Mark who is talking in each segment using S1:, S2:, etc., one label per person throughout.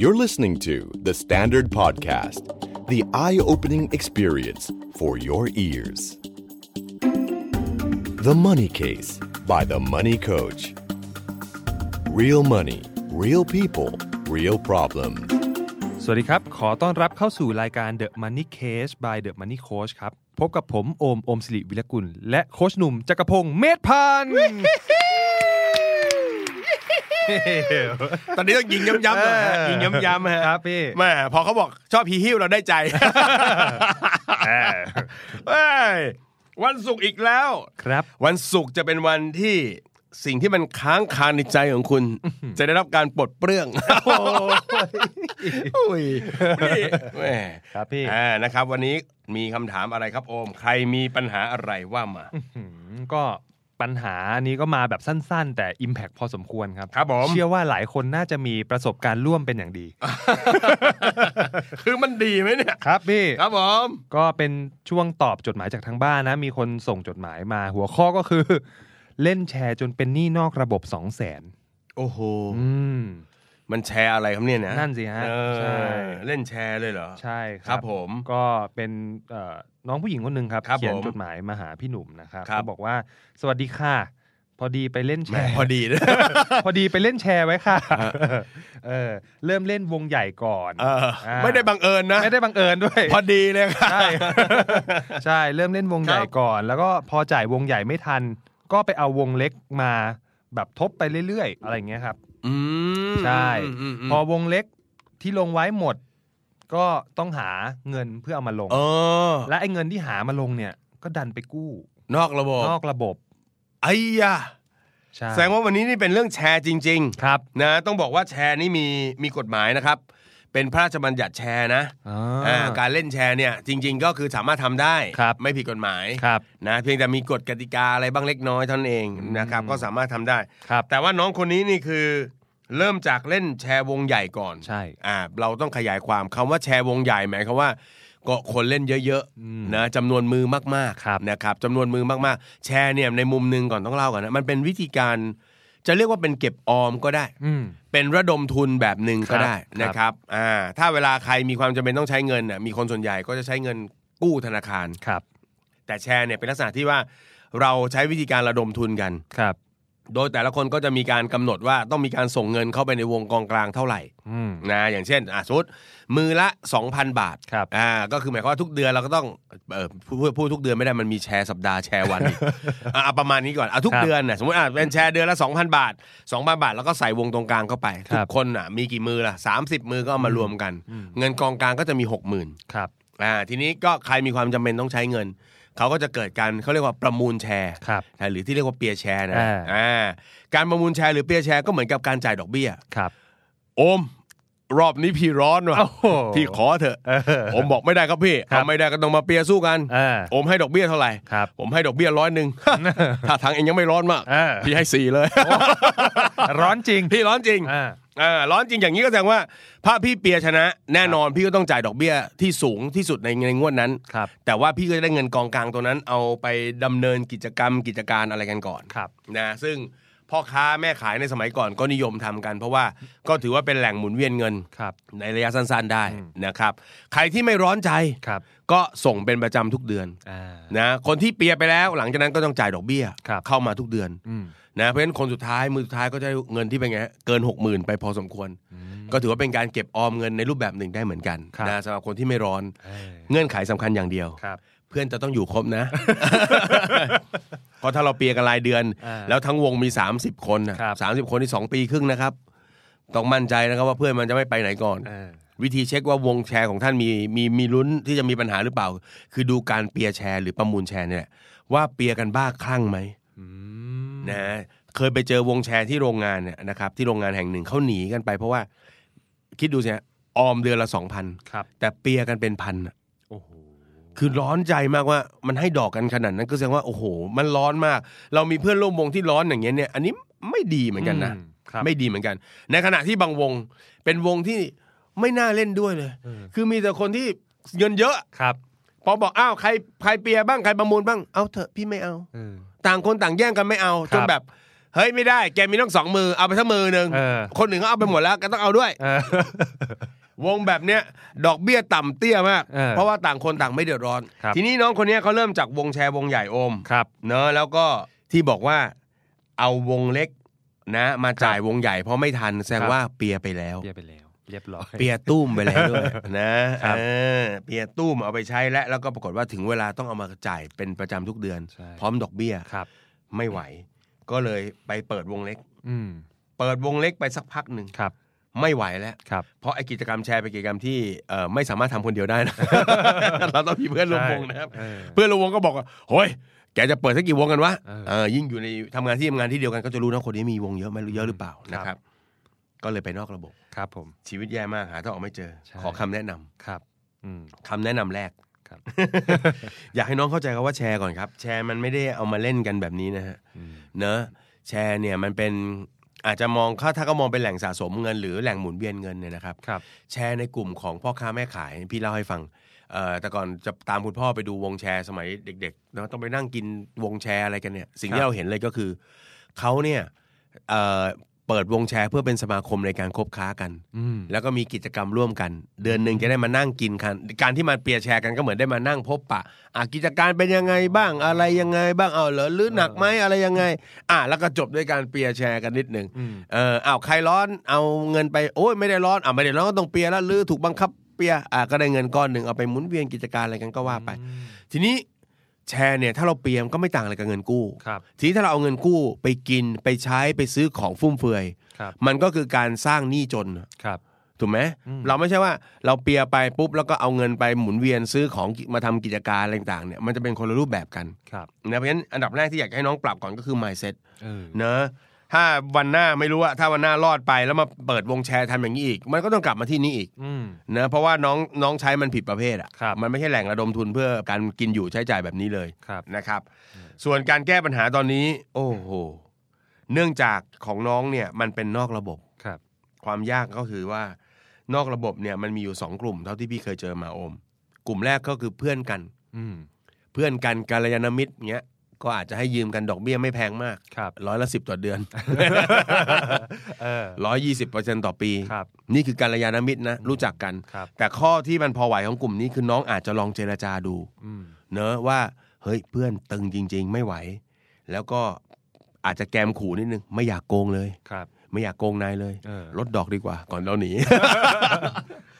S1: You're listening to The Standard Podcast, the eye opening experience for your ears. The Money Case by The Money Coach. Real money, real people, real problems.
S2: สวัสดีครับ ขอต้อนรับเข้าสู่รายการ The Money Case by The Money Coach ครับ พบกับผมโอม โอมสิริวิรกุล และโคชหนุ่มจักรพงศ์เมธพันธ์
S3: ตอนนี้ต้องยิงย้ำๆหน่อยฮะยิงย้ำๆฮะ
S2: ครับพี่
S3: แม่พอเขาบอกชอบฮีฮิ้วเราได้ใจเออเฮ้ยวันศุกร์อีกแล้ว
S2: ครับ
S3: วันศุกร์จะเป็นวันที่สิ่งที่มันค้างคาในใจของคุณ จะได้รับการปลดเปลื้องโอ้ยแม่
S2: ครับพี่
S3: อ่านะครับ วันนี้มีคำถามอะไรครับโอม ใครมีปัญหาอะไรว่ามา
S2: ก็ปัญหานี้ก็มาแบบสั้น ๆ แต่ Impact พอสมควรครับ
S3: ครับผม
S2: เชื่อว่าหลายคนน่าจะมีประสบการณ์ร่วมเป็นอย่างดี
S3: คือมันดีไหมเนี่ย
S2: ครับพี่
S3: ครับผม
S2: ก็เป็นช่วงตอบจดหมายจากทางบ้านนะ มีคนส่งจดหมายมา หัวข้อก็คือ เล่นแชร์จนเป็นหนี้นอกระบบสองแสน
S3: โอ้โห
S2: อืม
S3: มันแชร์อะไรครับเนี่ยนะ
S2: นั่นสิฮะ
S3: เออ
S2: ใช่
S3: เล่นแชร์เลยเหรอ
S2: ใช่ค
S3: ค
S2: รั
S3: รับ บผม
S2: ก็เป็นเอ่อน้องผู้หญิงคนหนึ่งครับ
S3: ครับ
S2: เขียน
S3: ผม
S2: จดหมายมาหาพี่หนุ่มนะครับ
S3: ครับ
S2: เขาบอกว่าสวัสดีค่ะ พอดีไปเล่นแช
S3: แหม
S2: ร์
S3: พอดี เลย
S2: พอดีไปเล่นแชร์ไว้ค่ะเออเริ่มเล่นวงใหญ่ก่อน
S3: เออ
S2: อ่า
S3: ไม่ได้บังเอิญนะ
S2: ไม่ได้บังเอิญด้วย
S3: พอดีเลยค่ะ
S2: ใช่ ใช่ เริ่มเล่นวงใหญ่
S3: ครับ
S2: ก่อน แล้วก็พอจ่ายวงใหญ่ไม่ทัน ก็ไปเอาวงเล็กมาแบบทบไปเรื่อยๆ อะไรอย่างเงี้ยครับ
S3: อืม
S2: ใช่
S3: อืมอืม
S2: พอวงเล็กที่ลงไว้หมด ก็ต้องหาเงินเพื่อเอามาลง
S3: เออ
S2: และไอ้เงินที่หามาลงเนี่ย ก็ดันไปกู้
S3: นอกระบบ
S2: นอกระบบ
S3: ไอ้ยะ
S2: ใช่
S3: แสดงว่าวันนี้นี่เป็นเรื่องแชร์จริง
S2: ครับ
S3: ๆ นะ ต้องบอกว่าแชร์นี่มีมีกฎหมายนะครับ เป็นพระราชบัญญัติแชร์นะ
S2: อ่
S3: อ่า
S2: า
S3: การเล่นแชร์เนี่ยจริง ๆ ก็คือสามารถทำได้
S2: ครับ
S3: ไม่ผิดกฎหมาย
S2: ครับ
S3: นะเพียงแต่มีกฎกติกาอะไรบ้างเล็กน้อยเท่านั้นเองนะครับ
S2: อืม
S3: ก็สามารถทำได้
S2: ครับ
S3: แต่ว่าน้องคนนี้นี่คือเริ่มจากเล่นแชร์วงใหญ่ก่อน
S2: ใช่
S3: อ่าเราต้องขยายความคำว่าแชร์วงใหญ่หมายความว่าก็คนเล่นเยอะ
S2: อืม
S3: ๆนะจำนวนมือมาก
S2: ครับ
S3: ๆนะครับจำนวนมือมากๆ แชร์เนี่ยในมุมหนึ่งก่อนต้องเล่าก่อนนะมันเป็นวิธีการ จะเรียกว่าเป็นเก็บออมก็ได้
S2: อืม
S3: เป็นระดมทุนแบบหนึ่งก็ได้
S2: ครับ
S3: นะครับอ่าถ้าเวลาใครมีความจำเป็นต้องใช้เงินน่ะมีคนส่วนใหญ่ก็จะใช้เงินกู้ธนาคาร
S2: ครับ
S3: แต่แชร์เนี่ยเป็นลักษณะที่ว่าเราใช้วิธีการระดมทุนกัน
S2: ครับ
S3: โดยแต่ละคนก็จะมีการกำหนดว่าต้องมีการส่งเงินเข้าไปในวงกองกลางเท่าไหร่
S2: อืม
S3: นะอย่างเช่นอ่ะสมมติมือละ 2,000 บาท
S2: ครับ
S3: อ่าก็คือหมายความว่าทุกเดือนเราก็ต้องเออพูดพูดพูดทุกเดือนไม่ได้มันมีแชร์สัปดาห์แชร์วันอีก อ่ะเอาประมาณนี้ก่อนเอาทุก
S2: ครับ
S3: เดือนนะสมมติอ่ะเป็นแชร์เดือนละ 2,000 บาท 2,000 บาท แล้วก็ใส่วงตรงกลางเข้าไป
S2: ครั
S3: ทุ
S2: บ
S3: กคนอ่ะมีกี่มือล่ะ 30 มือก็เอามารวมกัน
S2: อืม
S3: เงินกองกลางก็จะมี 60,000
S2: ครับ
S3: อ่าทีนี้ก็ใครมีความจำเป็นต้องใช้เงิน เขาก็จะเกิดการเขาเรียกว่าประมูลแชร์
S2: ครับ
S3: นะหรือที่เรียกว่าเปียร์แชร์นะ
S2: อ่า
S3: อ่าการประมูลแชร์หรือเปียร์แชร์ก็เหมือนกับการจ่ายดอกเบี้ย
S2: ครับ
S3: โอม รอบนี้พี่ร้อนว่ะ
S2: โอ้โห
S3: พี่ขอเถ อะ
S2: เออ
S3: ผมบอกไม่ได้ครับพี่
S2: ครับ
S3: เอาไม่ได้ก็ต้องมาเปียร์สู้กัน
S2: เออ
S3: โอมให้ดอกเบี้ยเท่าไหร่
S2: ครับ
S3: ผมให้ดอกเบี้ยร้อย หนึ่ง ถ้าทางเองยังไม่ร้อนมาก
S2: เออ
S3: พี่ให้สี่เลย
S2: ร้อนจริง
S3: พี่ร้อนจริง
S2: อ่า
S3: เออร้อนจริงอย่างนี้ก็แสดงว่าถ้าพี่เปียร์ชนะ แน่นอนพี่ก็ต้องจ่ายดอกเบี้ยที่สูงที่สุดในในงวดนั้น
S2: ครับ
S3: แต่ว่าพี่ก็จะได้เงินกองกลางตัวนั้นเอาไปดำเนินกิจกรรมกิจการอะไรกันก่อน
S2: ครับ
S3: นะซึ่งพ่อค้าแม่ขายในสมัยก่อนก็นิยมทำกัน เพราะว่าก็ถือว่าเป็นแหล่งหมุนเวียนเงิน
S2: ครับ
S3: ในระยะสั้นๆได้นะครับ ใครที่ไม่ร้อนใจ
S2: ครับ
S3: ก็ส่งเป็นประจำทุกเดือน
S2: อ่า
S3: นะคนที่เปียร์ไปแล้วหลังจากนั้นก็ต้องจ่ายดอกเบี้ย
S2: ครับ
S3: เข้ามาทุกเดือน
S2: อืม
S3: นะเพราะฉะนั้นคนสุดท้ายมือสุดท้ายก็จะได้เงินที่เป็นไงฮะเกิน 6 0,000 ไปพอสมควร ก็ถือว่าเป็นการเก็บออมเงินในรูปแบบหนึ่งได้เหมือนกัน
S2: ครับ
S3: นะสำหรับคนที่ไม่ร้อน
S2: เออ
S3: เงื่อนไขสำคัญอย่างเดียว
S2: ครับ
S3: เพื่อนจะต้องอยู่ครบนะ เพราะถ้าเราเปียร์กันรายเดือน
S2: อ่า
S3: แล้วทั้งวงมี 30 คนนะครับ สามสิบคนที่2ปีครึ่งนะครับ ต้องมั่นใจนะครับว่าเพื่อนมันจะไม่ไปไหนก่อน
S2: เออ
S3: วิธีเช็คว่าวงแชร์ของท่านมีมีมีลุ้นที่จะมีปัญหาหรือเปล่า คือดูการเปียร์แชร์หรือประมูลแชร์เนี่ยแหละว่าเปียร์กันบ้าคลั่งไหม
S2: อืม
S3: นะเคยไปเจอวงแชร์ที่โรงงานเนี่ยนะครับ ที่โรงงานแห่งหนึ่งเขาหนีกันไป เพราะว่า คิดดูสิฮะออมเดือนละสองพัน
S2: ครับ
S3: แต่เปียร์กันเป็นพันอะ
S2: โอ้โห
S3: คือร้อนใจมากว่ามันให้ดอกกันขนาดนั้นก็แสดงว่าโอ้โห มันร้อนมาก เรามีเพื่อนร่วมวงที่ร้อนอย่างเงี้ยเนี่ยอันนี้ไม่ดีเหมือนกันนะ
S2: อืมครับ
S3: ไม่ดีเหมือนกัน ในขณะที่บางวงเป็นวงที่ไม่น่าเล่นด้วยเลย
S2: เออ
S3: คือมีแต่คนที่เงินเยอะ
S2: ครับ
S3: พอบอกอ้าวใครใครเปียร์บ้างใครประมูลบ้างเอาเถอะพี่ไม่เอา
S2: เออ
S3: ต่างคนต่างแย่งกันไม่เอา
S2: ค
S3: จ
S2: รับ
S3: นแบบ เฮ้ยไม่ได้แกมีต้องสองมือเอาไปทั้งมือหนึ่ง
S2: เออ
S3: คนหนึ่งเขาเอาไปหมดแล้วแก็ต้องเอาด้วย
S2: เออ
S3: วงแบบเนี้ยดอกเบี้ยต่ำเตี้ยมาก
S2: เออ
S3: เพราะว่าต่างคนต่างไม่เดือดร้อน
S2: ครับ
S3: ทีนี้น้องคนเนี้ยเขาเริ่มจากวงแชร์วงใหญ่โอม
S2: ครับ
S3: เนอะแล้วก็ที่บอกว่าเอาวงเล็กนะ มาจ่ายวงใหญ่เพราะไม่ทันแสด
S2: ค
S3: ง
S2: รับ
S3: ว่าเปียไปแล้ว
S2: เรียบไปแล้วเรียบร้อย
S3: เปียตุ้มไปแล้ว ด้วย นะครับ เออเปียตุ้มเอาไปใช้แล้วแล้วก็ปรากฏว่าถึงเวลาต้องเอามาจ่ายเป็นประจำทุกเดือน
S2: ใช่
S3: พร้อมดอกเบี้ย
S2: ครับ
S3: ไม่ไหว ก็เลยไปเปิดวงเล็ก
S2: อืม
S3: เปิดวงเล็กไปสักพักหนึ่ง
S2: ครับ
S3: ไม่ไหวแล้ว
S2: ครับ
S3: เพราะไอกิจกรรมแชร์เป็นกิจกรรมที่เอ่อไม่สามารถทำคนเดียวได้นะ เราต้องมีเพื่อนร่วมวงนะครับ
S2: ใช่เออ
S3: เพื่อนร่วมวงก็บอกว่าโฮ้ยแกจะเปิดสักกี่วงกันวะ
S2: เออ
S3: เออยิ่งอยู่ในทำงานที่ทำงานที่เดียวกันก็จะรู้นะคนนี้มีวงเยอะไหมเยอะหรือเปล่านะค
S2: ครั
S3: รับ
S2: บ
S3: ก็เลยไปนอกระบบ
S2: ครับผม
S3: ชีวิตแย่มากหาทางออกไม่เจอ
S2: ใช่
S3: ขอคำแนะนำ
S2: ครับ อืม
S3: คำแนะนำแรก
S2: ครับ
S3: อยากให้น้องเข้าใจครับว่าแชร์ก่อนครับ แชร์มันไม่ได้เอามาเล่นกันแบบนี้นะฮะ
S2: อืม
S3: เนอะแชร์เนี่ยมันเป็นอาจจะมองถ้าถ้าก็มองเป็นแหล่งสะสมเงินหรือแหล่งหมุนเวียนเงินเนี่ยนะครับ
S2: ครับ
S3: แชร์ในกลุ่มของพ่อค้าแม่ขายพี่เล่าให้ฟังเอ่อแต่ก่อนจะตามคุณพ่อไปดูวงแชร์สมัยเด็กๆเนาะต้องไปนั่งกินวงแชร์อะไรกันเนี่ย สิ่ง
S2: ครั
S3: ที่
S2: บ
S3: เราเห็นเลยก็คือเขาเนี่ยเอ่อเปิดวงแชร์เพื่อเป็นสมาคมในการคบค้ากัน
S2: อืม
S3: แล้วก็มีกิจกรรมร่วมกัน เดือนหนึ่งจะได้มานั่งกินกันการที่มาเปียร์แชร์กันก็เหมือนได้มานั่งพบปะอ่ะกิจการเป็นยังไงบ้างอะไรยังไงบ้างเอาเหรอหรือหนักไหมอะไรยังไง อ่ะแล้วก็จบด้วยการเปียร์แชร์กันนิดหนึ่ง
S2: อืม
S3: เอออ้าวใครร้อนเอาเงินไปโอ้ยไม่ได้ร้อนอ่าไม่ได้ร้อนก็ต้องเปียร์แล้วหรือถูกบังคับเปียร์อ่าก็ได้เงินก้อนหนึ่งเอาไปหมุนเวียนกิจการอะไรกันก็ว่าไป ทีนี้แชร์เนี่ยถ้าเราเปียร์มันก็ไม่ต่างอะไรกับเงินกู้
S2: ครับ
S3: ทีนี้ถ้าเราเอาเงินกู้ไปกินไปใช้ไปซื้อของฟุ่มเฟือย
S2: ครับ
S3: มันก็คือการสร้างหนี้จน
S2: ครับ
S3: ถูกไหม
S2: อืม
S3: เราไม่ใช่ว่าเราเปียร์ไปปุ๊บแล้วก็เอาเงินไปหมุนเวียนซื้อของมาทำกิจการอะไรต่างๆเนี่ยมันจะเป็นคนละรูปแบบกัน
S2: ครับ
S3: นะเพราะฉะนั้นอันดับแรกที่อยากจะให้น้องปรับก่อนก็คือ mindset
S2: เออ
S3: เนอะถ้าวันหน้าไม่รู้ว่าถ้าวันหน้ารอดไปแล้วมาเปิดวงแชร์ทำอย่างนี้อีก มันก็ต้องกลับมาที่นี่อีก
S2: อืม
S3: นะเพราะว่าน้องน้องใช้มันผิดประเภทอ่ะ
S2: ครับ
S3: มันไม่ใช่แหล่งระดมทุนเพื่อการกินอยู่ใช้จ่ายแบบนี้เลย
S2: ครับ
S3: นะครับ ส่วนการแก้ปัญหาตอนนี้ โอ้โหเนื่องจากของน้องเนี่ยมันเป็นนอกระบบ
S2: ครับ
S3: ความยากก็คือว่านอกระบบเนี่ยมันมีอยู่สองกลุ่มเท่าที่พี่เคยเจอมาโอม กลุ่มแรกก็คือเพื่อนกัน
S2: อืม
S3: เพื่อนกันกัลยาณมิตรเงี้ยก็อาจจะให้ยืมกันดอกเบี้ยไม่แพงมาก
S2: ครับ
S3: ร้อยละสิบต่อเดือน
S2: เออ
S3: ร้อยยี่สิบเปอร์เซ็นต่อปี
S2: ครับ
S3: นี่คือการยานมิตรนะ รู้จักกัน
S2: ครับ
S3: แต่ข้อที่มันพอไหวของกลุ่มนี้คือน้องอาจจะลองเจรจาดู
S2: อืม
S3: เนอะว่า เฮ้ยเพื่อนตึงจริง ๆ ไม่ไหว แล้วก็อาจจะแกมขู่นิดนึง ไม่อยากโกงเลย
S2: ครับ
S3: ไม่อยากโกงนายเลย
S2: เออ
S3: ลดดอกดีกว่า ก่อนเราหนี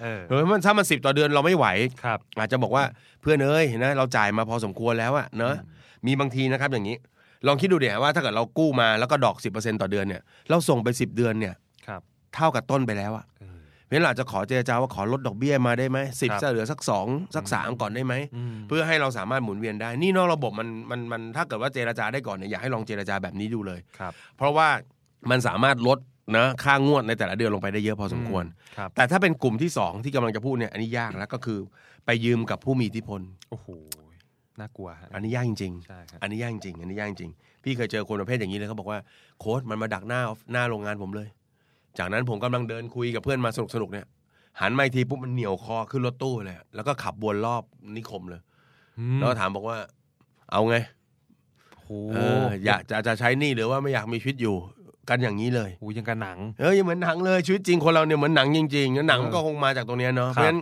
S2: เออ
S3: เฮ้ยมันถ้ามันสิบต่อเดือนเราไม่ไหว
S2: ครับ
S3: อาจจะบอกว่าเพื่อนเอ้ยนะเราจ่ายมาพอสมควรแล้วอะเนอะมีบางทีนะครับอย่างนี้ ลองคิดดูเดี๋ยวว่าถ้าเกิดเรากู้มาแล้วก็ดอก10%ต่อเดือนเนี่ยเราส่งไป 10 เดือนเนี่ย
S2: ครับ
S3: เท่ากับต้นไปแล้วอะ
S2: เออ
S3: เพราะฉะนั้นเราอาจจะขอเจรจาว่าขอลดดอกเบี้ยมาได้ไหมสิบ
S2: ครับ
S3: เหลือสักสองสักสามก่อนได้ไหม
S2: อืม
S3: เพื่อให้เราสามารถหมุนเวียนได้ นี่นอกระบบมันมันมันถ้าเกิดว่าเจรจาได้ก่อนเนี่ยอยากให้ลองเจรจาแบบนี้ดูเลย
S2: ครับ
S3: เพราะว่ามันสามารถลดนะค่างวดในแต่ละเดือนลงไปได้เยอะพอสมควร
S2: ครับ
S3: แต่ถ้าเป็นกลุ่มที่สองที่กำลังจะพูดเนี่ยอันนี้ยากแล้วก็คือ ไปยืมกับผู้มีอิทธิพล
S2: โอ้โห น่ากลัวฮะ
S3: อันนี้ยากจริงๆ
S2: ใช่ครับ
S3: อันนี้ยากจริงอันนี้ยากจริง พี่เคยเจอคนประเภทอย่างนี้เลยเขาบอกว่าโค้ดมันมาดักหน้าหน้าโรงงานผมเลย จากนั้นผมกำลังเดินคุยกับเพื่อนมาสนุกสนุกๆเนี่ย หันมาอีกทีปุ๊บมันเหนี่ยวคอขึ้นรถตู้เลยอะแล้วก็ขับวนรอบนิคมเลย แล้วก็ถามบอกว่า เอาไง
S2: โอ้โห
S3: เอออยากจะจะใช้หนี่หรือว่าไม่อยากมีชีวิตอยู่กันอย่างนี้เลย
S2: โอ้ยังกับหนัง
S3: เออยังเหมือนหนังเลยชีวิตจริงคนเราเนี่ยเหมือนหนังจริงๆแล้วหนังมันก็คงมาจากตรงเนี้ยเนาะ
S2: ครับ
S3: เพราะฉะนั้น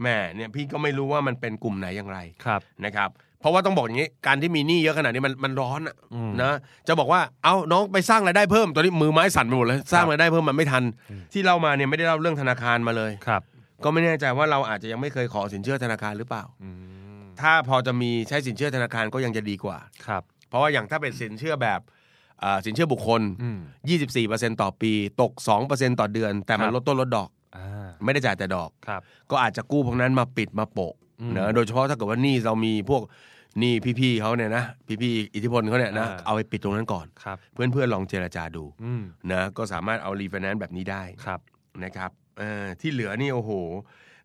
S3: แหมเนี่ยพี่ก็ไม่รู้ว่ามันเป็นกลุ่มไหนอย่างไร
S2: ครับ
S3: นะครับเพราะว่าต้องบอกอย่างนี้การที่มีหนี้เยอะขนาดนี้มันมันร้อนอะ
S2: อืม
S3: นะจะบอกว่าเอาน้องไปสร้างรายได้เพิ่มตอนนี้มือไม้สั่นไปหมดเลยสร้างรายได้เพิ่มมันไม่ทัน
S2: อืม
S3: ที่เล่ามาเนี่ยไม่ได้เล่าเรื่องธนาคารมาเลย
S2: ครับ
S3: ก็ไม่แน่ใจว่าเราอาจจะยังไม่เคยขอสินเชื่อธนาคารหรือเปล่า
S2: อืม
S3: ถ้าพอจะมีใช้สินเชื่อธนาคารก็ยังจะดีกว่า
S2: ครับ
S3: เพราะว่าอย่างถ้าเป็นสินเชื่อแบบอ่าสินเชื่อบุคคล
S2: อืม
S3: 24%ต่อปีตก 2%ต่อเดือน แต่มั
S2: คน รับ
S3: ลดต้นลดดอก
S2: อ่า
S3: ไม่ได้จ่ายแต่ดอก
S2: ครับ
S3: ก็อาจจะกู้พวกนั้นมาปิดมาโปะ
S2: อืม
S3: เนอะโดยเฉพาะถ้าเกิดว่าหนี่เรามีพวกหนี่พี่ๆเขาเนี่ยนะพี่ๆอิทธิพลเขาเนี่ยนะ
S2: อ่า
S3: เอาไปปิดตรงนั้นก่อน
S2: ครับ
S3: เพื่อนๆลองเจรจาดู
S2: อืม
S3: นะก็สามารถเอารีไฟแนนซ์แบบนี้ได้
S2: ครับ
S3: นะครับเออที่เหลือนี่โอ้โห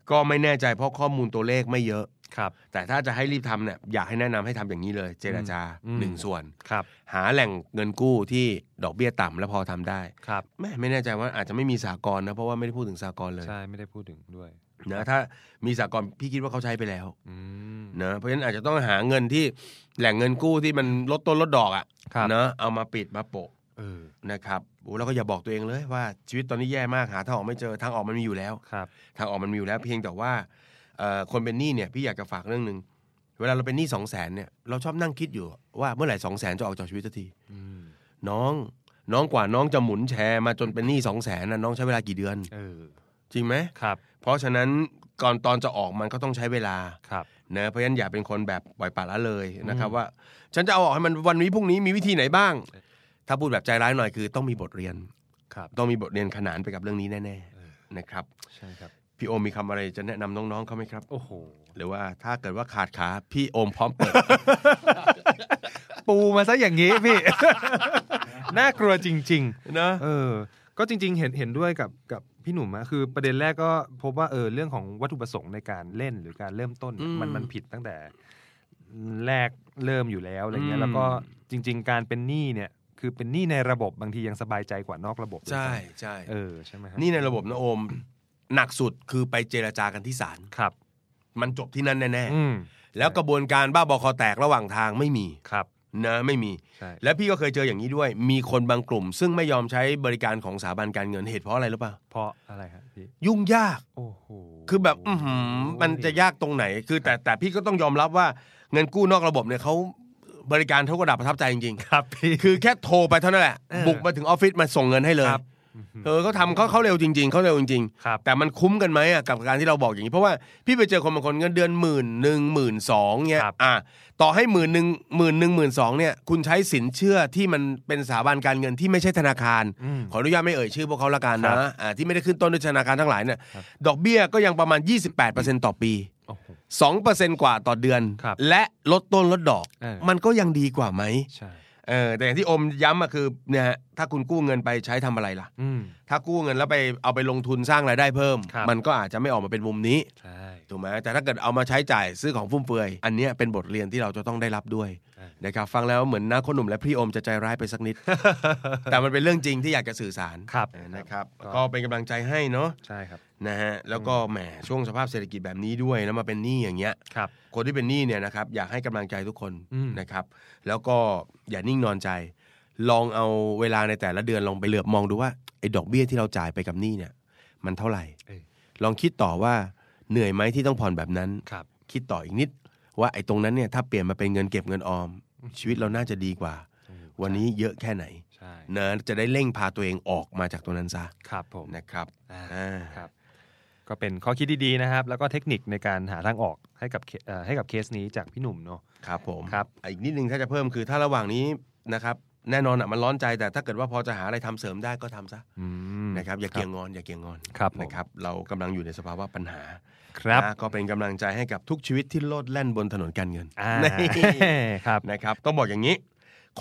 S3: ก็ไม่แน่ใจเพราะข้อมูลตัวเลขไม่เยอะ
S2: ครับ
S3: แต่ถ้าจะให้รีบทำเนี่ยอยากให้แนะนำให้ทำอย่างนี้เลย เจรจา
S2: อืม
S3: หนึ่งส่วน
S2: ครับ
S3: หาแหล่งเงินกู้ที่ดอกเบี้ยต่ำและพอทำได้
S2: ครับ
S3: แม่ไม่แน่ใจว่าอาจจะไม่มีสากลนะเพราะว่าไม่ได้พูดถึงสากลเลย
S2: ใช่ ไม่ได้พูดถึงด้วย
S3: นะถ้ามีสากลพี่คิดว่าเขาใช้ไปแล้ว
S2: อืม
S3: นะเพราะฉะนั้นอาจจะต้องหาเงินที่แหล่งเงินกู้ที่มันลดต้นลดดอก
S2: ครั
S3: อะ่ะ
S2: บ
S3: นะเอามาปิดมาโปะ
S2: เออ
S3: นะครับโอ้แล้วก็อย่าบอกตัวเองเลยว่าชีวิตตอนนี้แย่มากหาทางออกไม่เจอทางออกมันมีอยู่แล้ว
S2: ครับ
S3: ทางออกมันมีอยู่แล้วเพียงแต่ว่าเอ่อคนเป็นหนี้เนี่ยพี่อยากจะฝากเรื่องหนึ่งเวลาเราเป็นหนี้สองแสนเนี่ยเราชอบนั่งคิดอยู่ว่าเมื่อไหร่สองแสนจะออกจากชีวิตสักที
S2: อืม
S3: น้องน้องกว่าน้องจะหมุนแชร์มาจนเป็นหนี้สองแสนนะน้องใช้เวลากี่เดือน
S2: เออ
S3: จริงไหม
S2: ครับ
S3: เพราะฉะนั้นก่อนตอนจะออกมันก็ต้องใช้เวลา
S2: ครับ
S3: นะเพราะฉะนั้นอย่าเป็นคนแบบปล่อยปละละเลยนะครับ
S2: อืม
S3: ว่า ฉันจะเอาออกให้มันวันนี้พรุ่งนี้มีวิธีไหนบ้าง ถ้าพูดแบบใจร้ายหน่อยคือ ต้องมีบทเรียน
S2: ครับ
S3: ต้องมีบทเรียนขนานไปกับเรื่องนี้แน่
S2: เออ
S3: ๆนะครับ
S2: ใช่ครับ
S3: พี่โอมมีคำอะไรจะแนะนำน้องๆเขาไหมครับ
S2: โอ้โห
S3: หรือว่าถ้าเกิดว่าขาดขา พี่โอมพร้อมเปิด
S2: ปูมาซะอย่างนี้พี่ น่ากลัวจริง ๆ
S3: นะ
S2: เออ ก็จริง ๆ เห็นเห็นด้วยกับกับพี่หนุ่มอะคือประเด็นแรกก็พบว่าเออเรื่องของวัตถุประสงค์ในการเล่นหรือการเริ่มต้นเนี่ยมันมันผิดตั้งแต่แรกเริ่มอยู่แล้วอะไรเงี้ยแล้วก็จริง ๆ การเป็นหนี้เนี่ย คือเป็นหนี้ในระบบบางทียังสบายใจกว่านอกระบบด้วย
S3: ใช่
S2: ซ้
S3: ใช่
S2: ำเออใช่ไหมฮะ
S3: นี่ในระบบนะโอม หนักสุดคือไปเจรจากันที่ศาล
S2: ครับ
S3: มันจบที่นั่นแน่
S2: อืม
S3: ๆแล้วกระบวนการบ้าบอคอแตกระหว่างทางไม่มี
S2: ครับ
S3: นะไม่มี
S2: ใช่
S3: และพี่ก็เคยเจออย่างนี้ด้วย มีคนบางกลุ่ม ซึ่งไม่ยอมใช้บริการของสถาบันการเงินเหตุเพราะอะไรหรือเปล่า
S2: เพราะอะไรฮะพี่
S3: ยุ่งยาก
S2: โอ้โห
S3: คือแบบอื้อหือมันจะยากตรงไหน คือแต่แต่พี่ก็ต้องยอมรับว่าเงินกู้นอกระบบเนี่ยเขาบริการเท่ากระดาษประทับใจจริงๆ
S2: ครับพี่
S3: คือแค่โทรไปเท่านั้นแหละ
S2: เออ
S3: บุกมาถึงออฟฟิศมาส่งเงินให้เลย
S2: ครับ
S3: เออเขาทำเขาเขาเร็วจริง ๆเขาเร็วจริง
S2: ครับ
S3: ๆแต่มันคุ้มกันไหมอะกับการที่เราบอกอย่างนี้ เพราะว่าพี่ไปเจอคนบางคนเงินเดือนหมื่นหนึ่งหมื่นสองเนี่ย
S2: ครับ
S3: อ่ะต่อให้หมื่นหนึ่งหมื่นหนึ่งหมื่นสองเนี่ยคุณใช้สินเชื่อที่มันเป็นสถาบันการเงินที่ไม่ใช่ธนาคาร
S2: อืม
S3: ขออนุญาตไม่เอ่ยชื่อพวกเขาละกัน
S2: ครั
S3: นะ
S2: บ
S3: อ่าที่ไม่ได้ขึ้นต้นด้วยธนาคารทั้งหลายเนี่ย
S2: ครับ
S3: ดอกเบี้ยก็ยังประมาณ 28%ต่อปี
S2: โอ้โห
S3: 2%กว่าต่อเดือน
S2: ครับ
S3: และลดต้นลดดอก
S2: เออ
S3: มันก็ยังดีกว่าไหม
S2: ใช่
S3: เออแต่อย่างที่อมย้ำอะคือเนี่ยฮะถ้าคุณกู้เงินไปใช้ทำอะไรล่ะ
S2: อืม
S3: ถ้ากู้เงินแล้วไปเอาไปลงทุนสร้างรายได้เพิ่ม
S2: ครับ
S3: มันก็อาจจะไม่ออกมาเป็นมุมนี้
S2: ใช่
S3: ถูกไหมแต่ถ้าเกิดเอามาใช้จ่ายซื้อของฟุ่มเฟือย อันเนี้ยเป็นบทเรียนที่เราจะต้องได้รับด้วย
S2: ใช่
S3: นะครับฟังแล้วเหมือนหน้าคนหนุ่มและพี่อมจะใจร้ายไปสัก นิด แต่มันเป็นเรื่องจริงที่อยากจะสื่อสาร
S2: ครับ
S3: เออนะครับก็เป็นกำลังใจให้เนาะ
S2: ใช่ครับ
S3: นะฮะแล้วก็แหมช่วงสภาพเศรษฐกิจแบบนี้ด้วยแล้วมาเป็นหนี้อย่างเงี้ย
S2: ครับ
S3: คนที่เป็นหนี้เนี่ยนะครับอยากให้กำลังใจทุกคน
S2: อืม
S3: นะครับ แล้วก็อย่านิ่งนอนใจ ลองเอาเวลาในแต่ละเดือนลองไปเหลือบมองดูว่าไอ้ดอกเบี้ยที่เราจ่ายไปกับหนี้เนี่ย มันเท่าไหร่
S2: เอ้ย
S3: ลองคิดต่อว่าเหนื่อยไหมที่ต้องผ่อนแบบนั้น
S2: ครับ
S3: คิดต่ออีกนิด ว่าไอ้ตรงนั้นเนี่ยถ้าเปลี่ยนมาเป็นเงินเก็บเงินออม ชีวิตเราน่าจะดีกว่า วันนี้เยอะแค่ไหน
S2: ใช่
S3: เนอะจะได้เร่งพาตัวเองออกมาจากตรงนั้นซะ
S2: ครับผม
S3: นะครับ
S2: อ่า
S3: อ่า
S2: ครับ ก็เป็นข้อคิดดีๆนะครับ แล้วก็เทคนิคในการหาทางออกให้กับเคเอ่อให้กับเคสนี้จากพี่หนุ่มเนาะ
S3: ครับผม
S2: ครับ
S3: อีกนิดนึงถ้าจะเพิ่มคือถ้าระหว่างนี้นะครับแน่นอนอ่ะมันร้อนใจแต่ถ้าเกิดว่าพอจะหาอะไรทำเสริมได้ก็ทำซะ
S2: อืม
S3: นะครับอย่าเกี่ยงงอนอย่าเกี่ยงงอน
S2: ครับผม
S3: นะครับ เรากำลังอยู่ในสภาวะปัญหา
S2: ครับ
S3: นะก็เป็นกำลังใจให้กับทุกชีวิตที่โลดแล่นบนถนนการเงิน
S2: อ่า
S3: นี่
S2: ครับ
S3: นะครับ ต้องบอกอย่างนี้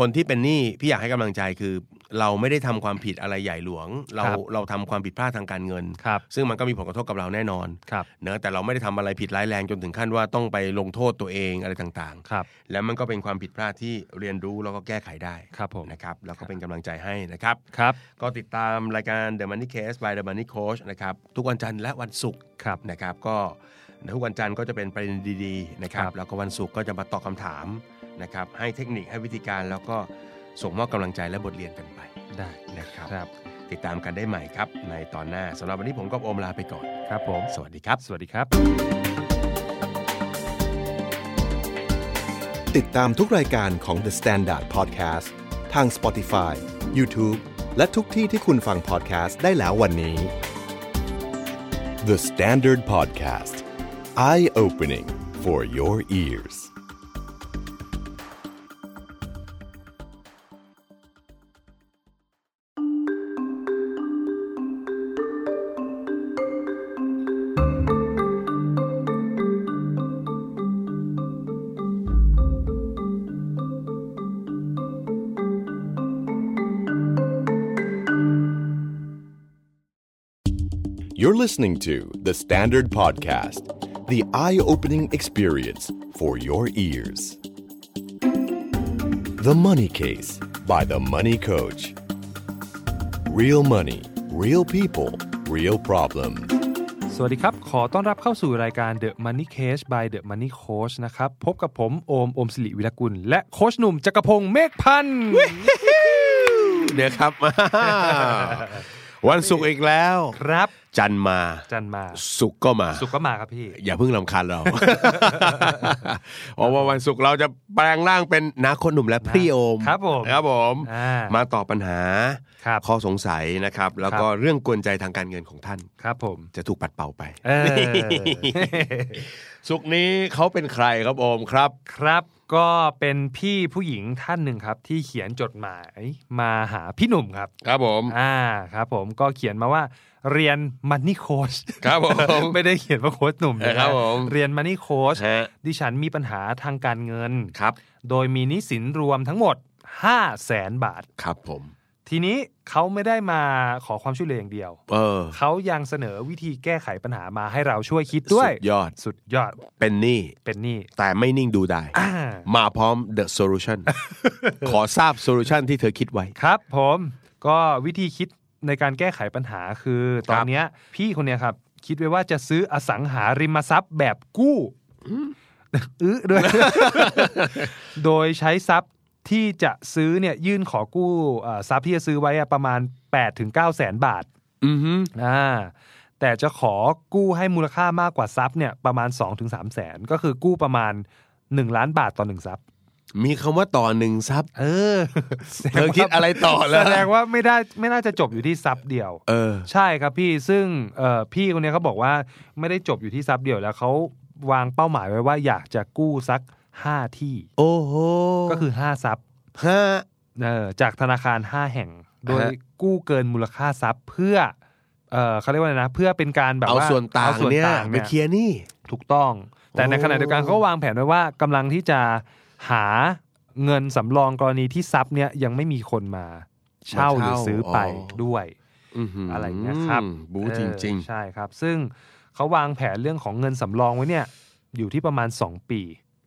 S3: คนที่เป็นหนี้พี่อยากให้กำลังใจคือ เราไม่ได้ทำความผิดอะไรใหญ่หลวง เรา
S2: ครับ
S3: เราทำความผิดพลาดทางการเงิน
S2: ครับ
S3: ซึ่งมันก็มีผลกระทบกับเราแน่นอน
S2: ครับ
S3: เนอะแต่เราไม่ได้ทำอะไรผิดร้ายแรงจนถึงขั้นว่าต้องไปลงโทษตัวเองอะไรต่าง
S2: ครับ
S3: ๆ และมันก็เป็นความผิดพลาดที่เรียนรู้แล้วก็แก้ไขได้
S2: ครับผม
S3: นะครับแล้วก็เป็นกำลังใจให้นะครับ
S2: ครับ
S3: ก็ติดตามรายการ The Money Case by The Money Coach นะครับ ทุกวันจันทร์และวันศุกร์
S2: ครับ
S3: นะครับ ก็ทุกวันจันทร์ก็จะเป็นประเด็นดีๆนะครั
S2: ครับ บ
S3: แล้วก็วันศุกร์ก็จะมาตอบคำถามนะครับ ให้เทคนิคให้วิธีการแล้วก็ส่งมอบกำลังใจและบทเรียนกันไป
S2: ได้
S3: นะครับ
S2: ครับ
S3: ติดตามกันได้ใหม่ครับ ในตอนหน้าสำหรับวันนี้ผมกับโอมลาไปก่อน
S2: ครับผม
S3: สวัสดีครับ
S2: สวัสดีครับ
S1: ติดตามทุกรายการของ The Standard Podcast ทาง Spotify, YouTube และทุกที่ที่คุณฟัง podcast ได้แล้ววันนี้ The Standard Podcast Eye Opening for Your Ears You're listening to The Standard Podcast, the eye opening experience for your ears. The Money Case by The Money Coach. Real money, real people, real problem.
S2: สวัสดีครับ ขอต้อนรับเข้าสู่รายการ The Money Case by The Money Coach นะครับ พบกับผมโอม โอมสิริวิรกุล และโคชหนุ่มจักรพงศ์เมฆพันธ์
S3: เดี๋ยว ครับ วันศุกร์อีกแล้ว
S2: ครับ
S3: จันทร์มา
S2: จันมา
S3: สุกร์ก็มา
S2: สุกร์ก็มาครับพี่
S3: อย่าเพิ่งลำคาญเรา เพราะว่าวันศุกร์เราจะแปลงร่างเป็นนาคนหนุ่มและพี่โอม
S2: ครับผม
S3: ครับผม
S2: อ่า
S3: มาตอบปัญหา
S2: ครับ
S3: ข้อสงสัยนะครับ แล้วก็เรื่องกวนใจทางการเงินของท่าน
S2: ครับผม
S3: จะถูกปัดเป่าไป
S2: เออ
S3: สุกร์นี้เขาเป็นใครครับโอมครับ
S2: ครับก็เป็นพี่ผู้หญิงท่านหนึ่งครับ ที่เขียนจดหมายมาหาพี่หนุ่มครับ
S3: ครับผม
S2: อ่าครับผมก็เขียนมาว่าเรียนมันนี่โค้ช
S3: ครับผม
S2: ไม่ได้เขียนว่าโค้ชหนุ่มนะ
S3: ค
S2: ค
S3: รั
S2: รั
S3: บบ ผม
S2: เรียนมันนี่โค้ช
S3: ฮะ
S2: ดิฉันมีปัญหาทางการเงิน
S3: ครับ
S2: โดยมีหนิสินรวมทั้งหมด 5 0 0แสนบาท
S3: ครับผม
S2: ทีนี้เขาไม่ได้มาขอความช่วยเหลืออย่างเดียว
S3: เออ
S2: เขายังเสนอวิธีแก้ไขปัญหามาให้เราช่วยคิดด้วย
S3: สุยอด
S2: สุดยอด
S3: เป็นหนี้
S2: เป็นหนี่
S3: แต่ไม่นิ่งดูได้
S2: อ่า
S3: มาพร้อม the solution ขอทราบ solution ที่เธอคิดไว้
S2: ครับผมก็วิธีคิดในการแก้ไขปัญหาคือ ตอนเนี้ยพี่คนเนี้ยครับ คิดไว้ว่าจะซื้ออสังหาริมทรัพย์แบบกู้อื้อ ด้วย โดยใช้ทรัพย์ที่จะซื้อเนี่ยยื่นขอกู้เอ่อทรัพย์ที่จะซื้อไว้อะประมาณ8ถึง9แสนบาท
S3: อือฮึ
S2: อ่าแต่จะขอกู้ให้มูลค่ามากกว่าทรัพย์เนี่ยประมาณ 2-3ถึงแสนก็คือกู้ประมาณ 1 ล้านบาทต่อหนึ่งทรัพย์
S3: มีคำว่าต่อหนึ่งซับ
S2: เออ
S3: เธอคิดอะไรต่อแล้ว
S2: แสดงว่าไม่ได้ไม่น่าจะจบอยู่ที่ทรัพย์เดียว
S3: เออ
S2: ใช่ครับพี่ซึ่งเอ่อพี่คนเนี้ยเขาบอกว่าไม่ได้จบอยู่ที่ทรัพย์เดียวแล้วเขาวางเป้าหมายไว้ว่าอยากจะกู้สัก 5 ที่
S3: โอ้โห
S2: ก็คือ 5 ทรัพย์
S3: ฮะ
S2: เออจากธนาคาร 5 แห่ง โดย
S3: ฮะ
S2: กู้เกินมูลค่าทรัพย์เพื่อเออเขาเรียกว่าอะไรนะเพื่อเป็นการแบบ
S3: เอา
S2: ว่า
S3: ส่วนต่าง
S2: อส่ว
S3: เนี่ย
S2: ต่าง
S3: ไป
S2: เนี่ย
S3: เคลียร์หนี่
S2: ถูกต้อง แต่
S3: โอ้
S2: ในขณะเดียวกันเขาก็วางแผนไว้ว่ากำลังที่จะหาเงินสำรองกรณีที่ทรัพย์เนี่ยยังไม่มีคนมาเช่าหรือซื้อไปด้วย
S3: ม
S2: อะไรเงี้ยครับ
S3: บู๊
S2: เออ
S3: จริง
S2: ใช่ครับ ซึ่งเขาวางแผนเรื่องของเงินสำรองไว้เนี่ยอยู่ที่ประมาณ 2 ปี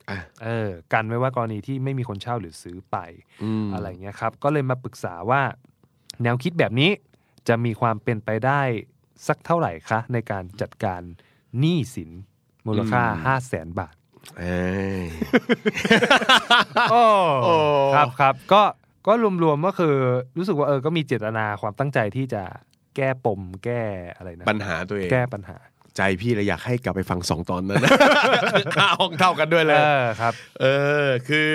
S3: อ่ะ
S2: เออกันไว้ว่ากรณีที่ไม่มีคนเช่าหรือซื้อไป
S3: ๆม
S2: อะไรเงี้ยครับ ก็เลยมาปรึกษาว่า แนวคิดแบบนี้จะมีความเป็นไปได้สักเท่าไหร่คะ ในการจัดการหนี้สินมูลค่า 5 0 0แสนบาท
S3: เอ้ย
S2: โอ้
S3: โอ้
S2: ครับครับก็ก็รวมๆก็คือรู้สึกว่าเออก็มีเจตนาความตั้งใจที่จะแก้ปมแก้อะไรนะ
S3: ปัญหาตัวเอง
S2: แก้ปัญหา
S3: ใจพี่เลยอยากให้กลับไปฟังสองตอนนั้น ค่าห้องเท่ากันด้วยเล
S2: เอย อครับ
S3: เออ คือ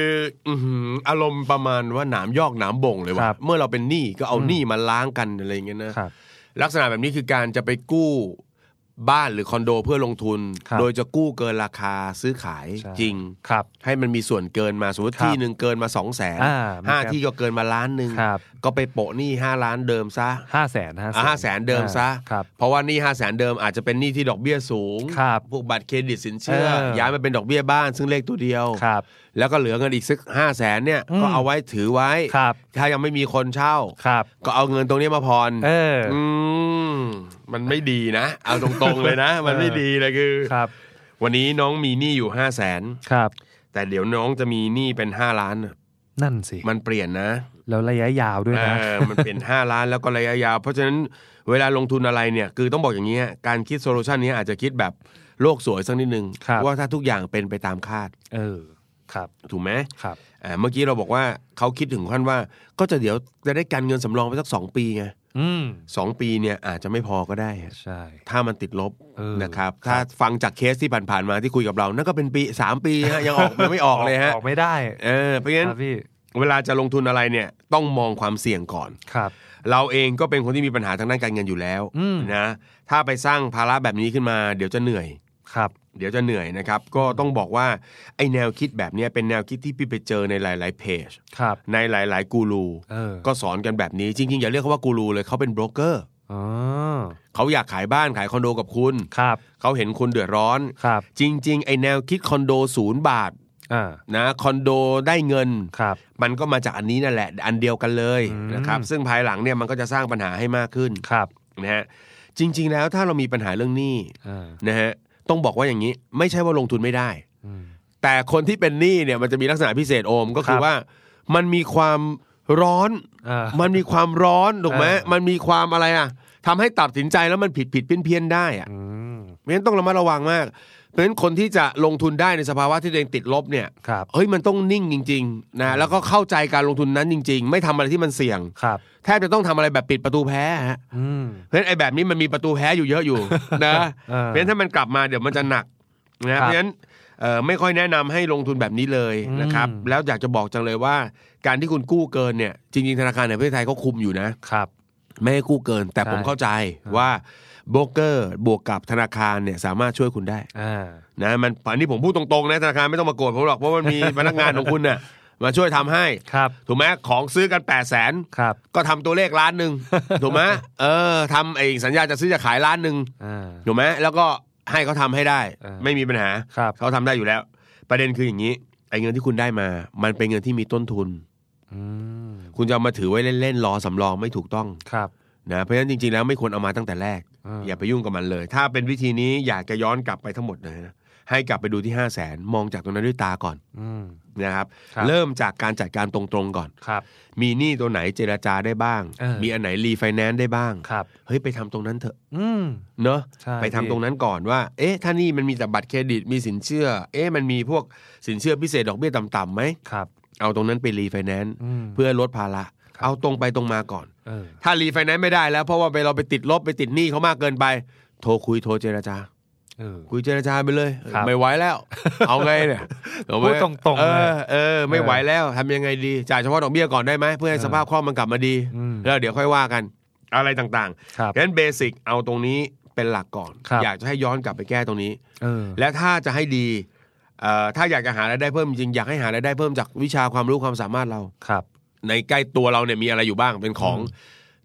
S3: อื้อหืออารมณ์ประมาณว่าหนามยอกหนามบ่งเลย
S2: ค
S3: ว่า
S2: รับ
S3: เมื่อเราเป็นหนี้ก็เอาหนี้มาล้างกันอะไรอย่างเงี้ยนะ
S2: ครับ
S3: ลักษณะแบบนี้คือการจะไปกู้บ้านหรือคอนโดเพื่อลงทุน
S2: ครับ
S3: โดยจะกู้เกินราคาซื้อขาย
S2: ใช่
S3: จริง
S2: ครับ
S3: ให้มันมีส่วนเกินมาสมมติ
S2: ครับ
S3: ที่หนึ่งเกินมาสองแสน
S2: อ่ามี
S3: ห้า
S2: ครับ
S3: ที่ก็เกินมาล้านหนึ่ง
S2: ครับ
S3: ก็ไปโปะหนี้ห้าล้านเดิมซะ
S2: ห้าแสนห้า
S3: ห้าแสนเดิมซะ
S2: ครับ
S3: เพราะว่าหนี้ห้าแสนเดิมอาจจะเป็นหนี้ที่ดอกเบี้ยสูง
S2: ครับ
S3: พวกบัตรเครดิตสินเชื่อ
S2: เออ
S3: ย้ายมาเป็นดอกเบี้ยบ้านซึ่งเลขตัวเดียว
S2: ครับ
S3: แล้วก็เหลือเงินอีกสักห้าแสนเนี่ย
S2: อืม
S3: ก็เอาไว้ถือไว้
S2: ครับ
S3: ถ้ายังไม่มีคนเช่า
S2: ครับ
S3: ก็เอาเงินตรงนี้มาผ่อน
S2: เอออ
S3: อืมมันไม่ดีนะ เอาตรงๆเลยนะ มันไม่
S2: เออ
S3: ดีเลยคือ
S2: ครับ
S3: วันนี้น้องมีหนี้อยู่ห้าแสน
S2: ครับ
S3: แต่เดี๋ยวน้องจะมีหนี้เป็นห้าล้านน่ะ
S2: นั่นสิ
S3: มันเปลี่ยนนะ
S2: แล้วระยะยาวด้วย
S3: เอ
S2: นะ
S3: อมันเป็นห้าล้านแล้วก็ระยะยาว เพราะฉะนั้นเวลาลงทุนอะไรเนี่ย คือต้องบอกอย่างนี้ยการคิดโซลูชันนี้ยอาจจะคิดแบบโลกสวยสักนิดนึง
S2: ครับ
S3: ว่าถ้าทุกอย่างเป็นไปตามคาด
S2: เออ ครับ
S3: ถูกไหม
S2: ครับ
S3: อ่าเมื่อกี้เราบอกว่าเขาคิดถึงขั้นว่าก็จะเดี๋ยวจะได้การเงินสำรองไปสักสองปีไง
S2: อืม
S3: สองปีเนี่ยอาจจะไม่พอก็ได้
S2: ใช่
S3: ถ้ามันติดลบ
S2: เออ
S3: นะครับ ถ้าฟังจากเคสที่ผ่านๆมาที่คุยกับเรา นั่นก็เป็นปีสามปีฮะยังออกยังไม่ออกเลยฮะ
S2: ออกไม่ได้
S3: เออเพราะงั้น
S2: ครับพี่
S3: เวลาจะลงทุนอะไรเนี่ยต้องมองความเสี่ยงก่อน
S2: ครับ
S3: เราเองก็เป็นคนที่มีปัญหาทางด้านการเงินอยู่แล้ว
S2: อืม
S3: นะถ้าไปสร้างภาระแบบนี้ขึ้นมาเดี๋ยวจะเหนื่อย
S2: ครับ
S3: เดี๋ยวจะเหนื่อยนะครับ ก็ต้องบอกว่าไอแนวคิดแบบเนี้ยเป็นแนวคิดที่พี่ไปเจอในหลาย ๆ เพจ
S2: ครับ
S3: ในหลาย ๆ กูรู
S2: เออ
S3: ก็สอนกันแบบนี้จริง ๆ อย่าเรียกเขาว่ากูรูเลยเขาเป็นโบรกเกอร์
S2: อ๋อ
S3: เขาอยากขายบ้านขายคอนโดกับคุณ
S2: ครับ
S3: เขาเห็นคุณเดือดร้อน
S2: ครับ
S3: จริง ๆ ไอแนวคิดคอนโดศูนย์บาท
S2: อ่า
S3: นะคอนโดได้เงิน
S2: ครับ
S3: มันก็มาจากอันนี้นั่นแหละ อันเดียวกันเลยนะครับซึ่งภายหลังเนี่ยมันก็จะสร้างปัญหาให้มากขึ้น
S2: ครับ
S3: นะฮะจริง ๆ แล้วถ้าเรามีปัญหาเรื่องหนี้
S2: อ่า
S3: นะฮะต้องบอกว่าอย่างนี้ไม่ใช่ว่าลงทุนไม่ได้
S2: อืม
S3: แต่คนที่เป็นหนี้เนี่ยมันจะมีลักษณะพิเศษโอมก็คื
S2: ค
S3: อ
S2: รับ
S3: ว่ามันมีความร้อน
S2: อ่า
S3: มันมีความร้อนถูกไหม
S2: เออ
S3: มันมีความอะไรอ่ะทำให้ตัดสินใจแล้วมันผิดผิดเพี้ยนเพี้ยนๆได้อ่ะ
S2: อืม
S3: เพราะฉะนั้นต้องระมัดระวังมาก เพราะฉะนั้นคนที่จะลงทุนได้ในสภาวะที่ตัวเองติดลบเนี่ย
S2: ครับ
S3: เฮ้ยมันต้องนิ่งจริงๆนะแล้วก็เข้าใจการลงทุนนั้นจริง ๆ ไม่ทำอะไรที่มันเสี่ยง
S2: ครับ
S3: แทบจะต้องทำอะไรแบบปิดประตูแพ้ฮะ
S2: อืม
S3: เพราะฉะนั้นไอ้แบบนี้มันมีประตูแพ้อยู่เยอะ อยู่ นะ
S2: เออ
S3: เพราะฉะนั้นถ้ามันกลับมาเดี๋ยวมันจะหนัก
S2: ครับ
S3: นะเพราะฉะนั้นเอ่อไม่ค่อยแนะนำให้ลงทุนแบบนี้เลยนะครับ
S2: อืม
S3: แล้วอยากจะบอกจังเลยว่า การที่คุณกู้เกินเนี่ยจริงๆธนาคารในประเทศไทยเขาคุมอยู่นะ
S2: ครับ
S3: ไม่ให้กู้เกิน แต่
S2: ใช่
S3: ผมเข้าใจว่าโบรกเกอร์บวกกับธนาคารเนี่ยสามารถช่วยคุณได้
S2: อ่า
S3: นะมันอันนี้ผมพูดตรงๆนะธนาคารไม่ต้องมาโกรธผมหรอกเพราะมันมี พนักงานของคุณน่ะมาช่วยทำให้
S2: ครับ
S3: ถูกไหมของซื้อกัน8 0 0แสน
S2: ครับ
S3: ก็ทำตัวเลขล้านหนึ่ง ถูกไหมเออทำไอ้สัญญาจะซื้อจะขายล้านหนึ่ง
S2: อ่า
S3: ถูกไหมแล้วก็ให้เขาทำให้ได้
S2: เออ
S3: ไม่มีปัญหา
S2: ครับ
S3: เขาทำได้อยู่แล้ว ประเด็นคืออย่างนี้ไอ้เงินที่คุณได้มา มันเป็นเงินที่มีต้นทุน
S2: อืม
S3: คุณจะเอามาถือไว้เล่นๆรอสำรองไม่ถูกต้อง
S2: ครับ
S3: นะเพราะฉะนั้นจริงๆแล้วไม่ควรเอามาตั้งแต่แรก
S2: เออ
S3: อย่าไปยุ่งกับมันเลย ถ้าเป็นวิธีนี้อยากจะย้อนกลับไปทั้งหมดเลยนะให้กลับไปดูที่ 5 0 0แสนมองจากตรงนั้นด้วยตาก่อน
S2: อืม
S3: นะครับ
S2: ครับ
S3: เริ่มจากการจัดการตรงๆก่อน
S2: ครับ
S3: มีหนี้ตัวไหนเจราจาได้บ้าง
S2: เออ
S3: มีอันไหนรีไฟแนนซ์ได้บ้าง
S2: ครับ
S3: เฮ้ยไปทำตรงนั้นเถอะ
S2: อืม
S3: เนาะ
S2: ใช่
S3: ไปทำตรงนั้นก่อนว่า เอ๊ะถ้านี่มันมีแต่บัตรเครดิตมีสินเชื่อ เอ๊ะมันมีพวกสินเชื่อพิเศษดอกเบี้ยต่ำๆไหม
S2: ครับ
S3: เอาตรงนั้นไปรีไฟแนนซ์
S2: อืม
S3: เพื่อลดภาระเอาตรงไปตรงมาก่อน
S2: เออ
S3: ถ้ารีไฟแนนซ์ไม่ได้แล้วเพราะว่าไปเราไปติดลบไปติดหนี้เขามากเกินไป โทรคุยโทรเจรจา
S2: เออ
S3: คุยเจรจาไปเลย
S2: ครับ
S3: ไม่ไหวแล้ว เอาไงเนี่ยเอาไว้
S2: พูดตรงๆ
S3: เอ
S2: เลย
S3: อเออไม่ไหวแล้วทำยังไงดี จ่ายเฉพาะดอกเบี้ยก่อนได้ไหมเพื่อให้
S2: เออ
S3: สภาพคล่องมันกลับมาดี
S2: อืม
S3: แล้วเดี๋ยวค่อยว่ากันอะไรต่าง
S2: ครับ
S3: ๆงั้นเบสิกเอาตรงนี้เป็นหลักก่อน
S2: ครับ
S3: อยากจะให้ย้อนกลับไปแก้ตรงนี้
S2: เออ
S3: และถ้าจะให้ดีเอ่อถ้าอยากจะหารายได้เพิ่มจริงๆอยากให้หารายได้เพิ่มจากวิชาความรู้ความสามารถเรา
S2: ครับ
S3: ในใกล้ตัวเราเนี่ยมีอะไรอยู่บ้างเป็นของ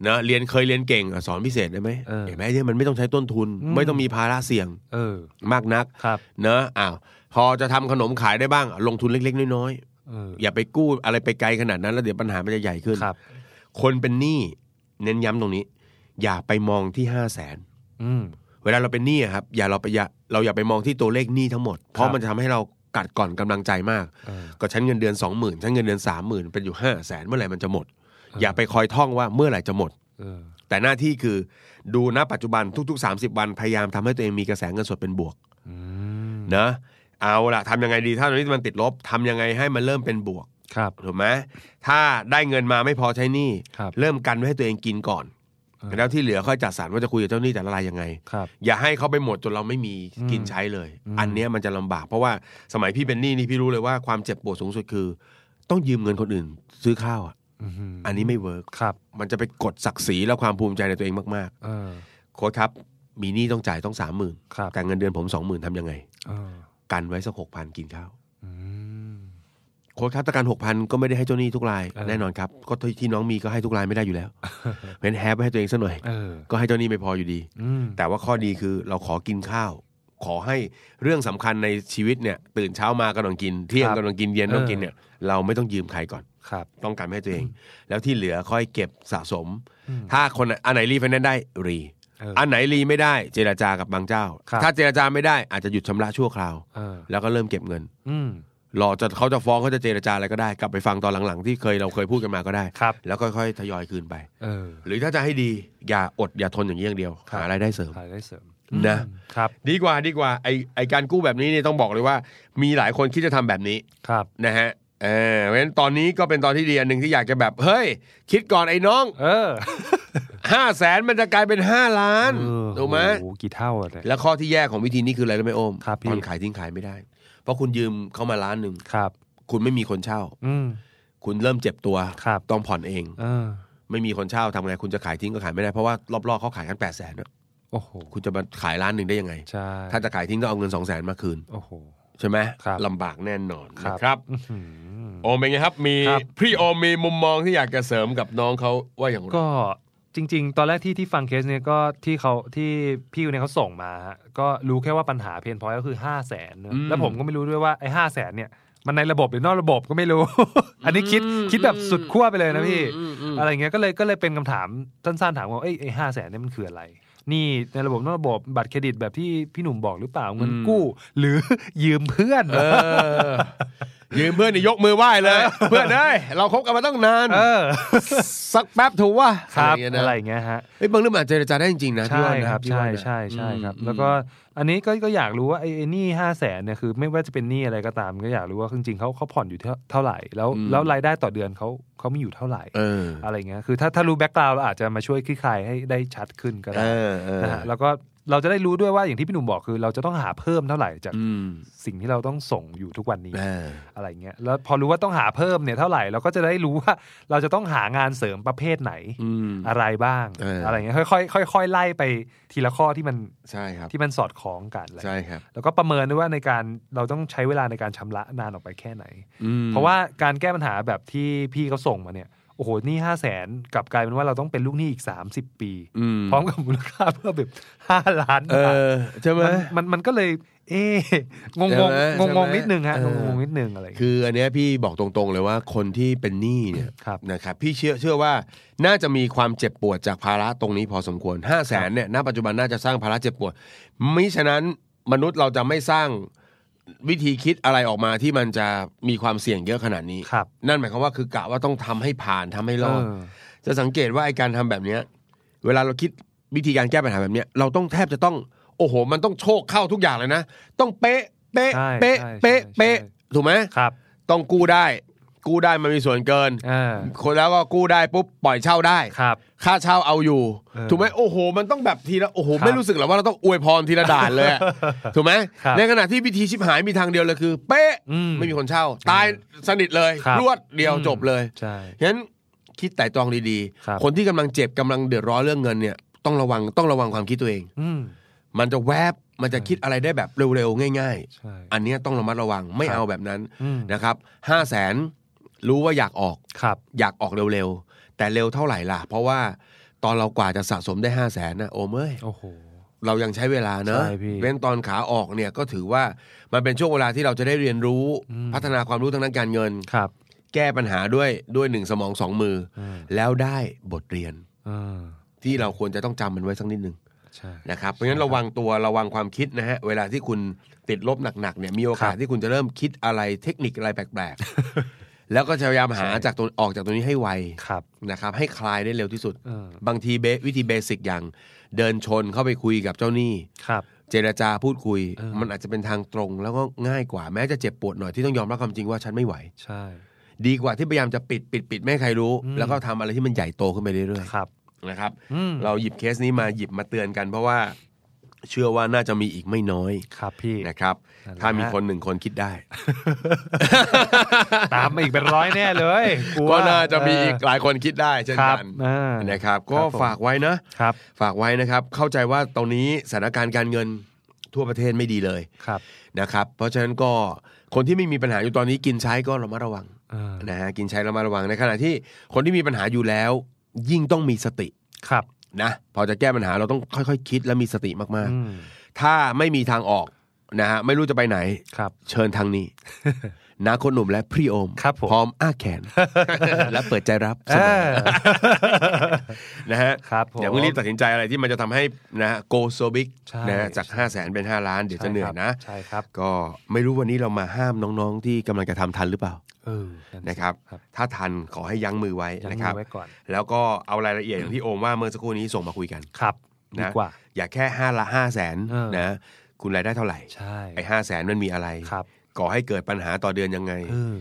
S3: เนะเรียนเคยเรียนเก่งอ่ะสอนพิเศษได้ไหม
S2: เออ
S3: เห็นไหมเนี่ยมันไม่ต้องใช้ต้นทุน
S2: อืม
S3: ไม่ต้องมีภาระเสี่ยง
S2: เออ
S3: มากนัก
S2: ครับ
S3: เนอะอ้าวพอจะทำขนมขายได้บ้างอ่ะลงทุนเล็กๆน้อย
S2: เออ
S3: ๆอย่าไปกู้อะไรไปไกลขนาดนั้น แล้วเดี๋ยวปัญหามันจะใหญ่ขึ้น
S2: ครับ
S3: คนเป็นหนี้เน้นย้ำตรงนี้ อย่าไปมองที่ห้าแสน
S2: อืม
S3: เวลาเราเป็นหนี้อะครับอย่าเราไปอย่าเราอย่าไปมองที่ตัวเลขหนี้ทั้งหมด เพ
S2: ครั
S3: ราะ
S2: บ
S3: มันจะทำให้เรากัดก่อนกำลังใจมาก
S2: เออ
S3: ก็ฉันเงินเดือนสองหมื่นฉันเงินเดือนสามหมื่นเป็นอยู่ห้าแสนเมื่อไหร่มันจะหมด อย่าไปคอยท่องว่าเมื่อไหร่จะหมด
S2: เออ
S3: แต่หน้าที่คือดูณปัจจุบันทุกๆ 30 วันพยายามทำให้ตัวเองมีกระแสเงินสดเป็นบวก
S2: อืม
S3: นะเอาละทำยังไงดีถ้าตอนนี้มันติดลบทำยังไงให้มันเริ่มเป็นบวก
S2: ครับ
S3: ถูกไหมถ้าได้เงินมาไม่พอใช้หนี้
S2: ครับ
S3: เริ่มกันไว้ให้ตัวเองกินก่อน
S2: เออ
S3: แล้วที่เหลือค่อยจัดสรรว่าจะคุยกับเจ้าหนี้แต่ละรายยังไง
S2: ครับ
S3: อย่าให้เขาไปหมดจนเราไม่มี
S2: อืม
S3: กินใช้เลย
S2: อืม
S3: อันเนี้ยมันจะลำบาก เพราะว่าสมัยพี่เป็นหนี้นี่พี่รู้เลยว่าความเจ็บปวดสูงสุดคือ ต้องยืมเงินคนอื่น ซื้อข้าวอะ
S2: ม
S3: อันนี้ไม่เวิร์ก
S2: ครับ
S3: มันจะไปกดศักดิ์ศรีและความภูมิใจในตัวเองมากๆ
S2: เออ
S3: โค้ชครับ มีหนี้ต้องจ่ายต้องสามหมื่น
S2: ครับ
S3: แต่เงินเดือนผมสองหมื่นทำยังไง
S2: เออ
S3: กันไว้สักหกพันกินข้าว
S2: อืม
S3: โค้ชครับแตะการหกพันก็ไม่ได้ให้เจ้าหนี้ทุกราย
S2: เออ
S3: แน่นอนครับ ก็ที่น้องมีก็ให้ทุกรายไม่ได้อยู่แล้ว เพราะฉะนั้นแฮปไว้ให้ตัวเองซะหน่อย
S2: เออ
S3: ก็ให้เจ้าหนี้ไม่พออยู่ดี
S2: อืม
S3: แต่ว่าข้อดีคือเราขอกินข้าว ขอให้เรื่องสำคัญในชีวิตเนี่ย ตื่นเช้ามากำลังกินเที่ยงกำลังกินเย็นต้องกินเนี่ยเราไม่ต้องยืมใครก่อน
S2: ครับ
S3: ต้องการให้ตัวเอง แล้วที่เหลือค่อยเก็บสะสม
S2: อืม
S3: ถ้าคนอันไหนรีไฟแนนซ์ได้รี
S2: เออ
S3: อันไหนรีไม่ได้เจราจากับบางเจ้า
S2: ครับ
S3: ถ้าเจราจาไม่ได้อาจจะหยุดชำระชั่วคราว
S2: เออ
S3: แล้วก็เริ่มเก็บเงิน
S2: อืม
S3: รอจะเขาจะฟ้องเขาจะเจราจาอะไรก็ได้ กลับไปฟังตอนหลังๆ ที่เคยเราเคยพูดกันมาก็ได้
S2: ครับ
S3: แล้วค่อยๆทยอยคืนไป
S2: เออ
S3: หรือถ้าจะให้ดี อย่าอดอย่าทนอย่างนี้อย่างเดียว
S2: ครับ
S3: หารายได้เสริม
S2: ขายได้เสริม
S3: นะ
S2: อืมครับ
S3: ดีกว่าดีกว่าไอไอการกู้แบบนี้เนี่ยต้องบอกเลยว่า มีหลายคนคิดจะทำแบบนี้
S2: ครับ
S3: นะฮะเออเพราะฉะนั้นตอนนี้ก็เป็นตอนที่ดีอันหนึ่งที่อยากจะแบบเฮ้ย คิดก่อนไอ้น้อง
S2: เออ
S3: ห้าแสนมันจะกลายเป็นห้าล้าน
S2: เออ
S3: ถูกไหม
S2: โอ้โกี่เท่าอะเนี่ย
S3: แล้วข้อที่แย่ของวิธีนี้คืออะไรรู้ไหมโอม
S2: ครับพี่
S3: ตอนขายทิ้งขายไม่ได้ เพราะคุณยืมเข้ามาล้านหนึ่ง
S2: ครับ
S3: คุณไม่มีคนเช่า
S2: อืม
S3: คุณเริ่มเจ็บตัว
S2: ครับ
S3: ต้องผ่อนเอง
S2: เออ
S3: ไม่มีคนเช่าทำไงคุณจะขายทิ้งก็ขายไม่ได้ เพราะว่ารอบๆเขาขายกันแปดแสน
S2: โอ้โห
S3: คุณจะมาขายล้านหนึ่งได้ยังไง
S2: ใช่
S3: ถ้าจะขายทิ้งต้องเอาเงินสองแสนมาคืน
S2: โอ้โห
S3: ใช่ไหม
S2: ครับ
S3: ลำบากแน่นอน
S2: ครับ
S3: นะครับ
S2: อื้อหือ
S3: โอมเป็นไงครับ มี
S2: ครับ
S3: พี่โอมมีมุมมองที่อยากจะเสริมกับน้องเขาว่าอย่างไร
S2: ก็จริง ๆ ตอนแรกที่ที่ฟังเคสเนี่ยก็ที่เขาที่พี่คนเนี้เขาส่งมาฮะก็รู้แค่ว่าปัญหาเพนพอยก็คือห้าแสน
S3: อืม
S2: แล้วผมก็ไม่รู้ด้วยว่าไอ้ห้าแสนเนี่ย มันในระบบหรือนอกระบบก็ไม่รู้ อันนี้คิด
S3: อืม
S2: คิดแบบสุดขั้วไปเลยนะพี่
S3: อืมอืมอืม
S2: อะไรเงี้ยก็เลยก็เลยเป็นคำถามสั้นๆถามว่าเอ้ยไอ้ห้าแสนเนี่ยมันคืออะไร นี่ในระบบนอกระบบบัตรเคร ดิตแบบที่พี่หนุ่มบอกหรือเปล่าเงินกู้ หรือ ยืมเพื่อน
S3: เออ ยืมเพื่อนนี่ยกมือไหว้เลย เพื่อนเอ้ยเราคบกันมาตั้งนาน
S2: เออ
S3: สักแป๊บถูกว่า
S2: ครับ
S3: ย่างเงี้ย
S2: อะ
S3: นะ
S2: ไรอย่างเงี้ยฮะ
S3: เฮ้ยบางเรื่องมันอาจจะเจรจาได้จริงๆนะพี่
S2: ใช่
S3: ว่านะครับ พี่
S2: ใช่
S3: ว่านะ
S2: ใช่ใช่ครับ
S3: อืม
S2: แล้วก็อันนี้ก็ก็อยากรู้ว่าไอ้ไอ้หนี้ห้าแสนเนี่ยคือไม่ว่าจะเป็นหนี้อะไรก็ตาม ก็อยากรู้ว่าจริงๆเขาเขาผ่อนอยู่เท่าเท่าไหร่ แล้วแล้วรายได้ต่อเดือนเขาเขามีอยู่เท่าไหร่
S3: เออ
S2: อะไรเงี้ยคือถ้าถ้ารู้แบ็กกราวด์เราอาจจะมาช่วยคลี่คลายให้ได้ชัดขึ้นก็
S3: เอ
S2: ได้
S3: อเออ
S2: นะฮะแล้วก็เราจะได้รู้ด้วยว่าอย่างที่พี่หนุ่มบอกคือ เราจะต้องหาเพิ่มเท่าไหร่จาก
S3: อืม
S2: สิ่งที่เราต้องส่งอยู่ทุกวันนี้
S3: เออ
S2: อะไรเงี้ยแล้วพอรู้ว่าต้องหาเพิ่มเนี่ยเท่าไหร่เราก็จะได้รู้ว่าเราจะต้องหางานเสริมประเภทไหน
S3: อืม
S2: อะไรบ้าง
S3: เอออ
S2: อะไรเงี้ยค่อยๆค่อยๆไล่ไปทีละข้อที่มัน
S3: ใช่ครับ
S2: ที่มันสอดคล้องกันอะไร
S3: ใช่ครับ
S2: แล้วก็ประเมินด้วยว่าในการเราต้องใช้เวลาในการชำระนานออกไปแค่ไหน
S3: อืม
S2: เพราะว่าการแก้ปัญหาแบบที่พี่เขาส่งมาเนี่ยโอ้โหหนี่ห้าแสนกลับกลายเป็นว่าเราต้องเป็นลูกหนี้อีก 30 ปี
S3: อืม
S2: พร้อมกับมูลค่าเพิ่มแบบห้าล้าน
S3: เอบ
S2: าท
S3: อใช่ไหม
S2: มันมันมันก็เลย เอ๊ะงง
S3: ใช่
S2: ง
S3: ไหม
S2: งงง
S3: ใช่ไหม
S2: นิดนึงฮะ
S3: เออ
S2: งงๆนิดนึงอะไรอย่างเงี้ย
S3: คืออันเนี้ยพี่บอกตรงๆเลยว่าคนที่เป็นหนี้เนี่ย
S2: ครับ
S3: นะครับพี่เชื่อเชื่อว่าน่าจะมีความเจ็บปวดจากภาระตรงนี้พอสมควร 5 0 0แสนเนี่ยณปัจจุบันน่าจะสร้างภาระเจ็บปวดมิฉะนั้นมนุษย์เราจะไม่สร้างวิธีคิดอะไรออกมาที่มันจะมีความเสี่ยงเยอะขนาดนี้
S2: ครับ
S3: นั่นหมายความว่าคือกะว่าต้องทำให้ผ่านทำให้รอด
S2: เออ
S3: จะสังเกตว่าไอการทำแบบเนี้ยเวลาเราคิดวิธีการแก้ปัญหาแบบเนี้ยเราต้องแทบจะต้องโอ้โห มันต้องโชคเข้าทุกอย่างเลยนะ ต้องเป๊ะเป๊ะ
S2: ใช่
S3: เป๊ะ
S2: ใช่
S3: เป๊ะ
S2: ใช่
S3: เป๊ะ
S2: ใช่
S3: ถูกไหม
S2: ครับ
S3: ต้องกู้ได้ กู้ได้มันมีส่วนเกิน
S2: อ่า
S3: คนแล้วก็กู้ได้ปุ๊บปล่อยเช่าได้
S2: ครับ
S3: ค่าเช่าเอาอยู่
S2: เออ
S3: ถูกไหมโอ้โห มันต้องแบบทีละโอ้โห
S2: ครับ
S3: ไม่รู้สึกหรอว่าเราต้องอวยพรทีละด่านเลย อะ ถูกไหม
S2: ครับ
S3: ในขณะที่วิธีชิบหายมีทางเดียวเลยคือ เป๊ะ
S2: อืม
S3: ไม่มีคนเช่า ตายสนิทเลย
S2: ครับ
S3: วดเดียว
S2: อืม
S3: จบเลย
S2: ใช่
S3: ฉะนั้นคิดไต่ตรองดี
S2: ครับ
S3: คนที่กำลังเจ็บกำลังเดือดร้อนเรื่องเงินเนี่ยต้องระวังต้องระวังความคิดตัวเอง
S2: อืม
S3: มันจะแวบมันจะคิดอะไรได้แบบเร็วๆง่าย
S2: ใช่
S3: ๆ อันเนี้ยต้องระมัดระวังไม่เอาแบบนั้น
S2: อืม
S3: นะครับห้าแสนรู้ว่าอยากออก
S2: ครับ
S3: อยากออกเร็วๆ แต่เร็วเท่าไหร่ล่ะ เพราะว่าตอนเรากว่าจะสะสมได้ห้าแสนนะโอมเอ้ย
S2: โอ้โห
S3: เรายังใช้เวลาเนอะ
S2: ใช่พี่
S3: เว้นตอนขาออกเนี่ยก็ถือว่ามันเป็นช่วงเวลาที่เราจะได้เรียนรู้
S2: อืม
S3: พัฒนาความรู้ทางด้านการเงิน
S2: ครับ
S3: แก้ปัญหาด้วยด้วยหนึ่งสมองสองมือ
S2: อืม
S3: แล้วได้บทเรียน
S2: อ่า
S3: ที่เราควรจะต้องจำมันไว้สักนิดหนึ่ง
S2: ใช่
S3: นะครับเพราะฉะนั้นระวังตัวระวังความคิดนะฮะเวลาที่คุณติดลบหนักๆเนี่ยมีโอกา
S2: ค
S3: ส
S2: รับ
S3: ที่คุณจะเริ่มคิดอะไรเทคนิคอะไรแปลกๆ แล้วก็จะพยายามหาจากตัวออกจากตัวนี้ให้ไว
S2: ครับ
S3: นะครับให้คลายได้เร็วที่สุด
S2: เออบ
S3: างทีเบวิธีเบสิกอย่าง เดินชนเข้าไปคุยกับเจ้าหนี้
S2: ครับ
S3: เจรจาพูดคุย
S2: เออ
S3: มันอาจจะเป็นทางตรง แล้วก็ง่ายกว่าแม้จะเจ็บปวดหน่อยที่ต้องยอมรับความจริงว่าฉันไม่ไหว
S2: ใช่
S3: ดีกว่าที่พยายามจะปิดปิดปิดไม่ให้ใครรู้ แล้วก็ทำอะไรที่มันใหญ่โตขึ้นไปเรื่อย
S2: ครับ
S3: ๆนะครับ
S2: อืม
S3: เราหยิบเคสนี้มาหยิบมาเตือนกัน เพราะว่า เชื่อว่าน่าจะมีอีกไม่น้อย
S2: ครับพี่
S3: นะครับ
S2: นั่นแหละ
S3: ถ้ามีคนหนึ่งคนคิดได้
S2: ตามมาอีกเป็นร้อยแน่เลยลัว
S3: ก็น่าจะมีอีกหลายคนคิดได้เช่น
S2: ครั
S3: กับ น
S2: อ่า
S3: นะครับ ก็
S2: ครับผม
S3: ฝากไว้นะ
S2: ครับ
S3: ฝากไว้นะครับ เข้าใจว่าตอนนี้สถานการณ์การเงินทั่วประเทศไม่ดีเลย
S2: ครับ
S3: นะครับ เพราะฉะนั้นก็คนที่ไม่มีปัญหาอยู่ตอนนี้กินใช้ก็ระมัดระวัง
S2: เออ
S3: นะฮะกินใช้ระมัดระวังในขณะที่คนที่มีปัญหาอยู่แล้ว ยิ่งต้องมีสติ
S2: ครับ
S3: นะพอจะแก้ปัญหาเราต้องค่อยๆคิดและมีสติมาก
S2: อืม
S3: ๆ ถ้าไม่มีทางออกนะฮะไม่รู้จะไปไหน
S2: ครับ
S3: เชิญทาง นี้ นาโคนหนุ่มและพี่โอม
S2: ครับผม
S3: พร้อมอ้าแข น และเปิดใจรับเสมอ
S2: เออ
S3: นะฮะ
S2: ครับผม
S3: อย่าเพิ่งรีบตัดสินใจอะไรที่มันจะทำให้นะฮะโกโซบิก
S2: ใช่
S3: นะฮะจาก 5 0 0แสนเป็น 5 ล้านเดี๋ยวจะเหนื่อยนะ
S2: ใช่ครับ
S3: ก็ไม่รู้วันนี้เรามาห้ามน้องๆ ที่กำลังจะทำทันหรือเปล่า
S2: เออสิ
S3: นะครับ
S2: ครับ
S3: ถ้าทันขอให้ยั้งมือไว้
S2: ยัง
S3: นะ
S2: มี
S3: ครับ
S2: ไว้ก่อน
S3: แล้วก็เอารายละเอียดอย่างที่โอมว่าเมื่อสักครู่นี้ส่งมาคุยกัน
S2: ครับ
S3: นะ
S2: ดีกว่า
S3: อย่าแค่5ละ5 0 0แสน
S2: เออ
S3: นะคุณรายได้เท่าไหร่
S2: ใช่
S3: ไอ้ห้าแสนมันมีอะไร
S2: ครับ
S3: ก่อให้เกิดปัญหาต่อเดือนยังไง
S2: เออ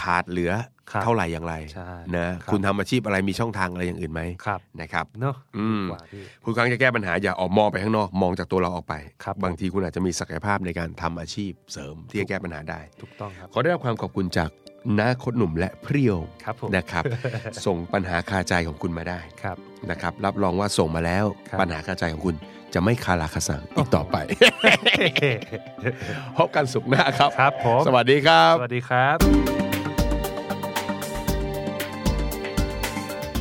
S3: ขาดเหลือ
S2: ครับ
S3: เท่าไหร่อย่างไร
S2: ใช่
S3: นะครับ คุณทำอาชีพอะไรมีช่องทางอะไรอย่างอื่นไหม
S2: ครับ
S3: นะครับ
S2: เนอะ
S3: อืม
S2: ดีกว่าพี่
S3: คุณครั้งจะแก้ปัญหาอย่าออกมองไปข้างนอกมองจากตัวเราออกไป
S2: ครับ
S3: งทีคุณอาจจะมีศักยภาพในการทำอาชีพเสริมที่จะแก้ปัญหาได้
S2: ถูกต้องครับ
S3: ขอได้รับความขอบคุณจากน้าโคดหนุ่มและเพรียว
S2: ครับผม
S3: นะครับ ส่งปัญหาคาใจของคุณมาได้
S2: ครับ
S3: นะครับ รับรองว่าส่งมาแล้ว
S2: ครับ
S3: ปัญหาคาใจของคุณจะไม่คาราคาสังอีกต่อไป พบกันสุขหน้าครับ
S2: ครับผม
S3: สวัสดีครับ
S2: สวัสดีครับ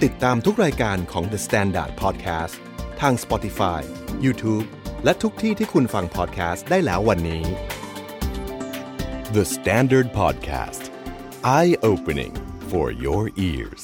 S1: ติดตามทุกรายการของ The Standard Podcast ทาง Spotify, YouTube และทุกที่ที่คุณฟัง podcast ได้แล้ววันนี้ The Standard Podcast Eye Opening for your ears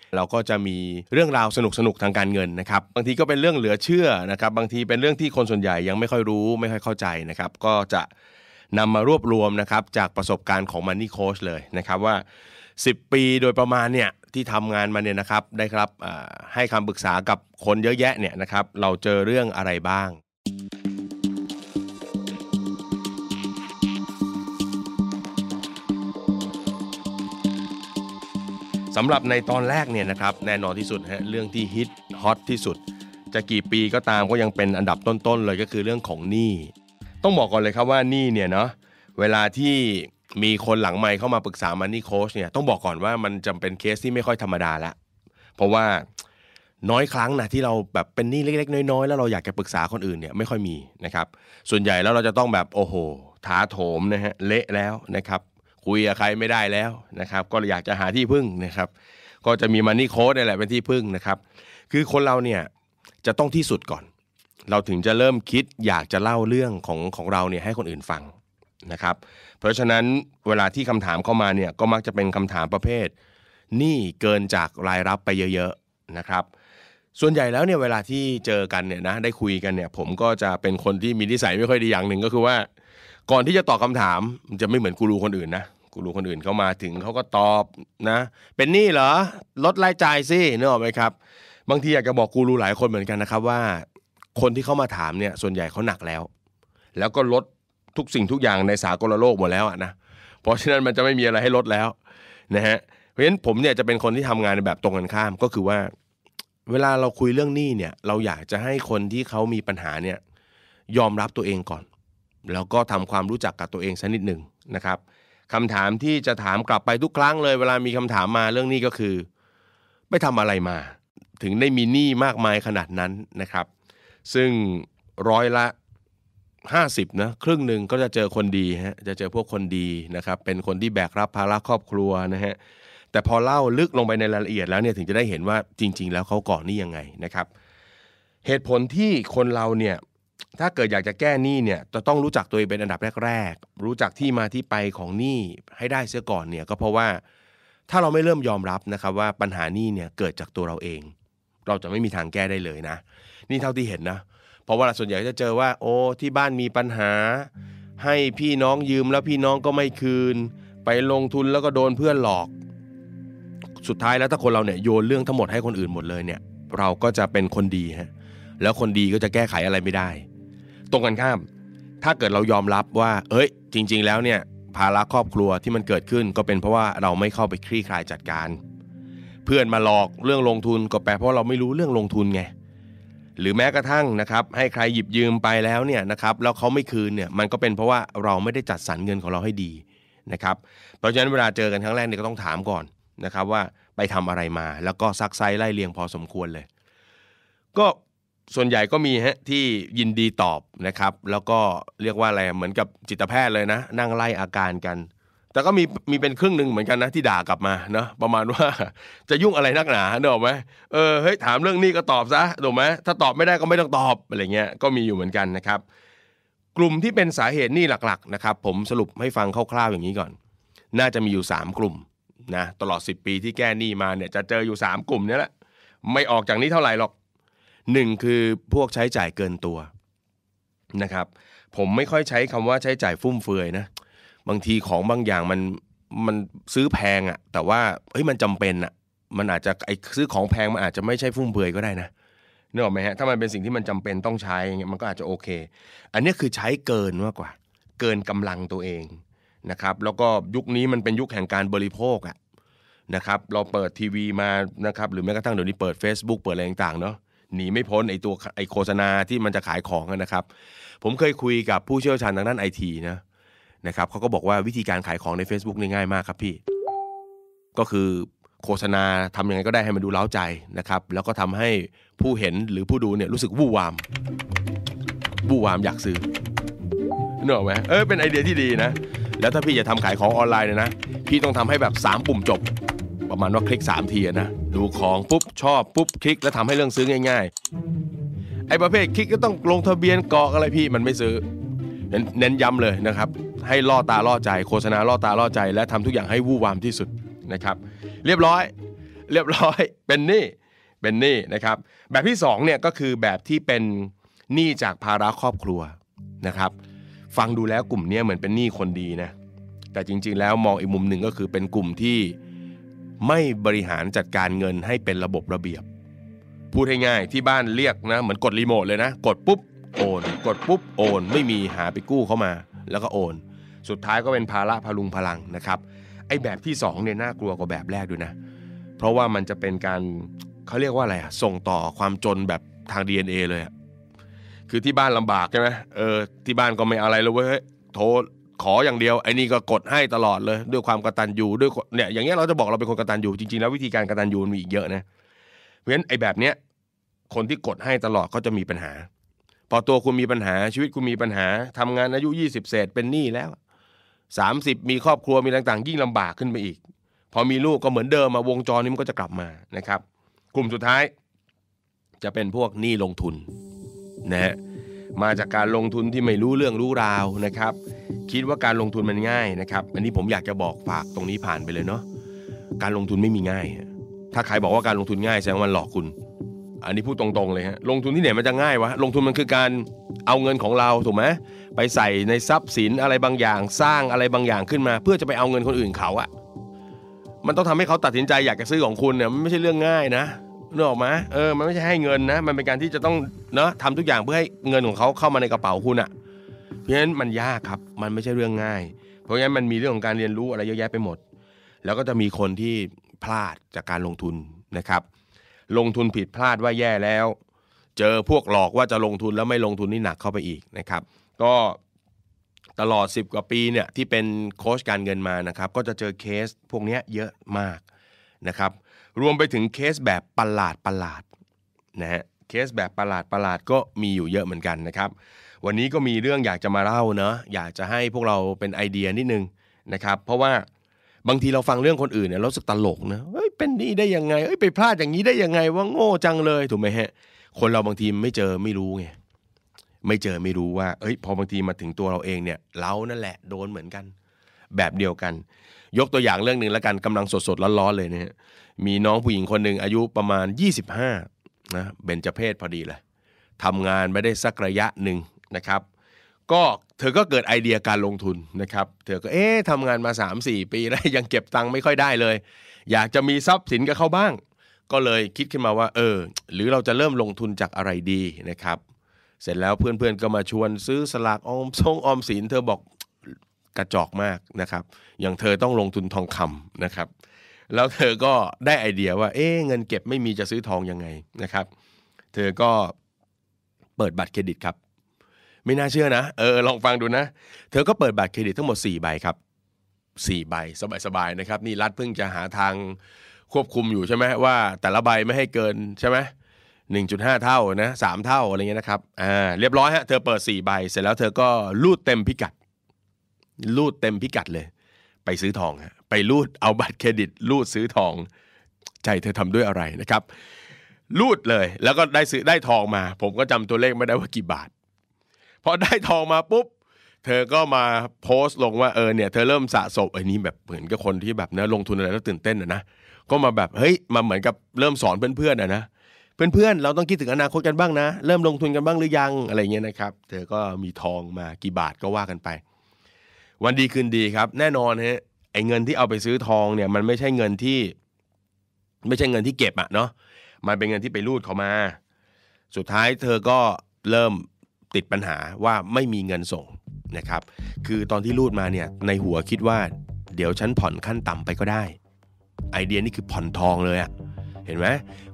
S3: เราก็จะมีเรื่องราวสนุกๆ ทางการเงินนะครับ บางทีก็เป็นเรื่องเหลือเชื่อนะครับ บางทีเป็นเรื่องที่คนส่วนใหญ่ยังไม่ค่อยรู้ไม่ค่อยเข้าใจนะครับ ก็จะนำมารวบรวมนะครับจากประสบการณ์ของ Money Coach เลยนะครับว่า 10 ปีโดยประมาณเนี่ยที่ทำงานมาเนี่ยนะครับได้ครับอ่าให้คำปรึกษากับคนเยอะแยะเนี่ยนะครับเราเจอเรื่องอะไรบ้าง สำหรับในตอนแรกเนี่ยนะครับแน่นอนที่สุดฮะเรื่องที่ฮิตฮอตที่สุด จะกี่ปีก็ตามก็ยังเป็นอันดับต้นๆเลยก็คือเรื่องของหนี้ต้องบอกก่อนเลยครับว่าหนี้เนี่ยเนาะเวลาที่มีคนหลังไมค์เข้ามาปรึกษามันนี่โค้ชเนี่ยต้องบอกก่อนว่ามันจำเป็นเคสที่ไม่ค่อยธรรมดาละเพราะว่าน้อยครั้งนะที่เราแบบเป็นหนี้เล็กๆ น้อยๆแล้วเราอยากจะปรึกษาคนอื่นเนี่ยไม่ค่อยมีนะครับ ส่วนใหญ่แล้วเราจะต้องแบบโอ้โหถาโถมนะฮะเละแล้วนะครับ คุยกับใครไม่ได้แล้วนะครับ ก็อยากจะหาที่พึ่งนะครับ ก็จะมีมันนี่โค้ดนี่ยแหละเป็นที่พึ่งนะครับ คือคนเราเนี่ยจะต้องที่สุดก่อน เราถึงจะเริ่มคิดอยากจะเล่าเรื่องของของเราเนี่ยให้คนอื่นฟังนะครับ เพราะฉะนั้นเวลาที่คำถามเข้ามาเนี่ยก็มักจะเป็นคำถามประเภทหนี้เกินจากรายรับไปเยอะๆนะครับ ส่วนใหญ่แล้วเนี่ยเวลาที่เจอกันเนี่ยนะได้คุยกันเนี่ย ผมก็จะเป็นคนที่มีนิสัยไม่ค่อยดีอย่างหนึ่งก็คือว่า ก่อนที่จะตอบคำถามมันจะไม่เหมือนกูรูคนอื่นนะกูรูคนอื่นเขามาถึงเขาก็ตอบนะ เป็นหนี้เหรอลดรายจ่ายสินึกออกไหมครับ บางทีอยากจะบอกกูรูหลายคนเหมือนกันนะครับว่า คนที่เข้ามาถามเนี่ยส่วนใหญ่เขาหนักแล้ว แล้วก็ลดทุกสิ่งทุกอย่างในสากลโลกหมดแล้วอะนะเพราะฉะนั้นมันจะไม่มีอะไรให้ลดแล้วนะฮะเพราะฉะนั้นผมเนี่ยจะเป็นคนที่ทำงานในแบบตรงกันข้ามก็คือว่า เวลาเราคุยเรื่องหนี้เนี่ย เราอยากจะให้คนที่เขามีปัญหาเนี่ย ยอมรับตัวเองก่อน แล้วก็ทำความรู้จักกับตัวเองสักนิดหนึ่งนะครับคำถามที่จะถามกลับไปทุกครั้งเลย เวลามีคำถามมาเรื่องหนี้ก็คือ ไปทำอะไรมา ถึงได้มีหนี้มากมายขนาดนั้นนะครับ ซึ่งร้อยละ 50นะครึ่งหนึ่งก็จะเจอคนดีฮะจะเจอพวกคนดีนะครับ เป็นคนที่แบกรับภาระครอบครัวนะฮะ แต่พอเล่าลึกลงไปในรายละเอียดแล้วเนี่ยถึงจะได้เห็นว่าจริง ๆ แล้วเขาก่อหนี้ยังไงนะครับ เหตุผลที่คนเราเนี่ยถ้าเกิดอยากจะแก้หนี้เนี่ยจะต้องรู้จักตัวเองเป็นอันดับแรก ๆ รู้จักที่มาที่ไปของหนี้ให้ได้เสียก่อนเนี่ยก็เพราะว่าถ้าเราไม่เริ่มยอมรับนะครับว่าปัญหาหนี้เนี่ยเกิดจากตัวเราเอง เราจะไม่มีทางแก้ได้เลยนะ นี่เท่าที่เห็นนะ เพราะว่าส่วนใหญ่ก็จะเจอว่า โอ้ที่บ้านมีปัญหา ให้พี่น้องยืมแล้วพี่น้องก็ไม่คืน ไปลงทุนแล้วก็โดนเพื่อนหลอก สุดท้ายแล้วถ้าคนเราเนี่ยโยนเรื่องทั้งหมดให้คนอื่นหมดเลยเนี่ย เราก็จะเป็นคนดีฮะแล้วคนดีก็จะแก้ไขอะไรไม่ได้ ตรงกันข้าม ถ้าเกิดเรายอมรับว่า เอ้ย จริง ๆ แล้วเนี่ยภาระครอบครัวที่มันเกิดขึ้นก็เป็นเพราะว่าเราไม่เข้าไปคลี่คลายจัดการ เพื่อนมาหลอกเรื่องลงทุนก็แปลเพราะเราไม่รู้เรื่องลงทุนไง หรือแม้กระทั่งนะครับให้ใครหยิบยืมไปแล้วเนี่ยนะครับแล้วเขาไม่คืนเนี่ยมันก็เป็นเพราะว่าเราไม่ได้จัดสรรเงินของเราให้ดีนะครับ เพราะฉะนั้นเวลาเจอกันครั้งแรกเนี่ยก็ต้องถามก่อนนะครับว่าไปทำอะไรมา แล้วก็ซักไซไล่เรียงพอสมควรเลย ก็ส่วนใหญ่ก็มีฮะที่ยินดีตอบนะครับ แล้วก็เรียกว่าอะไรเหมือนกับจิตแพทย์เลยนะ นั่งไล่อาการกัน แต่ก็มีมีเป็นครึ่งหนึ่งเหมือนกันนะที่ด่ากลับมาเนาะประมาณว่า จะยุ่งอะไรนักหนาเนกอะไหมเออเฮ้ยถามเรื่องนี้ก็ตอบซะถูกไหมถ้าตอบไม่ได้ก็ไม่ต้องตอบอะไรเงี้ยก็มีอยู่เหมือนกันนะครับ กลุ่มที่เป็นสาเหตุหนี่หลักๆนะครับผมสรุปให้ฟังคร่าวๆอย่างนี้ก่อน น่าจะมีอยู่ 3 กลุ่มนะตลอด 10 ปีที่แก้หนี้มาเนี่ยจะเจออยู่ 3 กลุ่มเนี้แหละไม่ออกจากนี้เท่าไหร่หรอกหนึ่งคือพวกใช้จ่ายเกินตัวนะครับ ผมไม่ค่อยใช้คำว่าใช้จ่ายฟุ่มเฟือยนะ บางทีของบางอย่างมันมันซื้อแพงอะแต่ว่าเฮ้ยมันจำเป็นอะมันอาจจะไอซื้อของแพงมันอาจจะไม่ใช่ฟุ่มเฟือยก็ได้นะนึกออกไหมฮะถ้ามันเป็นสิ่งที่มันจำเป็นต้องใช้อย่างเงี้ยมันก็อาจจะโอเค อันเนี้ยคือใช้เกินมากกว่า เกินกำลังตัวเองนะครับ แล้วก็ยุคนี้มันเป็นยุคแห่งการบริโภคอะนะครับ เราเปิดทีวีมานะครับ หรือแม้กระทั่งเดี๋ยวนี้เปิด Facebook เปิดอะไรต่างๆเนาะหนีไม่พ้นไอตัวไอโฆษณาที่มันจะขายของอะนะครับ ผมเคยคุยกับผู้เชี่ยวชาญทางด้านไอทีนะนะครับเขาก็บอกว่าวิธีการขายของใน Facebook นี่ง่ายมากครับพี่ ก็คือ โฆษณาทำยังไงก็ได้ให้มันดูเล้าใจนะครับ แล้วก็ทำให้ผู้เห็นหรือผู้ดูเนี่ยรู้สึกวู่วาม วู่วามอยากซื้อนึกออกไหมเออเป็นไอเดียที่ดีนะ แล้วถ้าพี่จะทำขายของออนไลน์เนี่ยนะ พี่ต้องทำให้แบบ 3 ปุ่มจบ ประมาณว่าคลิก 3 ทีอะนะ ดูของปุ๊บ ชอบปุ๊บ คลิกแล้วทำให้เรื่องซื้อง่าย ๆ ไอ้ประเภทคลิกก็ต้องลงทะเบียนกรอกอะไรพี่มันไม่ซื้อ เน้นเน้นย้ำเลยนะครับ ให้ล่อตาล่อใจ โฆษณาล่อตาล่อใจ และทำทุกอย่างให้วู่วามที่สุดนะครับ เรียบร้อย เรียบร้อย เป็นหนี้เป็นหนี้นะครับ แบบที่สองเนี่ยก็คือแบบที่เป็นหนี้จากภาระครอบครัวนะครับ ฟังดูแล้วกลุ่มเนี้ยเหมือนเป็นหนี้คนดีนะ แต่จริงๆ แล้วมองอีกมุมหนึ่งก็คือเป็นกลุ่มที่ไม่บริหารจัดการเงินให้เป็นระบบระเบียบ พูดง่ายๆที่บ้านเรียกนะ เหมือนกดรีโมทเลยนะ กดปุ๊บโอน กดปุ๊บโอน ไม่มีหาไปกู้เข้ามา แล้วก็โอน สุดท้ายก็เป็นภาระพลุงพลังนะครับ ไอ้แบบที่สองเนี่ยน่ากลัวกว่าแบบแรกด้วยนะ เพราะว่ามันจะเป็นการเขาเรียกว่าอะไรอะส่งต่อความจนแบบทาง DNA เลยอะคือที่บ้านลำบากใช่ไหมเออที่บ้านก็ไม่อะไรเลยเว้ยโทรขออย่างเดียวไอ้นี่ก็กดให้ตลอดเลยด้วยความกตัญญูด้วยเนี่ยอย่างเงี้ยเราจะบอกเราเป็นคนกตัญญูจริงๆแล้ววิธีการกตัญญูมันมีอีกเยอะนะ เพราะฉะนั้นไอ้แบบเนี้ยคนที่กดให้ตลอดก็จะมีปัญหา พอตัวคุณมีปัญหาชีวิตคุณมีปัญหาทำงานอายุ 20 เศษเป็นหนี้แล้ว 30 มีครอบครัวมีต่างๆ ยิ่งลำบากขึ้นไปอีก พอมีลูกก็เหมือนเดิมมาวงจรนี้มันก็จะกลับมานะครับ กลุ่มสุดท้าย จะเป็นพวกหนี้ลงทุนนะฮะมาจากการลงทุนที่ไม่รู้เรื่องรู้ราวนะครับ คิดว่าการลงทุนมันง่ายนะครับอันนี้ผมอยากจะบอกฝากตรงนี้ผ่านไปเลยเนาะการลงทุนไม่มีง่าย ถ้าใครบอกว่าการลงทุนง่ายแสดงว่ามันหลอกคุณ อันนี้พูดตรงๆเลยฮะ ลงทุนที่ไหนมันจะง่ายวะ ลงทุนมันคือการเอาเงินของเราถูกไหมไปใส่ในทรัพย์สินอะไรบางอย่าง สร้างอะไรบางอย่างขึ้นมา เพื่อจะไปเอาเงินคนอื่นเขาอะมันต้องทำให้เขาตัดสินใจอยากจะซื้อของคุณเนี่ยมันไม่ใช่เรื่องง่ายนะนึกออกไหมเออ มันไม่ใช่ให้เงินนะ มันเป็นการที่จะต้องเนาะทำทุกอย่างเพื่อให้เงินของเขาเข้ามาในกระเป๋าคุณอะเพราะฉะนั้นมันยากครับ มันไม่ใช่เรื่องง่าย เพราะฉะนั้นมันมีเรื่องของการเรียนรู้อะไรเยอะแยะไปหมด แล้วก็จะมีคนที่พลาดจากการลงทุนนะครับ ลงทุนผิดพลาดว่าแย่แล้ว เจอพวกหลอกว่าจะลงทุนแล้วไม่ลงทุนนี่หนักเข้าไปอีกนะครับ ก็ตลอด 10 กว่าปีเนี่ยที่เป็นโค้ชการเงินมานะครับ ก็จะเจอเคสพวกเนี้ยเยอะมากนะครับ รวมไปถึงเคสแบบประหลาดประหลาดๆนะฮะเคสแบบประหลาดประหลาดๆก็มีอยู่เยอะเหมือนกันนะครับ วันนี้ก็มีเรื่องอยากจะมาเล่าเนาะอยากจะให้พวกเราเป็นไอเดียนิดนึงนะครับ เพราะว่า บางทีเราฟังเรื่องคนอื่นเนี่ยเรารู้สึกตลกนะเฮ้ยเป็นหนี่ได้ยังไงเอ้ยไปพลาดอย่างนี้ได้ยังไงว่าโง่จังเลยถูกไหมฮะ คนเราบางทีไม่เจอไม่รู้ไงไม่เจอไม่รู้ว่า เอ้ย พอบางทีมาถึงตัวเราเองเนี่ย เรานั่นแหละโดนเหมือนกัน แบบเดียวกัน ยกตัวอย่างเรื่องหนึ่งแล้วกันกำลังสดๆร้อนๆเลยเนี่ยมีน้องผู้หญิงคนหนึ่งอายุประมาณ 25นะเบญจเพศพอดีเลยทำงานไม่ได้สักระยะหนึ่งนะครับ ก็เธอก็เกิดไอเดียการลงทุนนะครับ เธอก็เอ๊ะทำงานมา 3-4 ปีแล้ว ยังเก็บตังค์ไม่ค่อยได้เลย อยากจะมีทรัพย์สินกับเขาบ้าง ก็เลยคิดขึ้นมาว่า เออ หรือเราจะเริ่มลงทุนจากอะไรดีนะครับ เสร็จแล้วเพื่อนๆก็มาชวนซื้อสลากออมทรงออมสินเธอบอกกระจอกมากนะครับ อย่างเธอต้องลงทุนทองคำนะครับ แล้วเธอก็ได้ไอเดียว่า เอ๊ะเงินเก็บไม่มีจะซื้อทองยังไงนะครับ เธอก็เปิดบัตรเครดิตครับ ไม่น่าเชื่อนะ เออ ลองฟังดูนะ เธอก็เปิดบัตรเครดิตทั้งหมด 4 ใบครับ 4 ใบ สบายๆนะครับ นี่รัฐเพิ่งจะหาทางควบคุมอยู่ใช่ไหมว่า แต่ละใบไม่ให้เกินใช่ไหมหนึ่งจุดห้าเท่านะสามเท่าอะไรเงี้ยนะครับ อ่า เรียบร้อยฮะ เธอเปิด 4 ใบ เสร็จแล้วเธอก็ลูดเต็มพิกัด ลูดเต็มพิกัดเลย ไปซื้อทองฮะ ไปลูดเอาบัตรเครดิต ลูดซื้อทอง ใจเธอทำด้วยอะไรนะครับ ลูดเลย แล้วก็ได้ซื้อได้ทองมา ผมก็จำตัวเลขไม่ได้ว่ากี่บาท พอได้ทองมาปุ๊บ เธอก็มาโพสต์ลงว่าเออเนี่ยเธอเริ่มสะสมไอ้นี่แบบเหมือนกับคนที่แบบเนะลงทุนอะไรแล้วตื่นเต้นนะนะก็มาแบบเฮ้ยมาเหมือนกับเริ่มสอนเพื่อนๆนะนะเพื่อนๆเราต้องคิดถึงอนาคตกันบ้างนะ เริ่มลงทุนกันบ้างหรือยังอะไรเงี้ยนะครับ เธอก็มีทองมากี่บาทก็ว่ากันไป วันดีคืนดีครับ แน่นอนฮะไอ้เงินที่เอาไปซื้อทองเนี่ย มันไม่ใช่เงินที่ ไม่ใช่เงินที่เก็บอะเนาะมันเป็นเงินที่ไปรูดเขามา สุดท้ายเธอก็เริ่มติดปัญหาว่าไม่มีเงินส่งนะครับ คือตอนที่รูดมาเนี่ยในหัวคิดว่า เดี๋ยวฉันผ่อนขั้นต่ำไปก็ได้ ไอเดียนี่คือผ่อนทองเลยอะเห็นไหม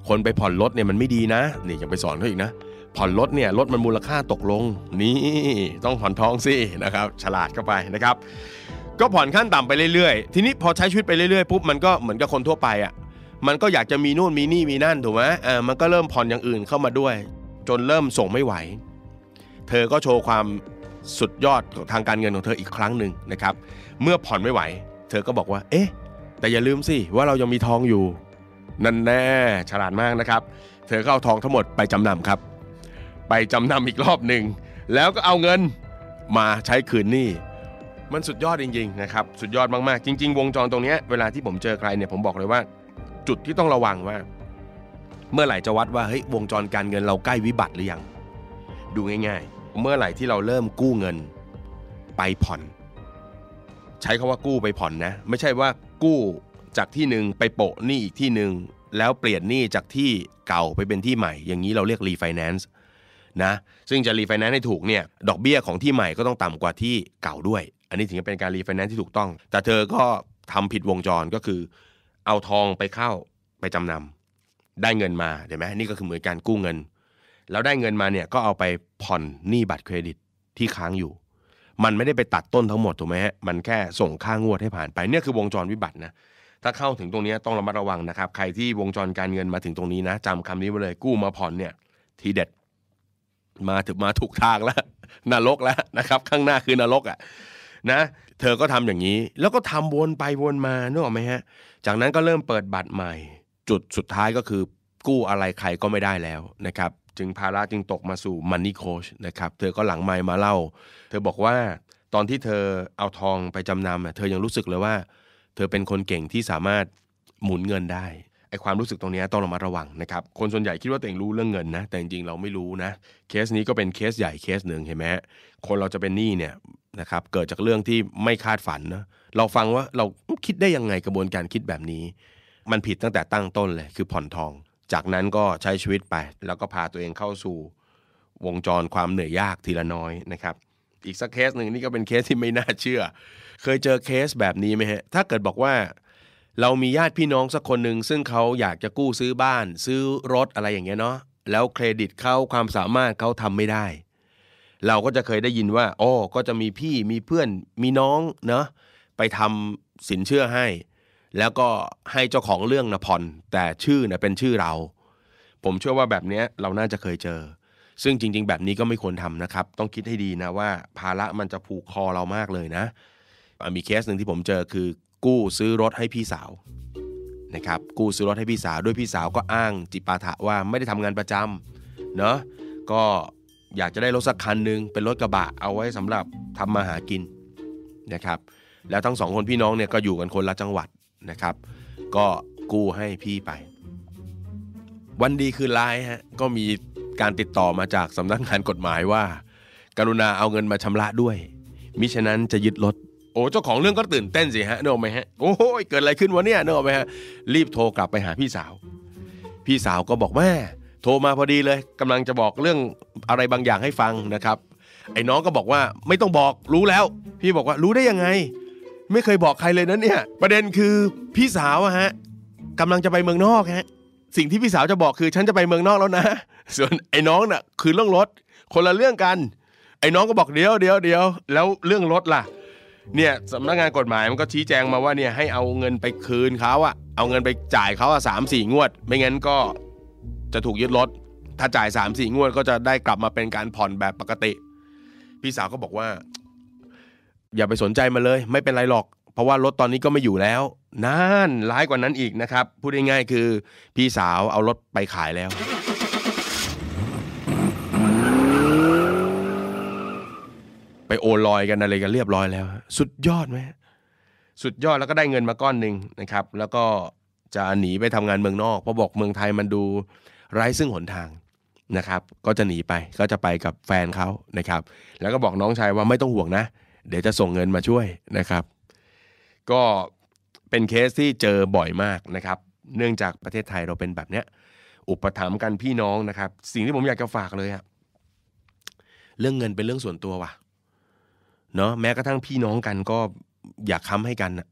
S3: คนไปผ่อนรถเนี่ยมันไม่ดีนะนี่ยังไปสอนเขาอีกนะ ผ่อนรถเนี่ยรถมันมูลค่าตกลง นี่ต้องผ่อนทองสินะครับ ฉลาดเข้าไปนะครับ ก็ผ่อนขั้นต่ำไปเรื่อยๆ ทีนี้พอใช้ชีวิตไปเรื่อยๆปุ๊บมันก็เหมือนกับคนทั่วไปอะ มันก็อยากจะมีนู่นมีนี่มีนั่นถูกไหมเออมันก็เริ่มผ่อนอย่างอื่นเข้ามาด้วย จนเริ่มส่งไม่ไหว เธอก็โชว์ความสุดยอดของทางการเงินของเธออีกครั้งหนึ่งนะครับ เมื่อผ่อนไม่ไหว เธอก็บอกว่า เอ๊ะ แต่อย่าลืมสิว่าเรายังมีทองอยู่ นั่นแน่ฉลาดมากนะครับ เธอก็เอาทองทั้งหมดไปจำนำครับ ไปจำนำอีกรอบหนึ่ง แล้วก็เอาเงินมาใช้คืนหนี้ มันสุดยอดจริงๆนะครับ สุดยอดมากๆ จริง ๆ วงจรตรงเนี้ยเวลาที่ผมเจอใครเนี่ยผมบอกเลยว่า จุดที่ต้องระวังว่า เมื่อไหร่จะวัดว่าเฮ้ยวงจรการเงินเราใกล้วิบัติหรือยัง ดูง่าย ๆ เมื่อไหร่ที่เราเริ่มกู้เงินไปผ่อน ใช้คำาว่ากู้ไปผ่อนนะ ไม่ใช่ว่ากู้จากที่หนึ่งไปโปะหนี้อีกที่หนึ่งแล้วเปลี่ยนหนี้จากที่เก่าไปเป็นที่ใหม่ อย่างนี้เราเรียกรีไฟแนนซ์นะซึ่งจะรีไฟแนนซ์ให้ถูกเนี่ยดอกเบี้ยของที่ใหม่ก็ต้องต่ำกว่าที่เก่าด้วย อันนี้ถึงจะเป็นการรีไฟแนนซ์ที่ถูกต้อง แต่เธอก็ทำผิดวงจรก็คือ เอาทองไปเข้าไปจำนำได้เงินมาเห็นไหมนี่ก็คือเหมือนการกู้เงิน แล้วได้เงินมาเนี่ยก็เอาไปผ่อนหนี้บัตรเครดิตที่ค้างอยู่ มันไม่ได้ไปตัดต้นทั้งหมดถูกไหมฮะ มันแค่ส่งค่างวดให้ผ่านไปเนี่ยคือวงจรวิบัตินะ ถ้าเข้าถึงตรงเนี้ยต้องระมัดระวังนะครับ ใครที่วงจรการเงินมาถึงตรงนี้นะจำคำนี้ไว้เลยกู้มาผ่อนเนี่ย ทีเด็ด มาถึงมาถูกทางแล้ว นรกแล้วนะครับ ข้างหน้าคือนรกอ่ะนะเธอก็ทำอย่างนี้ แล้วก็ทำวนไปวนมานึกออกไหมฮะ จากนั้นก็เริ่มเปิดบัตรใหม่ จุดสุดท้ายก็คือกู้อะไรใครก็ไม่ได้แล้วนะครับ จึงภาระจึงตกมาสู่มันนี่โคชนะครับเธอก็หลังไมค์มาเล่า เธอบอกว่าตอนที่เธอเอาทองไปจำนำอะเธอยังรู้สึกเลยว่า เธอเป็นคนเก่งที่สามารถหมุนเงินได้ไอความรู้สึกตรงเนี้ยต้องระมัดระวังนะครับคนส่วนใหญ่คิดว่าตัวเองรู้เรื่องเงินนะแต่จริงๆเราไม่รู้นะ เคสนี้ก็เป็นเคสใหญ่เคสหนึ่งเห็นไหมฮะคนเราจะเป็นหนี้เนี่ยนะครับเกิดจากเรื่องที่ไม่คาดฝันนะเราฟังว่าเราคิดได้ยังไงกระบวนการคิดแบบนี้ มันผิดตั้งแต่ตั้งต้นเลยคือผ่อนทอง จากนั้นก็ใช้ชีวิตไป แล้วก็พาตัวเองเข้าสู่ วงจรความเหนื่อยยากทีละน้อยนะครับ อีกสักเคสหนึ่งนี่ก็เป็นเคสที่ไม่น่าเชื่อ เคยเจอเคสแบบนี้ไหมฮะ ถ้าเกิดบอกว่า เรามีญาติพี่น้องสักคนหนึ่งซึ่งเขาอยากจะกู้ซื้อบ้าน ซื้อรถอะไรอย่างเงี้ยเนาะแล้วเครดิตเขาความสามารถเขาทำไม่ได้ เราก็จะเคยได้ยินว่าอ๋อก็จะมีพี่มีเพื่อนมีน้องเนาะไปทำสินเชื่อให้ แล้วก็ให้เจ้าของเรื่องนะผ่อนแต่ชื่อนะเป็นชื่อเรา ผมเชื่อว่าแบบเนี้ยเราน่าจะเคยเจอ ซึ่งจริง ๆ แบบนี้ก็ไม่ควรทำนะครับ ต้องคิดให้ดีนะว่า ภาระมันจะผูกคอเรามากเลยนะอ่ะมีเคสหนึ่งที่ผมเจอคือ กู้ซื้อรถให้พี่สาวนะครับกู้ซื้อรถให้พี่สาวด้วยพี่สาวก็อ้างจิปาถะว่าไม่ได้ทำงานประจำเนาะก็อยากจะได้รถสักคันหนึ่งเป็นรถกระบะเอาไว้สำหรับทำมาหากินนะครับ แล้วทั้งสองคนพี่น้องเนี่ยก็อยู่กันคนละจังหวัดนะครับ ก็กู้ให้พี่ไป วันดีคืนร้ายฮะก็มีการติดต่อมาจากสำนักงานกฎหมายว่า กรุณาเอาเงินมาชำระด้วย มิฉะนั้นจะยึดรถโอ้เจ้าของเรื่องก็ตื่นเต้นสิฮะนึกออกไหมฮะโอ้โหเกิดอะไรขึ้นวะเนี่ยนึกออกไหมฮะรีบโทรกลับไปหาพี่สาว พี่สาวก็บอกแม่โทรมาพอดีเลยกำลังจะบอกเรื่องอะไรบางอย่างให้ฟังนะครับ ไอ้น้องก็บอกว่าไม่ต้องบอกรู้แล้ว พี่บอกว่ารู้ได้ยังไง ไม่เคยบอกใครเลยนะเนี่ย ประเด็นคือพี่สาวอะฮะกำลังจะไปเมืองนอกฮะ สิ่งที่พี่สาวจะบอกคือฉันจะไปเมืองนอกแล้วนะ ส่วนไอ้น้องน่ะคือเรื่องรถ คนละเรื่องกัน ไอ้น้องก็บอกเดี๋ยวเดี๋ยวเดี๋ยวแล้วเรื่องรถล่ะ เนี่ยสำนักงานกฎหมายมันก็ชี้แจงมาว่าเนี่ยให้เอาเงินไปคืนเขาอะเอาเงินไปจ่ายเขาอะสามสี่งวด ไม่งั้นก็จะถูกยึดรถ ถ้าจ่ายสามสี่งวดก็จะได้กลับมาเป็นการผ่อนแบบปกติ พี่สาวก็บอกว่า อย่าไปสนใจมันเลย ไม่เป็นไรหรอก เพราะว่ารถตอนนี้ก็ไม่อยู่แล้วนั่นร้ายกว่านั้นอีกนะครับ พูดง่ายๆคือ พี่สาวเอารถไปขายแล้ว ไปโอนลอยกันอะไรกันเรียบร้อยแล้ว สุดยอดไหมสุดยอดแล้วก็ได้เงินมาก้อนหนึ่งนะครับ แล้วก็จะหนีไปทำงานเมืองนอกเพราะบอกเมืองไทยมันดูไร้ซึ่งหนทางนะครับ ก็จะหนีไปก็จะไปกับแฟนเขานะครับ แล้วก็บอกน้องชายว่าไม่ต้องห่วงนะ เดี๋ยวจะส่งเงินมาช่วยนะครับ ก็เป็นเคสที่เจอบ่อยมากนะครับ เนื่องจากประเทศไทยเราเป็นแบบเนี้ย อุปถัมภ์กันพี่น้องนะครับ สิ่งที่ผมอยากจะฝากเลยอะเรื่องเงินเป็นเรื่องส่วนตัวว่ะเนาะแม้กระทั่งพี่น้องกันก็อยากค้ำให้กันน่ะ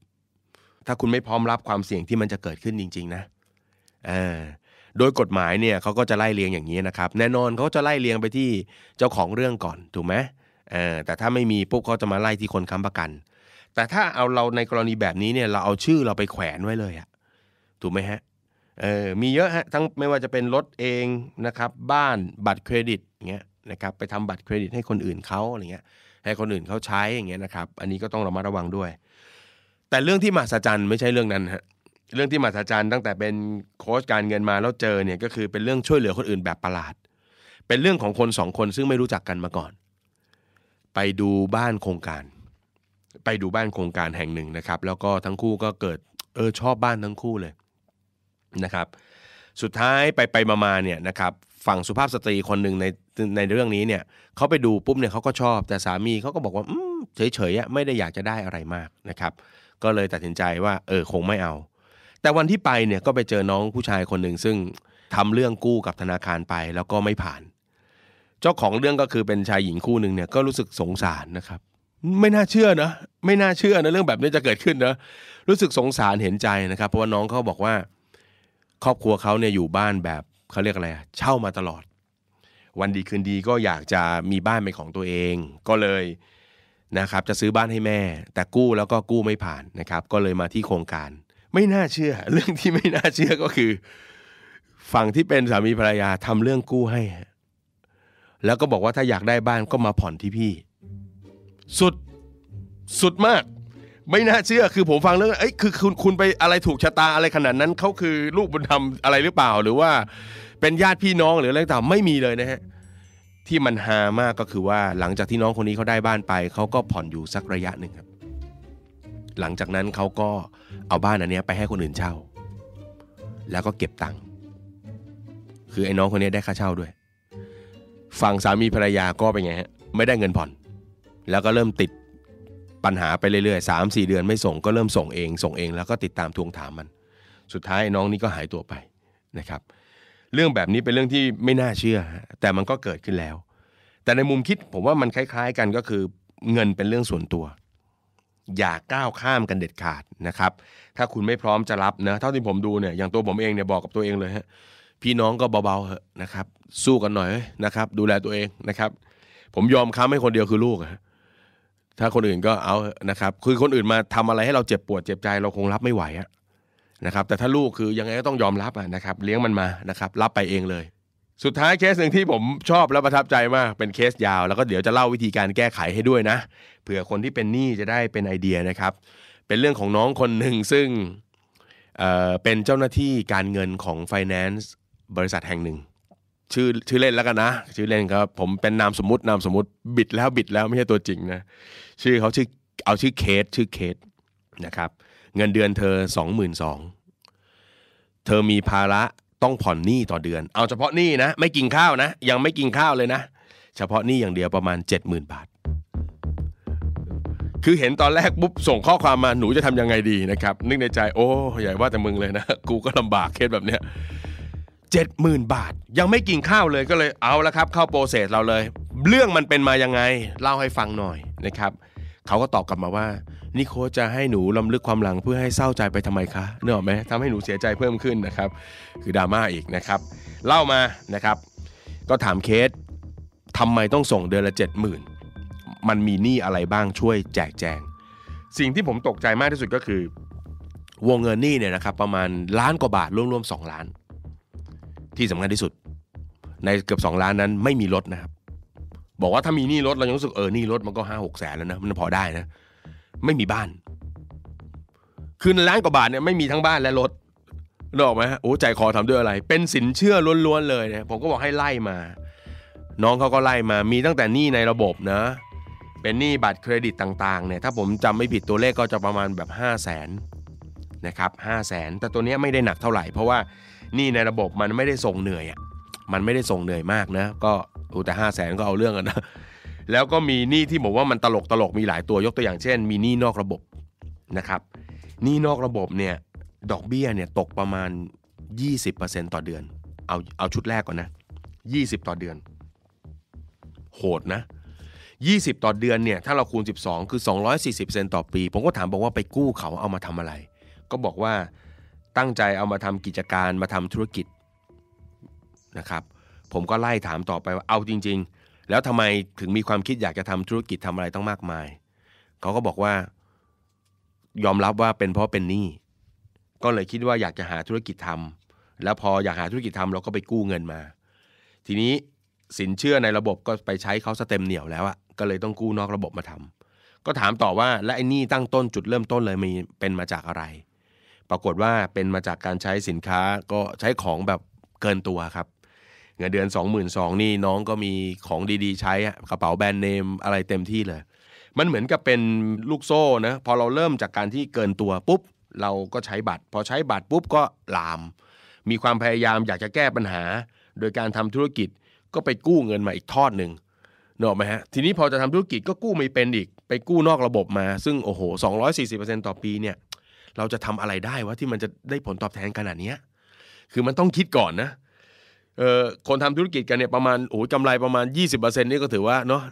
S3: ถ้าคุณไม่พร้อมรับความเสี่ยงที่มันจะเกิดขึ้นจริง ๆ นะเออโดยกฎหมายเนี่ยเขาก็จะไล่เรียงอย่างนี้นะครับ แน่นอนเขาจะไล่เรียงไปที่เจ้าของเรื่องก่อนถูกไหมเออแต่ถ้าไม่มีปุ๊บเขาจะมาไล่ที่คนค้ำประกัน แต่ถ้าเอาเราในกรณีแบบนี้เนี่ยเราเอาชื่อเราไปแขวนไว้เลยอะถูกไหมฮะ เออมีเยอะฮะทั้งไม่ว่าจะเป็นรถเองนะครับ บ้านบัตรเครดิตอย่างเงี้ยนะครับไปทำบัตรเครดิตให้คนอื่นเขาอะไรเงี้ย ให้คนอื่นเขาใช้อย่างเงี้ยนะครับ อันนี้ก็ต้องระมัดระวังด้วย แต่เรื่องที่มหัศจรรย์ไม่ใช่เรื่องนั้นฮะเรื่องที่มหัศจรรย์ตั้งแต่เป็นโค้ชการเงินมาแล้วเจอเนี่ยก็คือเป็นเรื่องช่วยเหลือคนอื่นแบบประหลาด เป็นเรื่องของคนสองคนซึ่งไม่รู้จักกันมาก่อน ไปดูบ้านโครงการ ไปดูบ้านโครงการแห่งหนึ่งนะครับ แล้วก็ทั้งคู่ก็เกิดเออชอบบ้านทั้งคู่เลย นะครับสุดท้ายไปไปมามาเนี่ยนะครับฝั่งสุภาพสตรีคนหนึ่งในในเรื่องนี้เนี่ยเขาไปดูปุ๊บเนี่ยเขาก็ชอบ แต่สามีเขาก็บอกว่าอืมเฉยๆอะไม่ได้อยากจะได้อะไรมากนะครับ ก็เลยตัดสินใจว่าเออคงไม่เอา แต่วันที่ไปเนี่ยก็ไปเจอน้องผู้ชายคนหนึ่งซึ่งทำเรื่องกู้กับธนาคารไปแล้วก็ไม่ผ่าน เจ้าของเรื่องก็คือเป็นชายหญิงคู่หนึ่งเนี่ยก็รู้สึกสงสารนะครับ ไม่น่าเชื่อนะไม่น่าเชื่อนะเรื่องแบบนี้จะเกิดขึ้นนะรู้สึกสงสารเห็นใจนะครับ เพราะว่าน้องเขาบอกว่า ครอบครัวเขาเนี่ยอยู่บ้านแบบเขาเรียกอะไรอะเช่ามาตลอด วันดีคืนดีก็อยากจะมีบ้านเป็นของตัวเอง ก็เลยนะครับ จะซื้อบ้านให้แม่ แต่กู้แล้วก็กู้ไม่ผ่านนะครับ ก็เลยมาที่โครงการ ไม่น่าเชื่อ เรื่องที่ไม่น่าเชื่อก็คือ ฝั่งที่เป็นสามีภรรยาทำเรื่องกู้ให้ฮะแล้วก็บอกว่าถ้าอยากได้บ้านก็มาผ่อนที่พี่ สุดสุดมาก ไม่น่าเชื่อคือผมฟังเรื่องเอ้ยคือคุณคุณไปอะไรถูกชะตาอะไรขนาดนั้นเขาคือลูกบุญธรรมอะไรหรือเปล่า หรือว่าเป็นญาติพี่น้องหรืออะไรต่างไม่มีเลยนะฮะที่มันฮามากก็คือว่าหลังจากที่น้องคนนี้เขาได้บ้านไปเขาก็ผ่อนอยู่สักระยะหนึ่งครับ หลังจากนั้นเขาก็เอาบ้านอันเนี้ยไปให้คนอื่นเช่า แล้วก็เก็บตังค์คือไอ้น้องคนเนี้ยได้ค่าเช่าด้วย ฝั่งสามีภรรยาก็เป็นไงฮะไม่ได้เงินผ่อน แล้วก็เริ่มติด ปัญหาไปเรื่อยๆสามสี่เดือนไม่ส่งก็เริ่มส่งเอง ส่งเองแล้วก็ติดตามทวงถามมัน สุดท้ายน้องนี่ก็หายตัวไปนะครับ เรื่องแบบนี้เป็นเรื่องที่ไม่น่าเชื่อฮะแต่มันก็เกิดขึ้นแล้ว แต่ในมุมคิดผมว่ามันคล้าย ๆ กันก็คือ เงินเป็นเรื่องส่วนตัว อย่าก้าวข้ามกันเด็ดขาดนะครับ ถ้าคุณไม่พร้อมจะรับนะเท่าที่ผมดูเนี่ยอย่างตัวผมเองเนี่ยบอกกับตัวเองเลยฮะพี่น้องก็เบาๆเหอะนะครับ สู้กันหน่อยเว้ยนะครับ ดูแลตัวเองนะครับ ผมยอมค้ำให้คนเดียวคือลูกอะฮะ ถ้าคนอื่นก็เอานะครับ คือคนอื่นมาทำอะไรให้เราเจ็บปวดเจ็บใจเราคงรับไม่ไหวอะนะครับ แต่ถ้าลูกคือยังไงก็ต้องยอมรับอะนะครับ เลี้ยงมันมานะครับ รับไปเองเลย สุดท้ายเคสหนึ่งที่ผมชอบและประทับใจมาก เป็นเคสยาว แล้วก็เดี๋ยวจะเล่าวิธีการแก้ไขให้ด้วยนะเผื่อคนที่เป็นหนี้จะได้เป็นไอเดียนะครับ เป็นเรื่องของน้องคนหนึ่งซึ่งเอ่อเป็นเจ้าหน้าที่การเงินของไฟแนนซ์บริษัทแห่งหนึ่ง ชื่อชื่อเล่นแล้วกันนะ ชื่อเล่นครับผมเป็นนามสมมตินามสมมติบิดแล้วบิดแล้วไม่ใช่ตัวจริงนะ ชื่อเขาชื่อเอาชื่อเคสชื่อเคสนะครับ เงินเดือนเธอสองหมื่นสองเธอมีภาระต้องผ่อนหนี้ต่อเดือน เอาเฉพาะหนี้นะ ไม่กินข้าวนะ ยังไม่กินข้าวเลยนะ เฉพาะหนี้อย่างเดียวประมาณ 70,000 บาท คือเห็นตอนแรกปุ๊บส่งข้อความมาหนูจะทำยังไงดีนะครับ นึกในใจโอ้ใหญ่าว่าแต่มึงเลยนะ กูก็ลำบากเคสแบบเนี้ย 70,000 บาท ยังไม่กินข้าวเลยก็เลยเอาละครับ เข้าโปรเซสเราเลย เรื่องมันเป็นมายังไง เล่าให้ฟังหน่อยนะครับ เขาก็ตอบกลับมาว่า นี่โค้ชจะให้หนูลำลึกความหลังเพื่อให้เศร้าใจไปทำไมคะเนกออกไหมทำให้หนูเสียใจเพิ่มขึ้นนะครับ คือดราม่าอีกนะครับ เล่ามานะครับ ก็ถามเคสทำไมต้องส่งเดือนละ 70,000 มันมีหนี้อะไรบ้างช่วยแจกแจง สิ่งที่ผมตกใจมากที่สุดก็คือ วงเงินหนี้เนี่ยนะครับประมาณล้านกว่าบาทรวมๆ2ล้าน ที่สำคัญที่สุด ในเกือบ 2 ล้านนั้นไม่มีรถนะครับ บอกว่าถ้ามีหนี้รถเรายังรู้สึกเออหนี้รถมันก็ห้าหกแสนแล้วนะมันพอได้นะ ไม่มีบ้าน คือในล้านกว่าบาทเนี่ยไม่มีทั้งบ้านและรถนึกออกไหมฮะโอ้ใจคอทำด้วยอะไร เป็นสินเชื่อล้วนๆเลยเนี่ยผมก็บอกให้ไล่มา น้องเขาก็ไล่มามีตั้งแต่หนี้ในระบบนะ เป็นหนี้บัตรเครดิตต่างๆเนี่ยถ้าผมจำไม่ผิดตัวเลขก็จะประมาณแบบ 5 0 0 0 0น นะครับห้าแสนแต่ตัวเนี้ยไม่ได้หนักเท่าไหร่ เพราะว่านี่ในระบบมันไม่ได้ส่งเหนื่อยอ่ะ มันไม่ได้ส่งเหนื่อยมากนะ ก็อูแต่ห้าแสนก็เอาเรื่องกันนะ แล้วก็มีหนี้ที่ผมว่ามันตลกตลกมีหลายตัวยกตัวอย่างเช่น มีหนี้นอกระบบนะครับหนี้นอกระบบเนี่ยดอกเบี้ยเนี่ยตกประมาณ 20%ต่อเดือน เอาเอาชุดแรกก่อนนะ 20 ต่อเดือน โหดนะ 20 ต่อเดือนเนี่ยถ้าเราคูณ 12 คือ 240%ต่อปี ผมก็ถามบอกว่าไปกู้เขาเอามาทำอะไร ก็บอกว่าตั้งใจเอามาทำกิจการมาทำธุรกิจนะครับ ผมก็ไล่ถามต่อไปว่าเอาจริง ๆ แล้วทำไมถึงมีความคิดอยากจะทำธุรกิจทำอะไรต้องมากมาย เขาก็บอกว่า ยอมรับว่าเป็นเพราะเป็นหนี้ก็เลยคิดว่าอยากจะหาธุรกิจทำ แล้วพออยากหาธุรกิจทำเราก็ไปกู้เงินมา ทีนี้สินเชื่อในระบบก็ไปใช้เขาสเต็มเหนียวแล้วอะก็เลยต้องกู้นอกระบบมาทำก็ถามต่อว่าและไอ้หนี่ตั้งต้นจุดเริ่มต้นเลยมีเป็นมาจากอะไร ปรากฏว่าเป็นมาจากการใช้สินค้าก็ใช้ของแบบเกินตัวครับ เงินเดือน 22,000นี่น้องก็มีของดีๆ ใช้อะกระเป๋าแบรนด์เนมอะไรเต็มที่เลย มันเหมือนกับเป็นลูกโซ่นะพอเราเริ่มจากการที่เกินตัวปุ๊บ เราก็ใช้บัตร พอใช้บัตรปุ๊บก็ลาม มีความพยายามอยากจะแก้ปัญหา โดยการทำธุรกิจก็ไปกู้เงินมาอีกทอดหนึ่งเนกอะไหมฮะทีนี้พอจะทำธุรกิจก็กู้ไม่เป็นอีก ไปกู้นอกระบบมา ซึ่งโอ้โห240%ต่อปีเนี่ย เราจะทำอะไรได้วะที่มันจะได้ผลตอบแทนขนาดเนี้ยคือมันต้องคิดก่อนนะเออคนทำธุรกิจกันเนี่ยประมาณโอ้โหกำไรประมาณ 20%นี่ก็ถือว่าเนาะ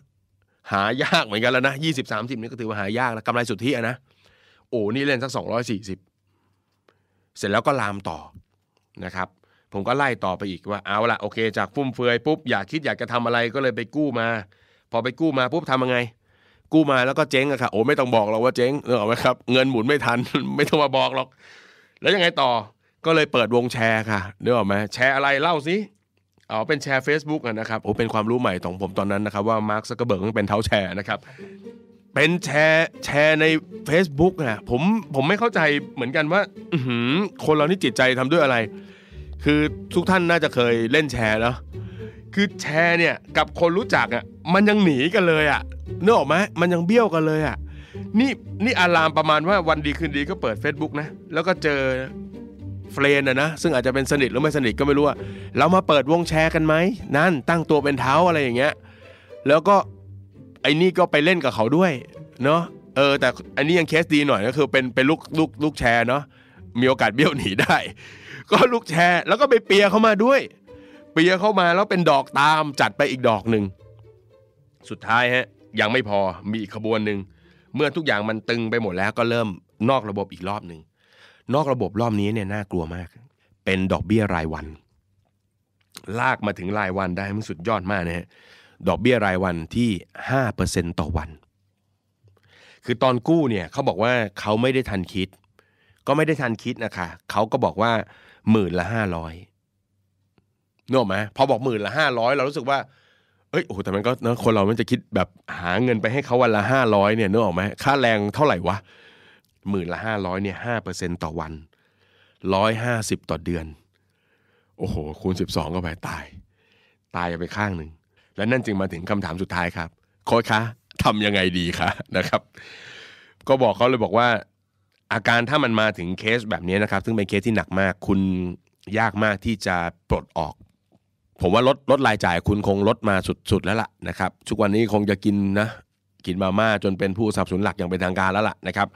S3: หายากเหมือนกันแล้วนะ20 30นี่ก็ถือว่าหายากแล้วกำไรสุทธิอะนะโอ้นี่เล่นสัก 240 เสร็จแล้วก็ลามต่อนะครับ ผมก็ไล่ต่อไปอีกว่าเอาละโอเค จากฟุ่มเฟือยปุ๊บอยากคิดอยากจะทำอะไรก็เลยไปกู้มา พอไปกู้มาปุ๊บทำยังไง กู้มาแล้วก็เจ๊งอะค่ะโอ้ไม่ต้องบอกหรอกว่าเจ๊งเนกออกไหมครับ เงินหมุนไม่ทัน ไม่ต้องมาบอกหรอก แล้วยังไงต่อก็เลยเปิดวงแชร์ค่ะเนกออกไหมแชร์อะไรเล่าสิเอาเป็นแชร์ Facebook อะนะครับโอ้เป็นความรู้ใหม่ของผมตอนนั้นนะครับ ว่ามาร์คซักเกอร์เบิร์กเป็นเท้าแชร์นะครับ เป็นแชร์แชร์ใน Facebook นะผมผมไม่เข้าใจเหมือนกันว่า อื้อหือคนเรานี่จิตใจทำด้วยอะไร คือทุกท่านน่าจะเคยเล่นแชร์เนาะคือแชร์เนี่ยกับคนรู้จักอ่ะมันยังหนีกันเลยอ่ะนึกออกไหมมันยังเบี้ยวกันเลยอ่ะนี่นี่อารามประมาณว่าวันดีคืนดีก็เปิด Facebook นะ แล้วก็เจอเฟรนด์อะนะซึ่งอาจจะเป็นสนิทหรือไม่สนิทก็ไม่รู้อะเรามาเปิดวงแชร์กันไหมนั่นตั้งตัวเป็นเท้าอะไรอย่างเงี้ยแล้วก็ ไอ้นี่ก็ไปเล่นกับเขาด้วยเนาะเออแต่อันนี้ยังเคสดีหน่อยก็คือเป็นเป็นลูกลูกลูกแชร์เนาะมีโอกาสเบี้ยวหนีได้ ก็ลูกแชร์แล้วก็ไปเปียเข้ามาด้วย เปียเข้ามาแล้วเป็นดอกตามจัดไปอีกดอกหนึ่งสุดท้ายฮะยังไม่พอมีอีกขบวนหนึ่งเมื่อทุกอย่างมันตึงไปหมดแล้วก็เริ่มนอกระบบอีกรอบหนึ่งนอกระบบรอบนี้เนี่ยน่ากลัวมาก เป็นดอกเบี้ยรายวัน ลากมาถึงรายวันได้มันสุดยอดมากนะฮะ ดอกเบี้ยรายวันที่ 5%ต่อวัน คือตอนกู้เนี่ยเขาบอกว่าเขาไม่ได้ทันคิด ก็ไม่ได้ทันคิดนะคะ เขาก็บอกว่าหมื่นละห้าร้อยนึกออกไหมพอบอกหมื่นละห้าร้อยเรารู้สึกว่า เอ้ย โอ้โหแต่มันก็เนอะคนเรามันจะคิดแบบหาเงินไปให้เขาวันละห้าร้อยเนี่ยนึกออกไหมค่าแรงเท่าไหร่วะหมื่นละห้าร้อยเนี่ยห้าเปอร์เซ็นต่อวันร้อยห้าสิบต่อเดือน โอ้โห คูณสิบสองก็ไปตาย ตายไปข้างหนึ่ง และนั่นจึงมาถึงคำถามสุดท้ายครับ โค้ชคะทำยังไงดีคะ นะครับ ก็บอกเขาเลยบอกว่า อาการถ้ามันมาถึงเคสแบบนี้นะครับ ซึ่งเป็นเคสที่หนักมาก คุณยากมากที่จะปลดออก ผมว่าลดลดรายจ่ายคุณคงลดมาสุดๆแล้วล่ะนะครับทุกวันนี้คงจะกินนะ กินมาม่าจนเป็นผู้สนับสนุนหลักอย่างเป็นทางการแล้วล่ะนะครับ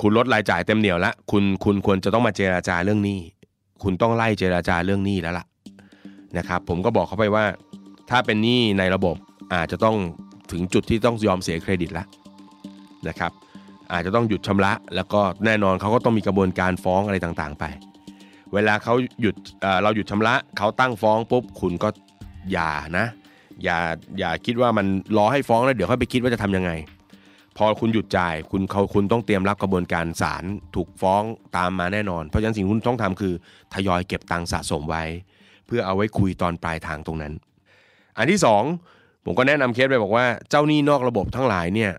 S3: คุณลดรายจ่ายเต็มเหนียวแล้วคุณคุณควรจะต้องมาเจราจาเรื่องหนี้ คุณต้องไล่เจราจาเรื่องหนี้แล้วล่ะนะครับ ผมก็บอกเขาไปว่า ถ้าเป็นหนี้ในระบบอาจจะต้องถึงจุดที่ต้องยอมเสียเครดิตแล้วนะครับ อาจจะต้องหยุดชำระ แล้วก็แน่นอนเขาก็ต้องมีกระบวนการฟ้องอะไรต่างๆ ไป เวลาเขาหยุดเอ่อเราหยุดชำระเขาตั้งฟ้องปุ๊บคุณก็อย่านะ อย่าอย่าคิดว่ามันรอให้ฟ้องแล้วเดี๋ยวค่อยไปคิดว่าจะทำยังไง พอคุณหยุดจ่ายคุณเขาคุณต้องเตรียมรับกระบวนการศาลถูกฟ้องตามมาแน่นอน เพราะฉะนั้นสิ่งที่คุณต้องทำคือทยอยเก็บตังค์สะสมไว้ เพื่อเอาไว้คุยตอนปลายทางตรงนั้น อันที่สองผมก็แนะนำเคสไปบอกว่าเจ้าหนี้นอกระบบทั้งหลายเนี่ย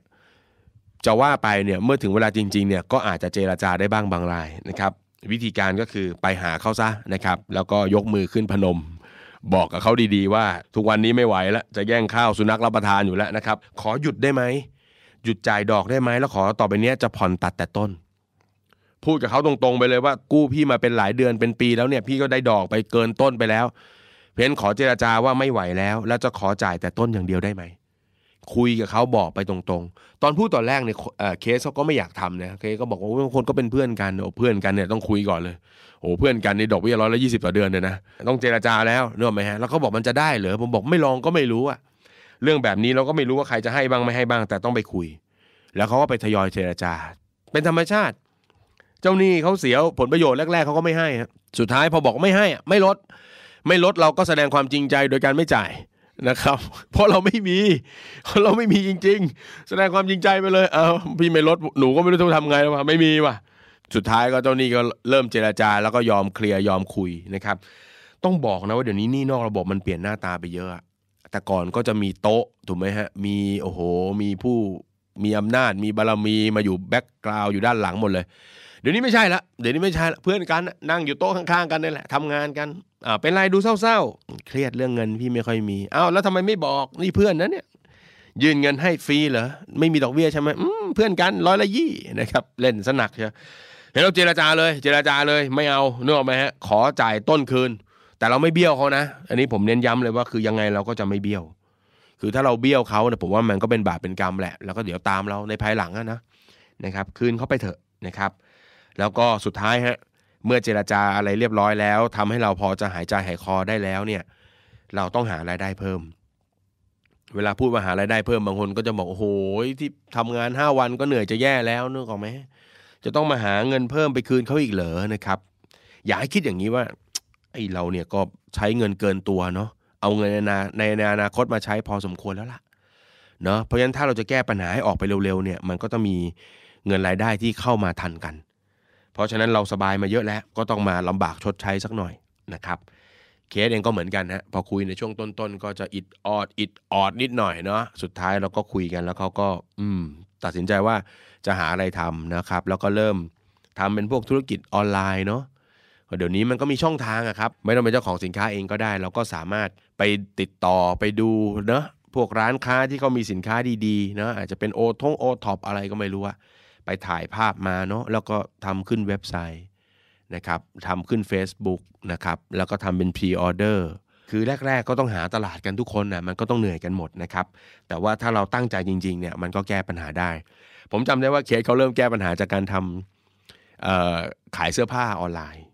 S3: จะว่าไปเนี่ยเมื่อถึงเวลาจริงๆเนี่ยก็อาจจะเจราจาได้บ้างบางรายนะครับ วิธีการก็คือไปหาเขาซะนะครับ แล้วก็ยกมือขึ้นพนม บอกกับเขาดีๆ ว่าทุกวันนี้ไม่ไหวแล้วจะแย่งข้าวสุนัขรับประทานอยู่แล้วนะครับ ขอหยุดได้ไหม หยุดจ่ายดอกได้ไหมแล้วขอต่อไปเนี้ยจะผ่อนตัดแต่ต้น พูดกับเขาตรงๆไปเลยว่า กู้พี่มาเป็นหลายเดือนเป็นปีแล้วเนี่ยพี่ก็ได้ดอกไปเกินต้นไปแล้ว เพราะฉะนั้นขอเจราจาว่าไม่ไหวแล้ว แล้วจะขอจ่ายแต่ต้นอย่างเดียวได้ไหม คุยกับเขาบอกไปตรงๆ ตอนพูดตอนแรกเนี่ยเอ่อเคสเขาก็ไม่อยากทำนะเคสก็บอกว่าโอ้ยบางคนก็เป็นเพื่อนกันโอ้เพื่อนกันเนี่ยต้องคุยก่อนเลยโอ้เพื่อนกันนี่ดอกเบี้ยร้อยละยี่สิบต่อเดือนเลยนะต้องเจราจาแล้วเนกอะไหมฮะแล้วเขาบอกมันจะได้เหรอผมบอกไม่ลองก็ไม่รู้อะเรื่องแบบนี้เราก็ไม่รู้ว่าใครจะให้บ้างไม่ให้บ้าง แต่ต้องไปคุย แล้วเขาก็ไปทยอยเจรจา เป็นธรรมชาติ เจ้าหนี้เขาเสียผลประโยชน์แรก ๆเขาก็ไม่ให้ฮะสุดท้ายพอบอกไม่ให้อะไม่ลด ไม่ลดเราก็แสดงความจริงใจโดยการไม่จ่ายนะครับ เพราะเราไม่มีเราไม่มีจริง ๆ แสดงความจริงใจไปเลย เอาพี่ไม่ลดหนูก็ไม่รู้จะทำไงแล้วว่ะไม่มีว่ะ สุดท้ายก็เจ้าหนี้ก็เริ่มเจราจา แล้วก็ยอมเคลียร์ยอมคุยนะครับ ต้องบอกนะว่าเดี๋ยวนี้หนี่นอกระบบมันเปลี่ยนหน้าตาไปเยอะอะแต่ก่อนก็จะมีโต๊ะถูกไหมฮะ มีโอ้โห มีผู้มีอำนาจ มีบารมีมาอยู่แบ็กกราวอยู่ด้านหลังหมดเลย เดี๋ยวนี้ไม่ใช่ละเดี๋ยวนี้ไม่ใช่ละเพื่อนกันน่ะนั่งอยู่โต๊ะข้างๆกันนี่แหละทำงานกันอ่าเป็นไรดูเศร้าๆ เครียดเรื่องเงินพี่ไม่ค่อยมีอ้าวแล้วทำไมไม่บอกนี่เพื่อนนะเนี่ย ยืนเงินให้ฟรีเหรอไม่มีดอกเบี้ยใช่ไหมอืมเพื่อนกันร้อยละยี่นะครับเล่นสนักเชียวเห็นเราเจรจาเลย เจรจาเลยไม่เอาเนื้ออกไหมฮะขอจ่ายต้นคืน แต่เราไม่เบี้ยวเขานะ อันนี้ผมเน้นย้ำเลยว่าคือยังไงเราก็จะไม่เบี้ยว คือถ้าเราเบี้ยวเขาเนี่ยผมว่ามันก็เป็นบาปเป็นกรรมแหละ แล้วก็เดี๋ยวตามเราในภายหลังอะนะนะครับ คืนเขาไปเถอะนะครับ แล้วก็สุดท้ายฮะเมื่อเจรจาอะไรเรียบร้อยแล้วทำให้เราพอจะหายใจหายคอได้แล้วเนี่ย เราต้องหารายได้เพิ่ม เวลาพูดว่าหารายได้เพิ่มบางคนก็จะบอกโอ้โหที่ทำงาน 5 วันก็เหนื่อยจะแย่แล้วนึกออกไหมจะต้องมาหาเงินเพิ่มไปคืนเขาอีกเหรอนะครับ อยากให้คิดอย่างนี้ว่า ไอเราเนี่ยก็ใช้เงินเกินตัวเนาะเอาเงินในอนาในในอนาคตมาใช้พอสมควรแล้วล่ะเนาะเพราะฉะนั้นถ้าเราจะแก้ปัญหาให้ออกไปเร็วๆเนี่ย มันก็ต้องมีเงินรายได้ที่เข้ามาทันกัน เพราะฉะนั้นเราสบายมาเยอะแล้วก็ต้องมาลำบากชดใช้สักหน่อยนะครับ เคสเองก็เหมือนกันฮะพอคุยในช่วงต้นๆ ก็จะอิดออดอิดออดนิดหน่อยเนาะสุดท้ายเราก็คุยกันแล้วเขาก็ อืม ตัดสินใจว่าจะหาอะไรทำนะครับ แล้วก็เริ่มทำเป็นพวกธุรกิจออนไลน์เนาะเดี๋ยวนี้มันก็มีช่องทางอะครับ ไม่ต้องเป็นเจ้าของสินค้าเองก็ได้ เราก็สามารถไปติดต่อไปดูเนาะพวกร้านค้าที่เขามีสินค้าดีๆเนาะอาจจะเป็นโอทงโอท็อปอะไรก็ไม่รู้อะไปถ่ายภาพมาเนาะแล้วก็ทำขึ้นเว็บไซต์ นะครับทำขึ้น Facebook นะครับแล้วก็ทำเป็น Pre-Order คือแรก ๆ ก็ต้องหาตลาดกันทุกคนนะมันก็ต้องเหนื่อยกันหมดนะครับ แต่ว่าถ้าเราตั้งใจจริงๆเนี่ยมันก็แก้ปัญหาได้ ผมจำได้ว่าเคสเขาเริ่มแก้ปัญหาจากการทำเอ่อขายเสื้อผ้าออนไลน์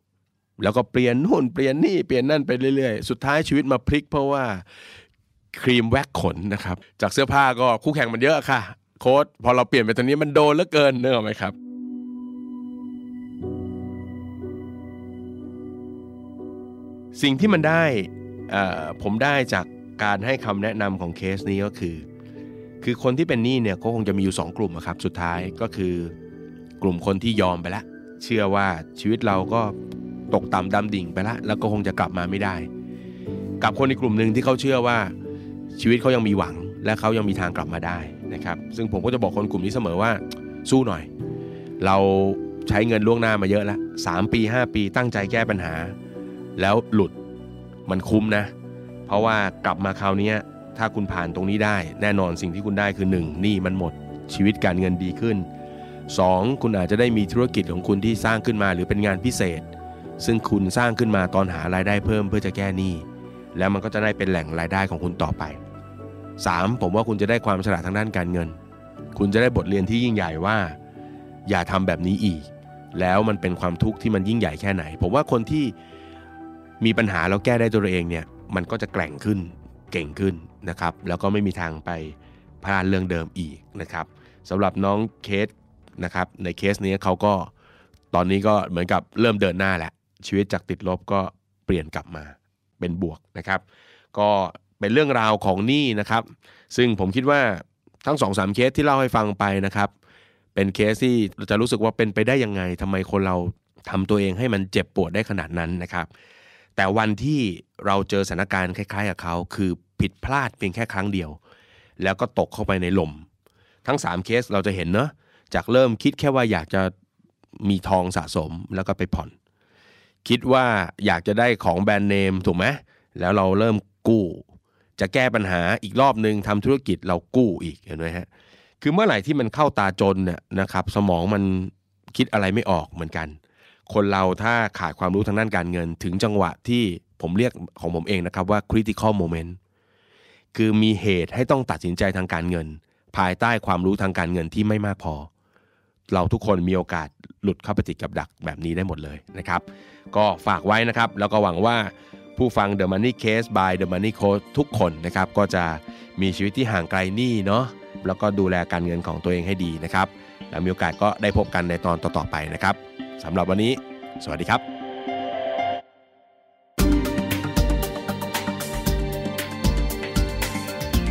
S3: แล้วก็เปลี่ยนนู่นเปลี่ยนนี่เปลี่ยนนั่นไปเรื่อยๆ สุดท้ายชีวิตมาพลิกเพราะว่าครีมแว็กขนนะครับจากเสื้อผ้าก็คู่แข่งมันเยอะค่ะ โค้ดพอเราเปลี่ยนไปตอนนี้มันโดนเหลือเกินเนกอะไหมครับ สิ่งที่มันได้เอ่อผมได้จากการให้คำแนะนำของเคสนี้ก็คือ คือคนที่เป็นหนี้เนี่ยก็คงจะมีอยู่ 2 กลุ่มอะครับ สุดท้ายก็คือกลุ่มคนที่ยอมไปละ เชื่อว่าชีวิตเราก็ตกต่ำดำดิ่งไปละ แล้วก็คงจะกลับมาไม่ได้ กับคนในกลุ่มหนึ่งที่เขาเชื่อว่าชีวิตเขายังมีหวัง และเขายังมีทางกลับมาได้นะครับ ซึ่งผมก็จะบอกคนกลุ่มนี้เสมอว่าสู้หน่อย เราใช้เงินล่วงหน้ามาเยอะแล้วสามปี 5 ปีตั้งใจแก้ปัญหา แล้วหลุดมันคุ้มนะ เพราะว่ากลับมาคราวเนี้ยถ้าคุณผ่านตรงนี้ได้ แน่นอนสิ่งที่คุณได้คือ 1. หนี้มันหมดชีวิตการเงินดีขึ้น 2. คุณอาจจะได้มีธุรกิจของคุณที่สร้างขึ้นมาหรือเป็นงานพิเศษ ซึ่งคุณสร้างขึ้นมาตอนหารายได้เพิ่มเพื่อจะแก้หนี้แล้วมันก็จะได้เป็นแหล่งรายได้ของคุณต่อไป 3. ผมว่าคุณจะได้ความฉลาดทางด้านการเงิน คุณจะได้บทเรียนที่ยิ่งใหญ่ว่า อย่าทำแบบนี้อีก แล้วมันเป็นความทุกข์ที่มันยิ่งใหญ่แค่ไหน ผมว่าคนที่ มีปัญหาแล้วแก้ได้ตัวเองเนี่ยมันก็จะแกร่งขึ้นเก่งขึ้นนะครับ แล้วก็ไม่มีทางไปพลาดเรื่องเดิมอีกนะครับสำหรับน้องเคสนะครับ ในเคสนี้เขาก็ตอนนี้ก็เหมือนกับเริ่มเดินหน้าแหละ ชีวิตจากติดลบก็เปลี่ยนกลับมาเป็นบวกนะครับ ก็เป็นเรื่องราวของหนี้นะครับ ซึ่งผมคิดว่าทั้ง2อสามเคสที่เล่าให้ฟังไปนะครับ เป็นเคสที่เราจะรู้สึกว่าเป็นไปได้ยังไงทำไมคนเราทำตัวเองให้มันเจ็บปวดได้ขนาดนั้นนะครับ แต่วันที่เราเจอสถานการณ์คล้ายๆกับเขา คือผิดพลาดเพียงแค่ครั้งเดียว แล้วก็ตกเข้าไปในหล่ม ทั้ง 3 เคสเราจะเห็นเนอะจากเริ่มคิดแค่ว่าอยากจะมีทองสะสมแล้วก็ไปผ่อน คิดว่าอยากจะได้ของแบรนด์เนมถูกไหมแล้วเราเริ่มกู้ จะแก้ปัญหาอีกรอบนึงทำธุรกิจเรากู้อีกเห็นไหมฮะคือเมื่อไหร่ที่มันเข้าตาจนเนี่ยนะครับ สมองมันคิดอะไรไม่ออกเหมือนกัน คนเราถ้าขาดความรู้ทางด้านการเงินถึงจังหวะที่ผมเรียกของผมเองนะครับว่า critical moment คือมีเหตุให้ต้องตัดสินใจทางการเงิน ภายใต้ความรู้ทางการเงินที่ไม่มากพอ เราทุกคนมีโอกาสหลุดเข้าไปติดกับดักแบบนี้ได้หมดเลยนะครับ ก็ฝากไว้นะครับ แล้วก็หวังว่าผู้ฟัง The Money Case by The Money Coach ทุกคนนะครับ ก็จะมีชีวิตที่ห่างไกลหนี้เนาะแล้วก็ดูแลการเงินของตัวเองให้ดีนะครับ แล้วมีโอกาสก็ได้พบกันในตอนต่อๆไปนะครับสำหรับวันนี้ สวัสดีครับ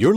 S1: You're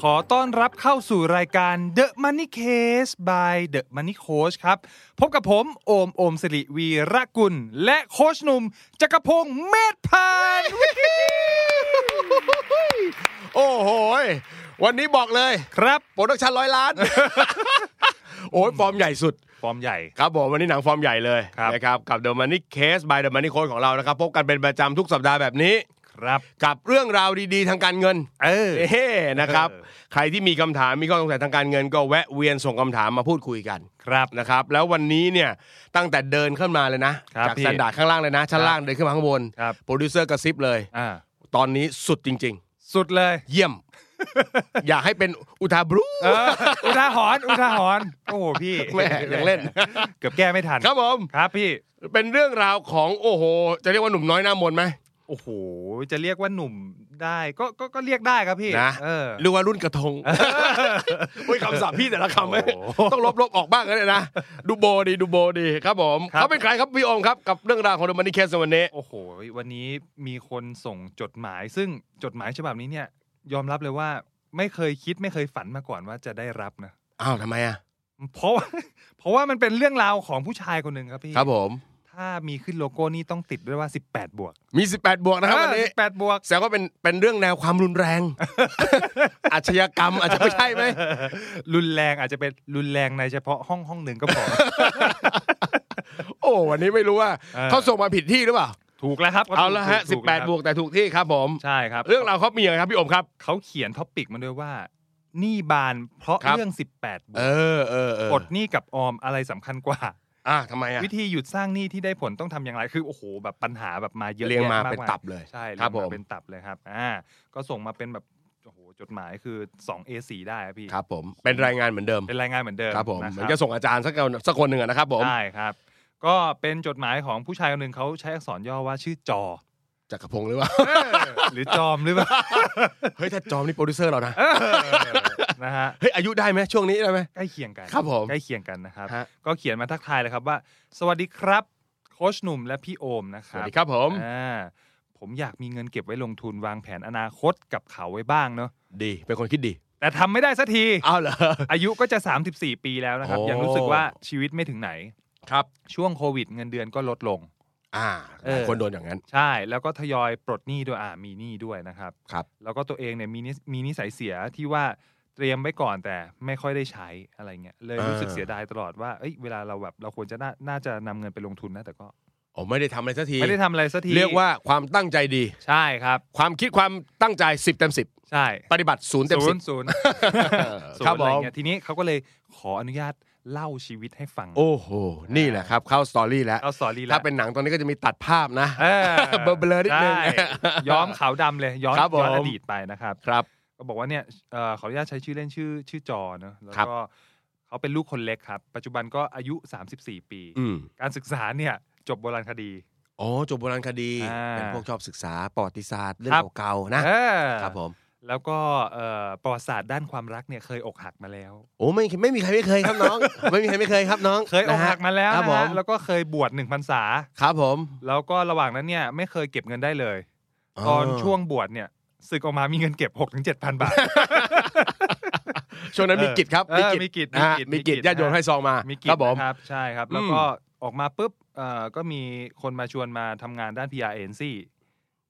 S2: ขอต้อนรับเข้าสู่รายการ The Money Case by The Money Coach ครับ พบกับผม โอม โอมสิริวีระกุล และโคชหนุ่มจักรพงษ์เมธพัน ธ์
S3: โอ้โหยวันนี้บอกเลย
S2: ครับ
S3: โปรดักชันร้อยล้าน โอ้ยฟอร์มใหญ่สุด
S2: ฟอร์มใหญ่
S3: ครับผมวันนี้หนังฟอร์มใหญ่เลย
S2: ครับ
S3: นะครับกับ The Money Case by The Money Coach ของเรานะครับ พบกันเป็นประจำทุกสัปดาห์แบบนี้
S2: ครับ
S3: กับเรื่องราวดีๆ ทางการเงิน
S2: เออ
S3: เอ้นะครับ
S2: เออ
S3: ใครที่มีคำถามมีข้อสงสัยทางการเงินก็แวะเวียนส่งคำถามมาพูดคุยกัน
S2: ครับ
S3: นะครับ แล้ววันนี้เนี่ยตั้งแต่เดินขึ้นมาเลยนะ
S2: ครับ
S3: จาก
S2: พี่
S3: สันดาร์ดข้างล่างเลยนะ ชั้นล่างเดินขึ้นมาข้างบน
S2: ครับ
S3: โปรดิวเซอร์กระซิบเลย
S2: อ่า
S3: ตอนนี้สุดจริง
S2: สุดเลย
S3: ๆ เยี่ยม อยากให้เป็นอุทาบรู
S2: เออ อุทาหรณ์อุทาหรณ์โอ้โหพี่
S3: แม่ยัง เล่น
S2: เกือบแก้ไม่ทัน
S3: ครับผม
S2: ครับพี่
S3: เป็นเรื่องราวของโอ้โห จะเรียกว่าหนุ่มน้อยหน้ามนต์ไหม
S2: โอ้โห จะเรียกว่าหนุ่มได้ก็ก็ก็เรียกได้ครับพี่
S3: นะ
S2: เออ
S3: หรือว่ารุ่นกระทงโอ้ยคำศัพท์พี่แต่ละคำไม่
S2: โอ้
S3: ต้องลบลบออกบ้างนะเนี่ยนะดูโบดีดูโบดีครับผม
S2: ครับ
S3: เขาเป็นใครครับพี่โอมครับกับเรื่องราวของเดอะมันนี่แคสวันนี้
S2: โอ้โห วันนี้มีคนส่งจดหมาย ซึ่งจดหมายฉบับนี้เนี่ย ยอมรับเลยว่าไม่เคยคิดไม่เคยฝันมาก่อนว่าจะได้รับนะ
S3: อ้าวทำไมอ่ะ
S2: เพราะว่า เพราะว่ามันเป็นเรื่องราวของผู้ชายคนหนึ่งครับพี่
S3: ครับผม
S2: ถ้ามีขึ้นโลโก้นี่ต้องติดด้วยว่า 18 บวก
S3: มี 18 บวกนะครับวันนี้
S2: เออ18 บวก
S3: แสดงว่าเป็นเป็นเรื่องแนวความรุนแรง อาชญากรรมอาจจะไม่ใช่ ไหม
S2: รุนแรงอาจจะเป็นรุนแรงในเฉพาะห้องห้องหนึ่งก็ พอ
S3: โอ้วันนี้ไม่รู้ว่า
S2: เออ
S3: เขาส่งมาผิดที่หรือเปล่า
S2: ถูกแล้วครับ
S3: เอาละฮะ
S2: ถูกถูก
S3: 18 บวกแต่ถูกที่ครับผม
S2: ใช่ครับ
S3: เรื่องราวเขามีอะไรครับพี่โอมครับ
S2: เขาเขียนท็อปิกมาด้วยว่าหนี้บานเพราะ
S3: ครับ
S2: เรื่อง 18บว
S3: เอก อเออเออ
S2: ปลดหนี้กับออมอะไรสำคัญกว่า
S3: อ่ะทำไมอ่ะ
S2: วิธีหยุดสร้างหนี้ที่ได้ผลต้องทำอย่างไรคือโอ้โหแบบปัญหาแบบมาเยอะ
S3: เรียงมา
S2: แยะาก
S3: เป็น
S2: ย
S3: ตับเลย
S2: ใช่
S3: ครับ
S2: เยง
S3: ผม
S2: มาเป็นตับเลยครับอ่าก็ส่งมาเป็นแบบโอ้โหจดหมายคือ 2 A4 ได้อะพี่
S3: ครับผมเป็นรายงานเหมือนเดิม
S2: เป็นรายงานเหมือนเดิม
S3: ครับผม
S2: นะ
S3: เหมือนจะส่งอาจารย์สักคนสักคนหนึ่งอะนะครับผม
S2: ได้ครับ ก็เป็นจดหมายของผู้ชายคนหนึ่งเขาใช้อักษรย่อว่าชื่อจอ
S3: จักรพงศ์หรือว่า
S2: หรือจอมหรือเปล่า
S3: เฮ้ยถ้าจอมนี่โปรดิวเซอร์เรานะ
S2: เออนะฮะ
S3: เฮ้ยอายุได้ไหมช่วงนี้ได้ไหม
S2: ใกล้เคียงกัน
S3: ครับผม
S2: ใกล้เคียงกันนะครับ
S3: ฮะ
S2: ก็เขียนมาทักทายเลยครับว่า สวัสดีครับ โค้ชหนุ่มและพี่โอมนะค
S3: ส
S2: รับ
S3: วัสดีครับผม
S2: อ่าผมอยากมีเงินเก็บไว้ลงทุนวางแผนอนาคตกับเขาไว้บ้างเนาะ
S3: ดีเป็นคนคิดดี
S2: แต่ทำไม่ได้สักที
S3: อ้าวเหรอ
S2: อายุก็จะ 34 ปีแล้วนะครับ
S3: โอ้
S2: ยังรู้สึกว่าชีวิตไม่ถึงไหน
S3: ครับ
S2: ช่วงโควิดเงินเดือนก็ลดลง
S3: อ่า
S2: เออ
S3: คนโดนอย่างนั้น
S2: ใช่ แล้วก็ทยอยปลดหนี้ด้วยอ่ามีหนี้ด้วยนะครับ
S3: ครับ
S2: แล้วก็ตัวเองเนี่ยมีนิสมีนิสัยเสียที่ว่าเตรียมไว้ก่อนแต่ไม่ค่อยได้ใช้อะไรเงี้ยเลยรู้สึก
S3: อ่า
S2: เสียดายตลอดว่าเอ้ยเวลาเราแบบเราควรจะน่าน่าจะนำเงินไปลงทุนนะแต่ก็
S3: อ๋อไม่ได้ทำอะไรสักที
S2: ไม่ได้ทำอะไรสักที
S3: เรียกว่าความตั้งใจดี
S2: ใช่ครับ
S3: ความคิดความตั้งใจ 10 เต็ม
S2: ใช่
S3: 10 ปฏิบัติศูนย์เต็ม
S2: ศู
S3: สิ
S2: น
S3: บ
S2: ย์ศูนย์ศูน
S3: ครับ
S2: ย์อะไร
S3: ผม
S2: เงี้ยทีนี้เขาก็เลยขออนุญาตเล่าชีวิตให้ฟัง
S3: โอ้โห นี่แหละครับ เข้าสตอรี่แล้ว
S2: เอาสอรี่แล้ว
S3: ถ้าเป็นหนังตอนนี้ก็จะมีตัดภาพนะ
S2: เอ
S3: เบลอๆนิดนึง
S2: ใช่ย้อมขาวดำเลยย้อน
S3: ครับผม
S2: ย้อนอดีตไปนะครับ
S3: ครับ
S2: ก็บอกว่าเนี่ยเอ่อขออนุญาตใช้ชื่อเล่นชื่อชื่อจอเนอะแล้ว
S3: ครับ
S2: ก็เขาเป็นลูกคนเล็กครับ ปัจจุบันก็อายุ 34 ปี
S3: อืม
S2: การศึกษาเนี่ยจบโบราณคดี
S3: อ๋อจบโบราณคดี
S2: อ่า
S3: เป็นพวกชอบศึกษาประวัติศาสตร์เรื่อง
S2: ครับ
S3: เก่าๆนะ
S2: เออ
S3: ครับผม
S2: แล้วก็เอ่อประวัติศาสตร์ด้านความรักเนี่ยเคยอกหักมาแล้ว
S3: โอ้ไม่ไม่มีใครไม่เคยครับ น้อง ไม่มีใครไม่เคยครับน้อง
S2: เคยอกหักมาแล้ว
S3: ครับ
S2: นะ
S3: ผ
S2: ฮะ
S3: ม
S2: แล้วก็เคยบวชหนึ่งพรรษา
S3: ครับผม
S2: แล้วก็ระหว่างนั้นเนี่ยไม่เคยเก็บเงินได้เลย ตอนช่วงบวชเนี่ยศึกออกมามีเงินเก็บ6กถึงเจ็ดพันบาท
S3: ช่วงนั้นมีกิจครับ
S2: เออมีกิจ
S3: นะฮะ
S2: มี
S3: มี
S2: กิ
S3: กิ
S2: จ
S3: จ
S2: มีกิจ
S3: ญาติโยมให้ซองมา
S2: มี
S3: ครับผม
S2: นะครับใช่ครับ แล้วก็ออกมาปุ๊บเอ่อก็มีคนมาชวนมาทำงานด้าน PR agency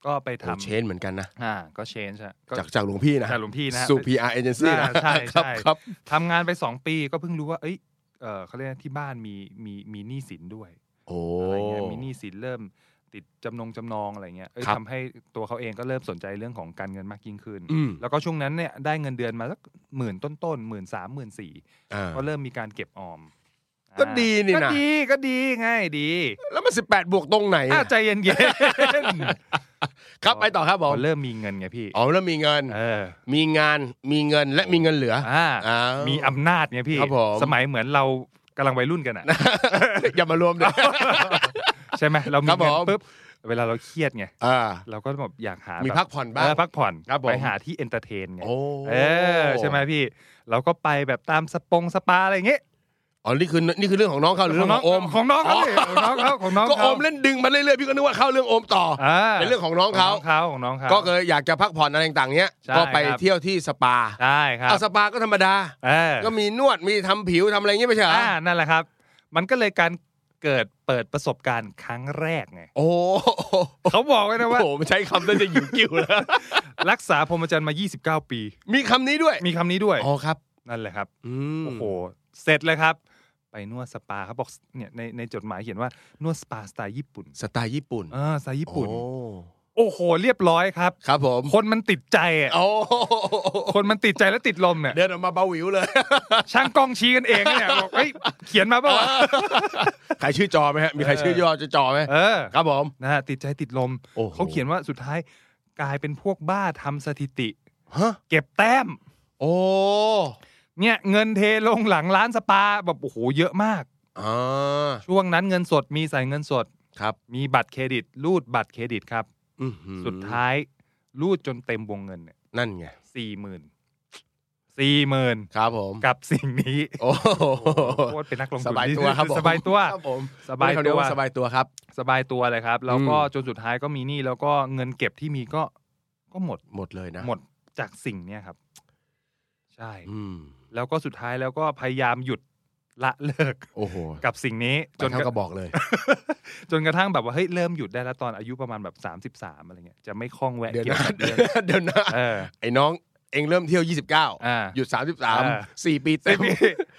S2: ก็ไป
S3: โอ้
S2: ทำ
S3: เชนเหมือนกันนะ
S2: อ่าก็ change อะก็
S3: จากจากหลวงพี่นะ
S2: จากหลวงพี่นะ
S3: สู่ PR agency นะ
S2: อ่าใช่
S3: ครั
S2: ใช่
S3: ครับ
S2: ทำงานไป 2 ปีก็เพิ่งรู้ว่า เอ้ยเอ่อเขาเรียกว่าที่บ้านมีมีมีหนี้สินด้วย
S3: โอ้
S2: อะไรเงี้ยมีหนี้สินเริ่ม ติดจำนงจำนองอะไรเงี้ยเอ้ย
S3: ครับ
S2: ทำให้ตัวเขาเองก็เริ่มสนใจเรื่องของการเงินมากยิ่งขึ้น
S3: อืม
S2: แล้วก็ช่วงนั้นเนี่ยได้เงินเดือนมาสักหมื่นต้นต้นหมื่นสามหมื่นสี่
S3: อ่า
S2: ก็เริ่มมีการเก็บออม
S3: ก็ดีนี่นะ
S2: ก็ดีก็ดีง่ายดี
S3: แล้วมันสิบแปดบวกตรงไหนอะ
S2: อ้าวใจเย็นๆ
S3: ครับไปต่อครับผ
S2: พ
S3: ม
S2: อเริ่มมีเงินไงพี่
S3: อ๋อแล้วมีเงิน
S2: เออ
S3: มีงานมีเงินและมีเงินเหลือ
S2: อ่า
S3: อ้าว
S2: มีอำนาจไงพี่
S3: ครับผม
S2: สมัยเหมือนเรากำลังวัยรุ่นกันอ่ะ
S3: อย่ามารวมเลย
S2: ใช่ไหมเรามี
S3: ครับ
S2: เงิน
S3: ผม
S2: ปุ๊บเวลาเราเครียดไง
S3: อ่า
S2: เราก็แบบอยากหา
S3: มี
S2: แบบ
S3: พักผ่อนบ้าง
S2: เออพักผ่อน
S3: ครับผม
S2: ไปหาที่เอนเตอร์เทนไง
S3: โอ้
S2: เออใช่ไหมพี่ เราก็ไปแบบตามสปงสปาอะไรอย่างเงี้ย
S3: อ๋อนี่คือนี่คือเรื่องของน้องเขาหรือเรื่องของโอม
S2: ของน้องเขาดิของน้องเขาของน้อง
S3: ก็
S2: ขา
S3: โอมเล่นดึงมาเรื่อยๆพี่ก็นึกว่าเข้าเรื่องโอมต่ออาเป็นเรื่องของน้องเขา
S2: เขาของน้องเขา
S3: ก็เลยอยากจะพักผ่อนอะไรต่างๆเนี้ย
S2: ใช่
S3: ก็ไป
S2: ครับ
S3: เที่ยวที่สปา
S2: ใช่ครับ
S3: เอาสปาก็ธรรมดา
S2: เออ
S3: ก็มีนวดมีทำผิวทำอะไรเงงี้ยไม่ใช่เหรอ
S2: อ่า
S3: อ
S2: นั่นแหละครับ มันก็เลยการเกิดเปิดประสบการณ์ครั้งแรกไง
S3: โอ้โห
S2: เขาบอกไว้นะว่า
S3: โอ้โหใช้คำนั้นจะหิวกิ้ว แล้ว
S2: รักษาพรหมจรรย์มา 29 ปี
S3: มีคำนี้ด้วย
S2: มีคำนี้ด้วย
S3: อ๋อครับ
S2: นั่นแหละครับ
S3: อืม
S2: โอ้โห เสร็จเลยครับ ไปนวดสปาเขาบอกเนี่ยในในจดหมายเขียนว่านวดสปาสไตล์ญี่ปุ่น
S3: สไตล์ญี่ปุ่น
S2: เออสไตล์ญี่ปุ่น
S3: โอ้
S2: โอ้โห เรียบร้อยครับ
S3: ครับผม
S2: คนมันติดใจอ่ะ
S3: โอ้
S2: คนมันติดใจแล้วติดลมเนี่ย
S3: เดินออกมาเบาหวิวเลย
S2: ช่างกล้องชี้กันเองเนี่ยบอกเฮ้ย เขียนมาเปล่าวะ
S3: ใครชื่อจอไหมฮะ มีใคร
S2: เออ
S3: ชื่อย่อจะจอไหม
S2: เออ
S3: ครับผม
S2: นะฮะติดใจติดลม
S3: โอ้โห
S2: เขาเขียนว่าสุดท้ายกลายเป็นพวกบ้าทำสถิติ
S3: ฮะ
S2: เก็บแต้ม
S3: โอ้
S2: เนี่ยเงินเทลงหลังร้านสปาแบบโอ้โหเยอะมาก
S3: อ่า
S2: ช่วงนั้นเงินสดมีใส่เงินสด
S3: ครับ
S2: มีบัตรเครดิต รูดบัตรเครดิตครับ
S3: อื้อหือ
S2: สุดท้ายรูดจนเต็มวงเงินเนี่ย
S3: นั่นไง
S2: สี่หมื่นสี่หมื่น
S3: ครับผม
S2: กับสิ่งนี้
S3: โอ้โห
S2: โคตรเป็นนักลงทุน
S3: สบาย
S2: ที่
S3: ตัวครับผ
S2: ส
S3: ม
S2: บายตัว
S3: ครับผม
S2: สบาย
S3: เขเรี
S2: ตั
S3: ก
S2: ว
S3: สบายตัวครับ
S2: สบายตัวเลยครับ แล้วก็
S3: อืม
S2: จนสุดท้ายก็มีหนี้แล้วก็เงินเก็บที่มีก็ก็หมด
S3: หมดเลยนะ
S2: หมดจากสิ่งเนี้ยครับ ใช่
S3: อืม
S2: แล้วก็สุดท้ายแล้วก็พยายามหยุดละเลิก
S3: โอ้โห
S2: กับสิ่งนี้
S3: จ
S2: จ
S3: น
S2: น
S3: เท่าก ก
S2: ระ
S3: ระบอกเลย
S2: จนกระทั่งแบบว่าเฮ้ยเริ่มหยุดได้แล้วตอนอายุประมาณแบบ33อะไรเงี้ยจะไม่คล่องแวะ
S3: เดี๋ยว
S2: เกี่ยว
S3: นะ
S2: กับเรื่อง
S3: เดี๋ยวนะ
S2: เออ
S3: ไอ้น้องเองเริ่มเที่ยว 29
S2: อ่า
S3: หยุด
S2: อ่า
S3: 33 4 ปีเต็
S2: เต็
S3: ม
S2: ม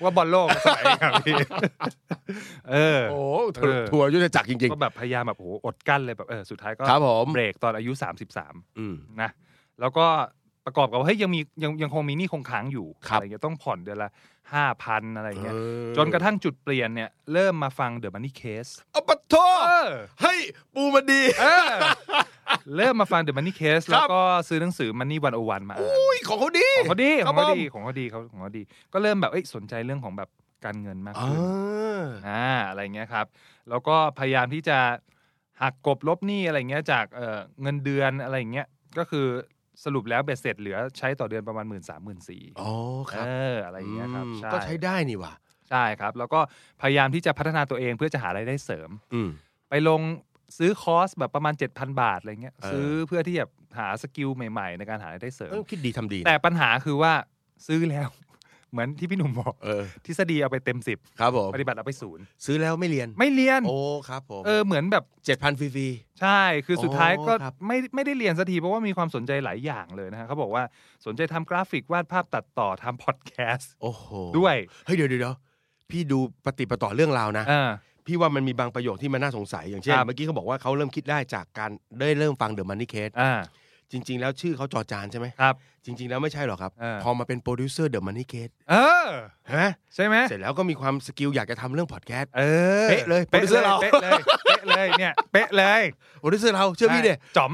S2: ว่าบอลโลกสมัยครับพี่ เออ
S3: โอ้
S2: เออ
S3: ทัวร์ยุทธจักรจริง
S2: ก็แบบพยายามแบบโหอดกั้นเลยแบบเออสุดท้ายก็
S3: ครับผม
S2: เบรกตอนอายุ
S3: ๆ อืม
S2: 33นะแล้วก็ประกอบกับว่าเฮ้ยยังมียังยังคงมีหนี้คงค้างอยู่
S3: ครับ
S2: อะไรเงี้ยต้องผ่อนเดือนละห้าพันอะไรเงี้ย
S3: เออ
S2: จนกระทั่งจุดเปลี่ยนเนี่ยเริ่มมาฟังเดอะมันนี่เคส
S3: เอาปะโทเฮ้ย ปูมาดี
S2: เริ่มมาฟังเดอะมันนี่เคส
S3: ครั
S2: แล้ว
S3: บ
S2: ก็ซื้อหนังสือมันนี่วันอวันมาอ่าน
S3: อุ้ยของเขาดี
S2: ของเขาดี
S3: ค
S2: ข
S3: รั
S2: อบ งเขาดี
S3: ผม
S2: ของเขาดีเขาของเขาดี ก็เริ่มแบบเอ้ยสนใจเรื่องของแบบการเงินมาก
S3: อ่
S2: ขึ้นา อ่าอะไรเงี้ยครับ แล้วก็พยายามที่จะหักกบลบหนี้อะไรเงี้ยจากเอ่อเงินเดือนอะไรเงี้ยก็คือสรุปแล้วเบ็ดเสร็จเหลือใช้ต่อเดือนประมาณหมื่นสามหมื่นสี่
S3: อ๋อค
S2: เอ
S3: รับ
S2: ออะไรเงี้ยครับ
S3: อืม
S2: ใช่
S3: ก็ใช้ได้นี่ว่ะ
S2: ใช่ครับ แล้วก็พยายามที่จะพัฒนาตัวเองเพื่อจะหารายได้เสริม
S3: อืม
S2: ไปลงซื้อคอร์สแบบประมาณ 7,000 บาทอะไรเงี้ย
S3: เออ
S2: ซื้อเพื่อที่จะหาสกิลใหม่ๆ ในการหารายได้เสริม
S3: เออคิดดีทำดีนะ
S2: แต่ปัญหาคือว่าซื้อแล้ว เหมือนที่พี่หนุ่มบอก
S3: เออ
S2: ทฤษฎีเอาไปเต็มสิบ
S3: ครับผม
S2: ปฏิบัติเอาไปศูนย์
S3: ซื้อแล้วไม่เรียน
S2: ไม่เรียน
S3: โอ้ ครับผม
S2: เออเหมือนแบบ
S3: เจ็ดพันฟรี
S2: ใช่คือสุดท้ายก็
S3: โอ้ครับ
S2: ไม่ไม่ได้เรียนสักทีเพราะว่ามีความสนใจหลายอย่างเลยนะฮะเขาบอกว่าสนใจทำกราฟิกวาดภาพตัดต่อทำพอดแคสต์
S3: ๆโอ้โห
S2: ด้วย
S3: เฮ้ยเดี๋ยวเดี๋ยวเดี๋ยวพี่ดูปฏิปต่อเรื่องราวนะ
S2: เออ
S3: พี่ว่ามันมีบางประโยคที่มันน่าสงสัยอย่างเช่น
S2: ครับ
S3: เมื่อกี้เขาบอกว่าเขาเริ่มคิดได้จากการได้เริ่มฟังเดอะมันนี่เคส
S2: อ่า
S3: จริง ๆ แล้วชื่อเขาจอจานใช่ไหม
S2: ครับ
S3: จริง ๆ แล้วไม่ใช่หรอกครับ
S2: เออ
S3: พอมาเป็นโปรดิวเซอร์เดอะมันนี่เคส
S2: เออ
S3: ฮะ
S2: ใช่ไหม
S3: เสร็จแล้วก็มีความสกิลอยากจะทำเรื่องพอดแคสต์
S2: เออ
S3: เป๊ะเลย
S2: เป๊ะเลย
S3: producer เรา
S2: เป๊ะเลยเป๊ะเลยเนี่ยเป๊ะเลย
S3: โอ้ดิเซอร์เราเชื่อพี่เด้
S2: ใช่จ๋อม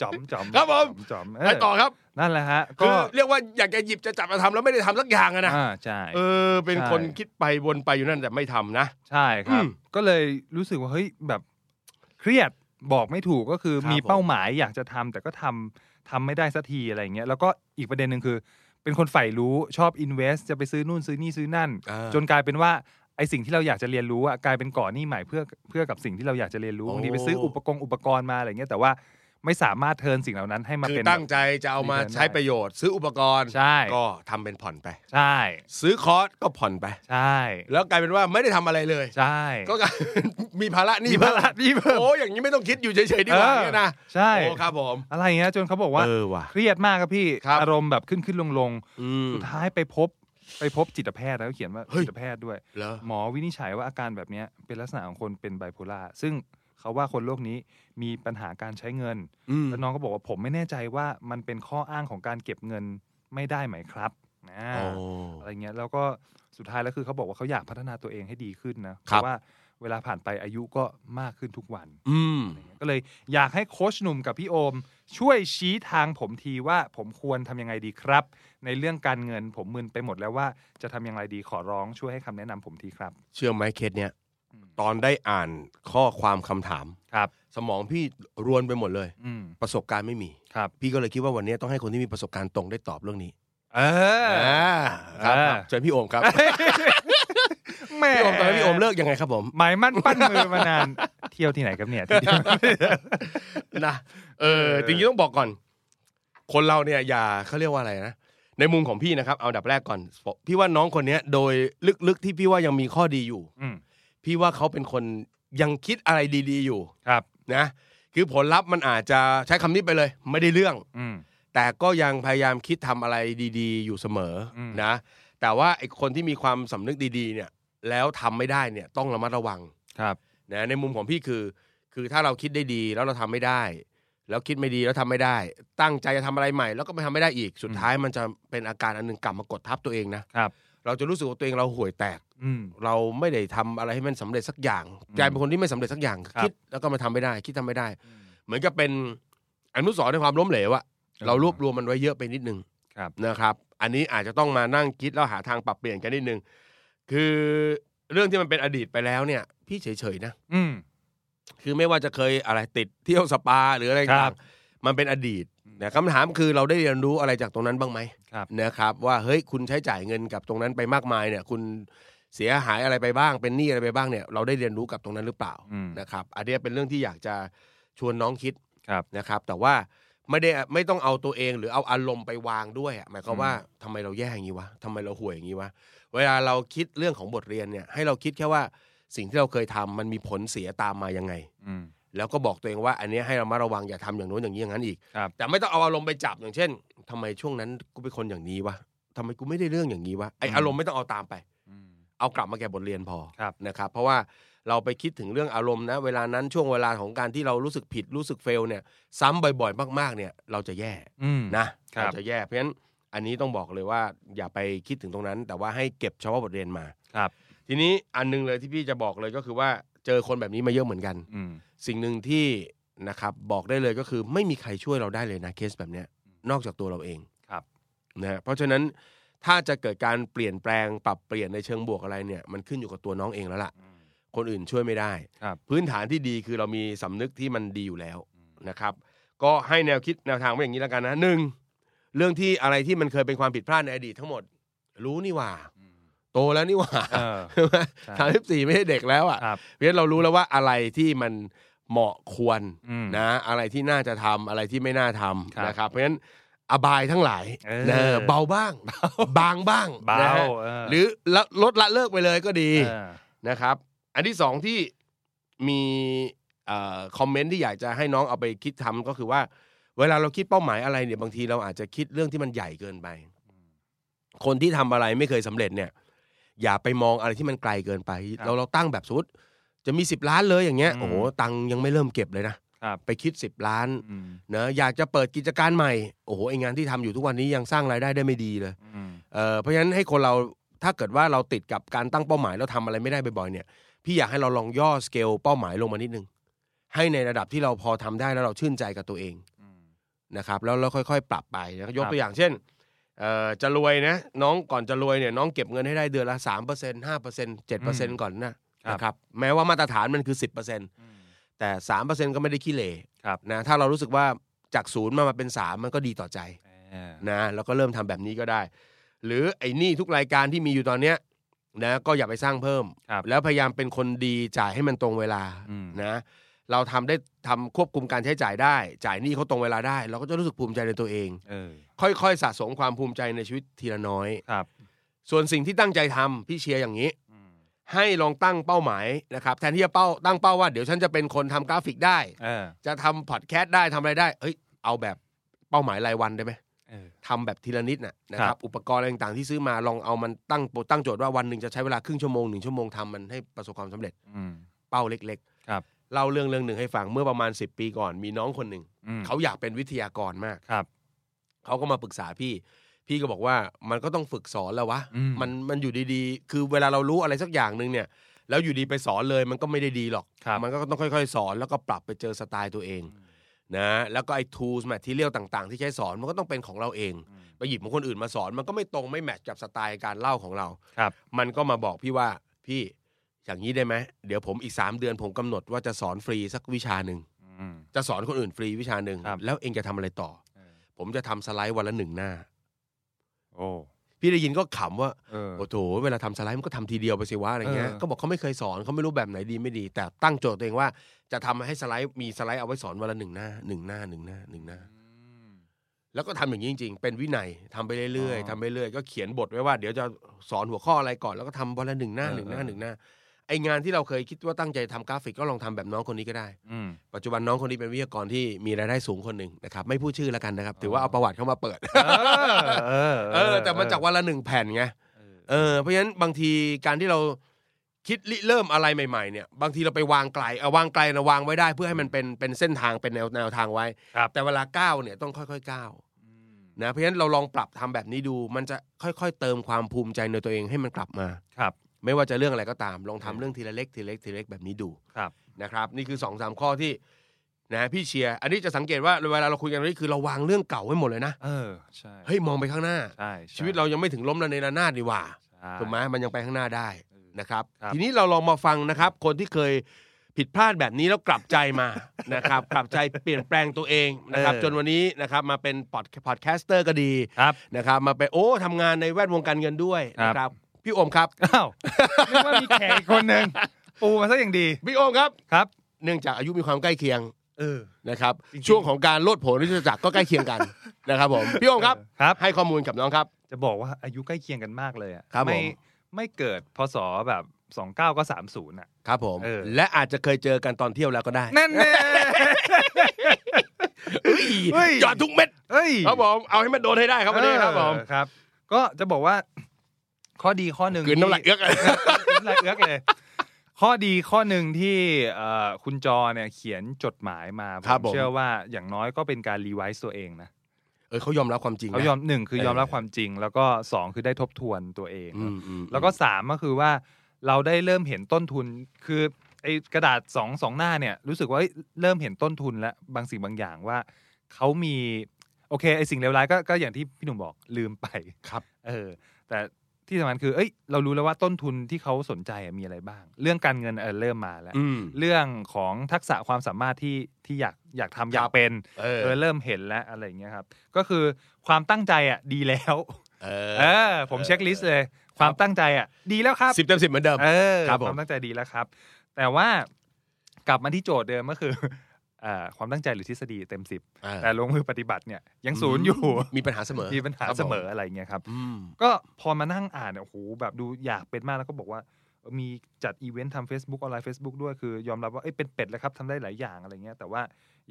S2: จ๋อมจ๋อม
S3: ครับผม
S2: จ๋อมเ
S3: ไปต่อครับ
S2: นั่นแหละฮะ
S3: คื
S2: ก็
S3: อเรียกว่าอยากจะหยิบจะจับมาทำแล้วไม่ได้ทำสักอย่างอะนะ
S2: อ่าใช่
S3: เออ เป็นคนคิดไปวนไปอยู่นั่นแต่ไม่ทำนะ
S2: ใช่ครับ
S3: อืม
S2: ก็เลยรู้สึกว่าเฮ้ยแบบเครียดบอกไม่ถูกก็คือ
S3: ครับ
S2: มีเป้าหมายอยากจะทำแต่ก็ทำทำไม่ได้สักทีอะไรเงี้ยแล้วก็อีกประเด็นหนึ่งคือ เป็นคนใฝ่รู้ชอบ invest จะไปซื้อนู่นซื้อนี่ซื้อนั่น
S3: อ่า
S2: จนกลายเป็นว่าไอสิ่งที่เราอยากจะเรียนรู้อะกลายเป็นก่อหนี้ใหม่เพื่อเพื่อกับสิ่งที่เราอยากจะเรียนรู้
S3: โอ้
S2: บางทีไปซื้ออุปกรณ์อุปกรณ์มาอะไรเงี้ยแต่ว่าไม่สามารถเทิร์นสิ่งเหล่านั้นให้มา
S3: คือ
S2: เป็น
S3: ตั้งใจจะเอามาใช้ประโยชน์ ซื้ออุปกรณ์
S2: ใช่
S3: ก็ทำเป็นผ่อนไป
S2: ใช่
S3: ซื้อคอร์สก็ผ่อนไป
S2: ใช่
S3: แล้วกลายเป็นว่าไม่ได้ทำอะไรเลย
S2: ใช่
S3: ก็กลาย มีภาระหนี่
S2: มีภาระหนี้เพิ่ม
S3: โอ้อย่างนี้ไม่ต้องคิดอยู่เฉยๆดีกว่า
S2: เออ
S3: เนี่ยนะ
S2: ใช่
S3: โอ้ครับผม
S2: อะไรเงี้ยจนเขาบอกว่า
S3: เออว่ะ
S2: เครียดมากครับพี่
S3: ครับ
S2: อารมณ์แบบขึ้นขึ้นลงลง
S3: อืม
S2: สุดท้ายไปพบ ไปพบจิตแพทย์แล้วก็เขียนว่า
S3: เฮ้ย
S2: จิตแพทย์ด้วย
S3: เหรอ
S2: หมอวินิจฉัยว่าอาการแบบเนี้ยเป็นลักษณะของคนเป็นไบโพล่าซึ่งเขาว่าคนโรคนี้มีปัญหาการใช้เงิน
S3: อืม
S2: แล้วน้องก็บอกว่าผมไม่แน่ใจว่ามันเป็นข้ออ้างของการเก็บเงินไม่ได้ไหมครับนะ
S3: อ๋อ
S2: อะไรเงี้ยแล้วก็สุดท้ายแล้วคือเขาบอกว่าเขาอยากพัฒนาตัวเองให้ดีขึ้นนะเพ
S3: ครับ
S2: ราะว่าเวลาผ่านไปอายุก็มากขึ้นทุกวัน
S3: อืม
S2: ก็เลยอยากให้โค้ชหนุ่มกับพี่โอม ช่วยชี้ทางผมทีว่าผมควรทำยังไงดีครับ ในเรื่องการเงินผมมึนไปหมดแล้วว่าจะทำยังไงดีขอร้องช่วยให้คำแนะนำผมทีครับ
S3: เชื่อไหมเคสเนี้ย
S2: อืม
S3: ตอนได้อ่านข้อความคำถาม
S2: ครับ
S3: สมองพี่รวนไปหมดเลย
S2: อืม
S3: ประสบการณ์ไม่มี
S2: ครับ
S3: พี่ก็เลยคิดว่าวันนี้ต้องให้คนที่มีประสบการณ์ตรงได้ตอบเรื่องนี้
S2: เออ
S3: อ่าครับ
S2: เออ
S3: ครับเชิญพี่โอมครับ
S2: แม่
S3: พี่โอมตอนนี้นพี่โอมเลิกยังไงครับผม
S2: หมายมั่นปั้นมือมานาน เที่ยวที่ไหนครับเนี่ยที่ เดียว
S3: นะเออ
S2: เออ
S3: จริงๆต้องบอกก่อน คนเราเนี่ยอย่าเขาเรียกว่าอะไรนะในมุมของพี่นะครับเอาอันดับแรกก่อนพี่ว่าน้องคนเนี้ยโดยลึกๆที่พี่ว่ายังมีข้อดีอยู่
S2: อืม
S3: พี่ว่าเขาเป็นคนยังคิดอะไรดีๆอยู่
S2: ครับ
S3: นะ คือผลลัพธ์มันอาจจะใช้คำนี้ไปเลย ไม่ได้เรื่อง
S2: อืม
S3: แต่ก็ยังพยายามคิดทำอะไรดีๆ อยู่เสมออ
S2: ม
S3: นะ แต่ว่าไอ้คนที่มีความสำนึกดีๆ เนี่ย แล้วทำไม่ได้เนี่ยต้องระมัดระวัง
S2: ครับ
S3: นะในมุมของพี่คือ คือถ้าเราคิดได้ดีแล้วเราทำไม่ได้ แล้วคิดไม่ดีแล้วทำไม่ได้ ตั้งใจจะทำอะไรใหม่ แล้วก็ไม่ทำไม่ได้อีกสุดท้ายมันจะเป็นอาการอันหนึ่งกลับมากดทับตัวเองนะครับ เราจะรู้สึกว่าตัวเองเราห่วยแตก
S2: อืม
S3: เราไม่ได้ทำอะไรให้มันสำเร็จสักอย่างกลายเป็นคนที่ไม่สำเร็จสักอย่าง
S2: ครับ
S3: คิดแล้วก็มาทำไม่ได้ คิดทำไม่ได้ เหมือนกับเป็นอนุสรณ์ในความล้มเหลวอะเรารวบรวมมันไว้เยอะไปนิดนึง
S2: ครับ
S3: นะครับ อันนี้อาจจะต้องมานั่งคิดแล้วหาทางปรับเปลี่ยนกันนิดนึงคือเรื่องที่มันเป็นอดีตไปแล้วเนี่ย พี่เฉยๆนะ
S2: อืม
S3: คือไม่ว่าจะเคยอะไรติดเที่ยวสปาหรืออะไร
S2: ครั
S3: ต่า
S2: บ
S3: งๆมันเป็นอดีตนะคำถามคือเราได้เรียนรู้อะไรจากตรงนั้นบ้างไหม
S2: ครับ
S3: นะครับ ว่าเฮ้ยคุณใช้จ่ายเงินกับตรงนั้นไปมากมายเนี่ย คุณเสียหายอะไรไปบ้าง เป็นหนี้อะไรไปบ้างเนี่ย เราได้เรียนรู้กับตรงนั้นหรือเปล่า
S2: อืม
S3: นะครับ อันเนี้ยเป็นเรื่องที่อยากจะชวนน้องคิด
S2: ครับ
S3: นะครับ แต่ว่าไม่ได้ไม่ต้องเอาตัวเองหรือเอาอารมณ์ไปวางด้วยอะหมายความว่าทำไมเราแย่อย่างนี้วะทำไมเราห่วยอย่างนี้วะ เวลาเราคิดเรื่องของบทเรียนเนี่ยให้เราคิดแค่ว่าสิ่งที่เราเคยทำมันมีผลเสียตามมายังไง
S2: อืม
S3: แล้วก็บอกตัวเองว่าอันเนี้ยให้เรามาระวังอย่าทำอย่างโน้นอย่างนี้อย่างนั้นอีก
S2: ครับ
S3: แต่ไม่ต้องเอาอารมณ์ไปจับอย่างเช่นทำไมช่วงนั้นกูเป็นคนอย่างนี้วะทำไมกูไม่ได้เรื่องอย่างนี้วะไออารมณ์ไม่ต้องเอาตามไป
S2: อืม
S3: เอากลับมาแก่บทเรียนพอ
S2: ครับ
S3: นะครับ เพราะว่าเราไปคิดถึงเรื่องอารมณ์นะ เวลานั้นช่วงเวลาของการที่เรารู้สึกผิดรู้สึกเฟลเนี่ยซ้ำบ่อยๆ มากๆเนี่ยเราจะแย่
S2: อืม
S3: นะครับ เราจะแย่เพราะฉะนั้นอันนี้ต้องบอกเลยว่าอย่าไปคิดถึงตรงนั้น แต่ว่าให้เก็บเฉพาะบทเรียนมา
S2: ครับ
S3: ทีนี้อันหนึงเลยที่พี่จะบอกเลยก็คือว่าเจอคนแบบนี้มาเยอะเหมือนกัน
S2: อืม
S3: สิ่งหนึ่งที่นะครับบอกได้เลยก็คือไม่มีใครช่วยเราได้เลยนะเคสแบบเนี้ยนอกจากตัวเราเอง
S2: ครับ
S3: นะฮะเพราะฉะนั้นถ้าจะเกิดการเปลี่ยนแปลงปรับเปลี่ยนในเชิงบวกอะไรเนี่ยมันขึ้นอยู่กับตัวน้องเองแล้วล่ะ คนอื่นช่วยไม่ได้
S2: ครับ
S3: พื้นฐานที่ดีคือเรามีสำนึกที่มันดีอยู่แล้วนะครับ ก็ให้แนวคิดแนวทางไว้อย่างนี้แล้วกันนะหนึ่งเรื่องที่อะไรที่มันเคยเป็นความผิดพลาดในอดีตทั้งหมด รู้นี่หว่า โตแล้วนี่หว่า
S2: เออ ใช่
S3: สามสิบสี่ไม่ใช่เด็กแล้วอ่ะ
S2: ครับ
S3: เพราะฉะนั้นเรารู้แล้วว่าอะไรที่มันเหมาะควร
S2: อืม
S3: นะ อะไรที่น่าจะทำอะไรที่ไม่น่าทำ
S2: ครับ
S3: นะครับ เพราะฉะนั้นอบายทั้งหลาย
S2: เออ
S3: เออเบาบ้าง บางบ้าง
S2: เบา
S3: นะฮะ
S2: เห
S3: รือละลดละเลิกไปเลยก็ดี
S2: เออ
S3: นะครับ อันที่สองที่มีคอมเมนต์ที่อยากจะให้น้องเอาไปคิดทำก็คือว่า เวลาเราคิดเป้าหมายอะไรเนี่ยบางทีเราอาจจะคิดเรื่องที่มันใหญ่เกินไป คนที่ทำอะไรไม่เคยสำเร็จเนี่ย อย่าไปมองอะไรที่มันไกลเกินไป
S2: ครับ
S3: เราเราตั้งแบบสมมุดจะมี 10 ล้านเลยอย่างเงี้ย
S2: อืม
S3: โอ้โหตังค์ยังไม่เริ่มเก็บเลยนะครับ ไปคิด 10 ล้าน
S2: อืม
S3: เนอะอยากจะเปิดกิจการใหม่โอ้โหไองานที่ทำอยู่ทุกวันนี้ยังสร้างรายได้ได้ไม่ดีเลย
S2: อืม
S3: เออเพราะฉะนั้นให้คนเราถ้าเกิดว่าเราติดกับการตั้งเป้าหมายแล้วทำอะไรไม่ได้บ่อยๆเนี่ย พี่อยากให้เราลองย่อสเกลเป้าหมายลงมานิดนึงให้ในระดับที่เราพอทำได้แล้วเราชื่นใจกับตัวเอง นะครับแล้วเราค่อยๆ ปรับไปนะครับยก
S2: ครับ
S3: ตัวอย่างเช่นเอ่อจะรวยนะน้องก่อนจะรวยเนี่ยน้องเก็บเงินให้ได้เดือนละสามเปอร์เซ็นต์ห้าเปอร์เซ็นต์เจ็ดเปอร์เซ็นต์ก่อนนะนะครับแม้ว่ามาตรฐานมันคือสิบเปอร์เซ็นต์
S2: อืม
S3: แต่สามเปอร์เซ็นต์ก็ไม่ได้ขี้เหร่
S2: ครับ
S3: นะถ้าเรารู้สึกว่าจากศูนย์มามาเป็นสามมันก็ดีต่อใจ
S2: เออ
S3: นะแล้วก็เริ่มทำแบบนี้ก็ได้ หรือไอ้หนี่ทุกรายการที่มีอยู่ตอนเนี้ยนะก็อย่าไปสร้างเพิ่ม
S2: ครับ
S3: แล้วพยายามเป็นคนดีจ่ายให้มันตรงเวลา
S2: อืม
S3: นะ เราทำได้ทำควบคุมการใช้จ่ายได้ จ่ายหนี้เขาตรงเวลาได้ เราก็จะรู้สึกภูมิใจในตัวเอง
S2: เออ
S3: ค่อยๆ สะสมความภูมิใจในชีวิตทีละน้อย
S2: ครับ
S3: ส่วนสิ่งที่ตั้งใจทำพี่เชียร์อย่างนี้
S2: อืม
S3: ให้ลองตั้งเป้าหมายนะครับแทนที่จะเป้าตั้งเป้าว่าเดี๋ยวฉันจะเป็นคนทำกราฟิกได้
S2: เออ
S3: จะทำพอดแคสต์ได้ทำอะไรได้เอ้ยเอาแบบเป้าหมายรายวันได้ไหม
S2: เอ เออ
S3: ทำแบบทีละนิดน่ะนะค
S4: ครั
S3: รับบ อุปกรณ์อะไรต่างๆที่ซื้อมาลองเอามันตั้งตั้งโจทย์ว่าวันหนึ่งจะใช้เวลาครึ่งชั่วโมงหนึ่งชั่วโมงทำมันให้ประสบความสำเร็จ
S4: อืม
S3: เป้าเล็ก
S4: ครับ
S3: ๆเล่าเรื่องเรื่องหนึ่งให้ฟังเมื่อประมาณ 10 ปีก่อนมีน้องคนหนึ่ง
S4: อืม
S3: เขาอยากเป็นวิทยากรมาก
S4: ครับ
S3: เขาก็มาปรึกษาพี่ พี่ก็บอกว่ามันก็ต้องฝึกสอนแล้ววะ
S4: อืม
S3: มันมันอยู่ดีๆ คือเวลาเรารู้อะไรสักอย่างหนึ่งเนี่ย แล้วอยู่ดีไปสอนเลยมันก็ไม่ได้ดีหรอก
S4: ครับ
S3: มันก็ต้องค่อยๆ สอนแล้วก็ปรับไปเจอสไตล์ตัวเองนะ แล้วก็ไอ้ tools material ต่างๆ ที่ใช้สอนมันก็ต้องเป็นของเราเอง ไปหยิบของคนอื่นมาสอน มันก็ไม่ตรงไม่แมทช์กับสไตล์การเล่าของเรา
S4: ครับ
S3: มันก็มาบอกพี่ว่าพี่อย่างนี้ได้ไหมเดี๋ยวผมอีกสามเดือนผมกำหนดว่าจะสอนฟรีสักวิชาหนึ่ง
S4: อืม
S3: จะสอนคนอื่นฟรีวิชาหนึ่ง
S4: ครับ
S3: แล้วเองจะทำอะไรต่อ ผมจะทำสไลด์วันละหนึ่งหน้า
S4: โอ้
S3: พี่ได้ยินก็ขำว่า
S2: เออ
S3: โอ้โหเวลาทำสไลด์มันก็ทำทีเดียวไปสิวะอะไรเงี้ย
S2: เออ
S3: ก็บอกเขาไม่เคยสอนเขาไม่รู้แบบไหนดีไม่ดี แต่ตั้งโจทย์ตัวเองว่าจะทำให้สไลด์มีสไลด์เอาไว้สอนวันละหนึ่งหน้าหนึ่งหน้าหนึ่งหน้าหนึ่งหน้า แล้วก็ทำอย่างนี้จริงๆ เป็นวินัยทำไปเรื่อย
S4: อ๋อ
S3: ๆทำไปเรื่อยก็เขียนบทไว้ว่าเดี๋ยวจะสอนหัวข้ออะไรก่อนแล้วก็ทำวันละหนึ่งหน้า
S4: เออ
S3: หนึ่งหน้า
S4: เออ
S3: หนึ่งหน้าไองานที่เราเคยคิดว่าตั้งใจทำกราฟิกก็ลองทำแบบน้องคนนี้ก็ได้
S4: อืม
S3: ปัจจุบันน้องคนนี้เป็นวิทยากรที่มีรายได้สูงคนหนึ่งนะครับไม่พูดชื่อแล้วกันนะครับถือว่าเอาประวัติเข้ามาเปิด
S4: เออ เออ
S3: เออแต่มันจากวันละหนึ่งแผ่นไงเออเพราะฉะนั้นบางทีการที่เราคิดริเริ่มอะไรใหม่ ๆ เนี่ยบางทีเราไปวางไกลเอาวางไกลนะวางไว้ได้เพื่อให้มันเป็นเป็นเส้นทางเป็นแนวแนวทางไว้
S4: ครับ
S3: แต่เวลาก้าวเนี่ยต้องค่อยๆก้าวนะเพราะฉะนั้นเราลองปรับทำแบบนี้ดู มันจะค่อยๆ เติมความภูมิใจในตัวเองให้มันกลับมา
S4: ครับ
S3: ไม่ว่าจะเรื่องอะไรก็ตามลองทำ
S4: เออ
S3: เรื่องทีละเล็กทีละเล็กทีละเล็กแบบนี้ดู
S4: ครับ
S3: นะครับนี่คือ2อสามข้อที่นะพี่เชียร์อันนี้จะสังเกตว่าเวลาเราคุยกันนี่คือเราวางเรื่องเก่าไว้หมดเลยนะ
S4: เออ ใช่
S3: เฮ้ยมองไปข้างหน้า
S4: ใช่ใ
S3: ชีวิตเรายังไม่ถึงล้มระเนระนาดดีกว่า
S4: ใช่
S3: ถูกไหมมันยังไปข้างหน้าได้นะครับ
S4: ครับ
S3: ทีนี้เราลองมาฟังนะครับ คนที่เคยผิดพลาดแบบนี้แล้วกลับใจมา นะครับ กลับใจเปลี่ยนแปลงตัวเองนะครับ จนวันนี้นะครับมาเป็นพอดพอดแคสเตอร์ก็ดี
S4: ครับ
S3: นะครับ มาเป็นโอ้ทำงานในแวดวงการเงินด้วย
S4: ครับ
S3: นะครับพี่โอมครับ
S4: อ้าวนึกว่ามีแขกอีกคนหนึ่งปูมาซะอย่างดี
S3: พี่โอมครับ
S4: ครับ
S3: เนื่องจากอายุมีความใกล้เคียง
S2: เออ
S3: นะครับช่วงของการโลดโผนที่จะจักรก็ใกล้ เคียงกัน นะครับผมพี่โองครับ
S4: ครับ
S3: ให้ข้อมูลกับน้องครับ
S2: จะบอกว่าอายุใกล้เคียงกันมากเลยอ่ะ
S3: ครับผม
S2: ไม่ไม่เกิดพศแบบสองเก้าก็สามศูนย์อ่ะ
S3: ครับผม
S2: เออ
S3: และอาจจะเคยเจอกันตอนเที่ยวแล้วก็ได้
S4: นั่นแน่ เฮ้ย
S3: จอด ทุกเม็ด
S4: เอ้ย
S3: ครับผมเอาให้มันโดนให้ได้ครับวันนี้ครับผม
S2: เออครับ ก็จะบอกว่าข้อดีข้อหนึ่ง
S3: คืนน้ำลายเอื้อก
S2: กลืนน้ำลายเอื้อกเลย ข้อดีข้อหนึ่งที่เอ่อคุณจอเนี่ยเขียนจดหมายมาผ
S3: ครับ
S2: ม
S3: ผม
S2: เชื่อว่าอย่างน้อยก็เป็นการรีไวซ์ตัวเองนะ
S3: เออเขายอมรับความจริงนะ
S2: เขายอมหนึ่งคือยอมรับความจริง แล้วก็สองคือได้ทบทวนตัวเอง
S3: อืมอืม
S2: แล้วก็สามก็คือว่าเราได้เริ่มเห็นต้นทุนคือไอ้กระดาษสองสองหน้าเนี่ยรู้สึกว่าเอ้ยเริ่มเห็นต้นทุนและบางสิ่งบางอย่างว่าเขามีโอเคไอ้สิ่งเลวร้ายก็ก็อย่างที่พี่หนุ่มบอกลืมไป
S3: ครับ
S2: เออแต่ที่สำคัญคือเอ้ยเรารู้แล้วว่าต้นทุนที่เขาสนใจอะมีอะไรบ้าง เรื่องการเงินเออเริ่มมาแล้ว
S3: อืม
S2: เรื่องของทักษะความสามารถที่ที่อยากอยากทำอยา
S3: ค
S2: ก
S3: รับ
S2: เป็น
S3: เออ
S2: เออเริ่มเห็นแล้วอะไรอย่างเงี้ยครับก็คือความตั้งใจอ่ะดีแล้ว
S3: เอ
S2: เอ
S3: อ
S2: อผม
S3: เอ
S2: เช็คลิสต์เลย
S3: ครับ
S2: ความตั้งใจอ่ะ ดีแล้วครับ
S3: สิบเต็มสิบเหมือนเดิม
S2: เออ
S3: ครับผม
S2: ความตั้งใจดีแล้วครับ แต่ว่ากลับมาที่โจทย์เดิมก็คือ เอ่อความตั้งใจหรือทฤษฎีเต็มสิบ
S3: อ่า
S2: แต่ลงมือปฏิบัติเนี่ยยังศูนย์อยู่
S3: มีปัญหาเสมอ
S2: มีปัญหา
S3: ครับผ
S2: เสมออะไรเงี้ยครับ
S3: อืม
S2: ก็พอมานั่งอ่านเนี่ยโอ้โหแบบดูอยากเป็นมากแล้วก็บอกว่าเออมีจัดอีเวนต์ทำ Facebook ออนไลน์ Facebook ด้วยคือยอมรับว่าเอ้ยเป็นเป็ดแล้วครับทำได้หลายอย่างอะไรเงี้ย แต่ว่า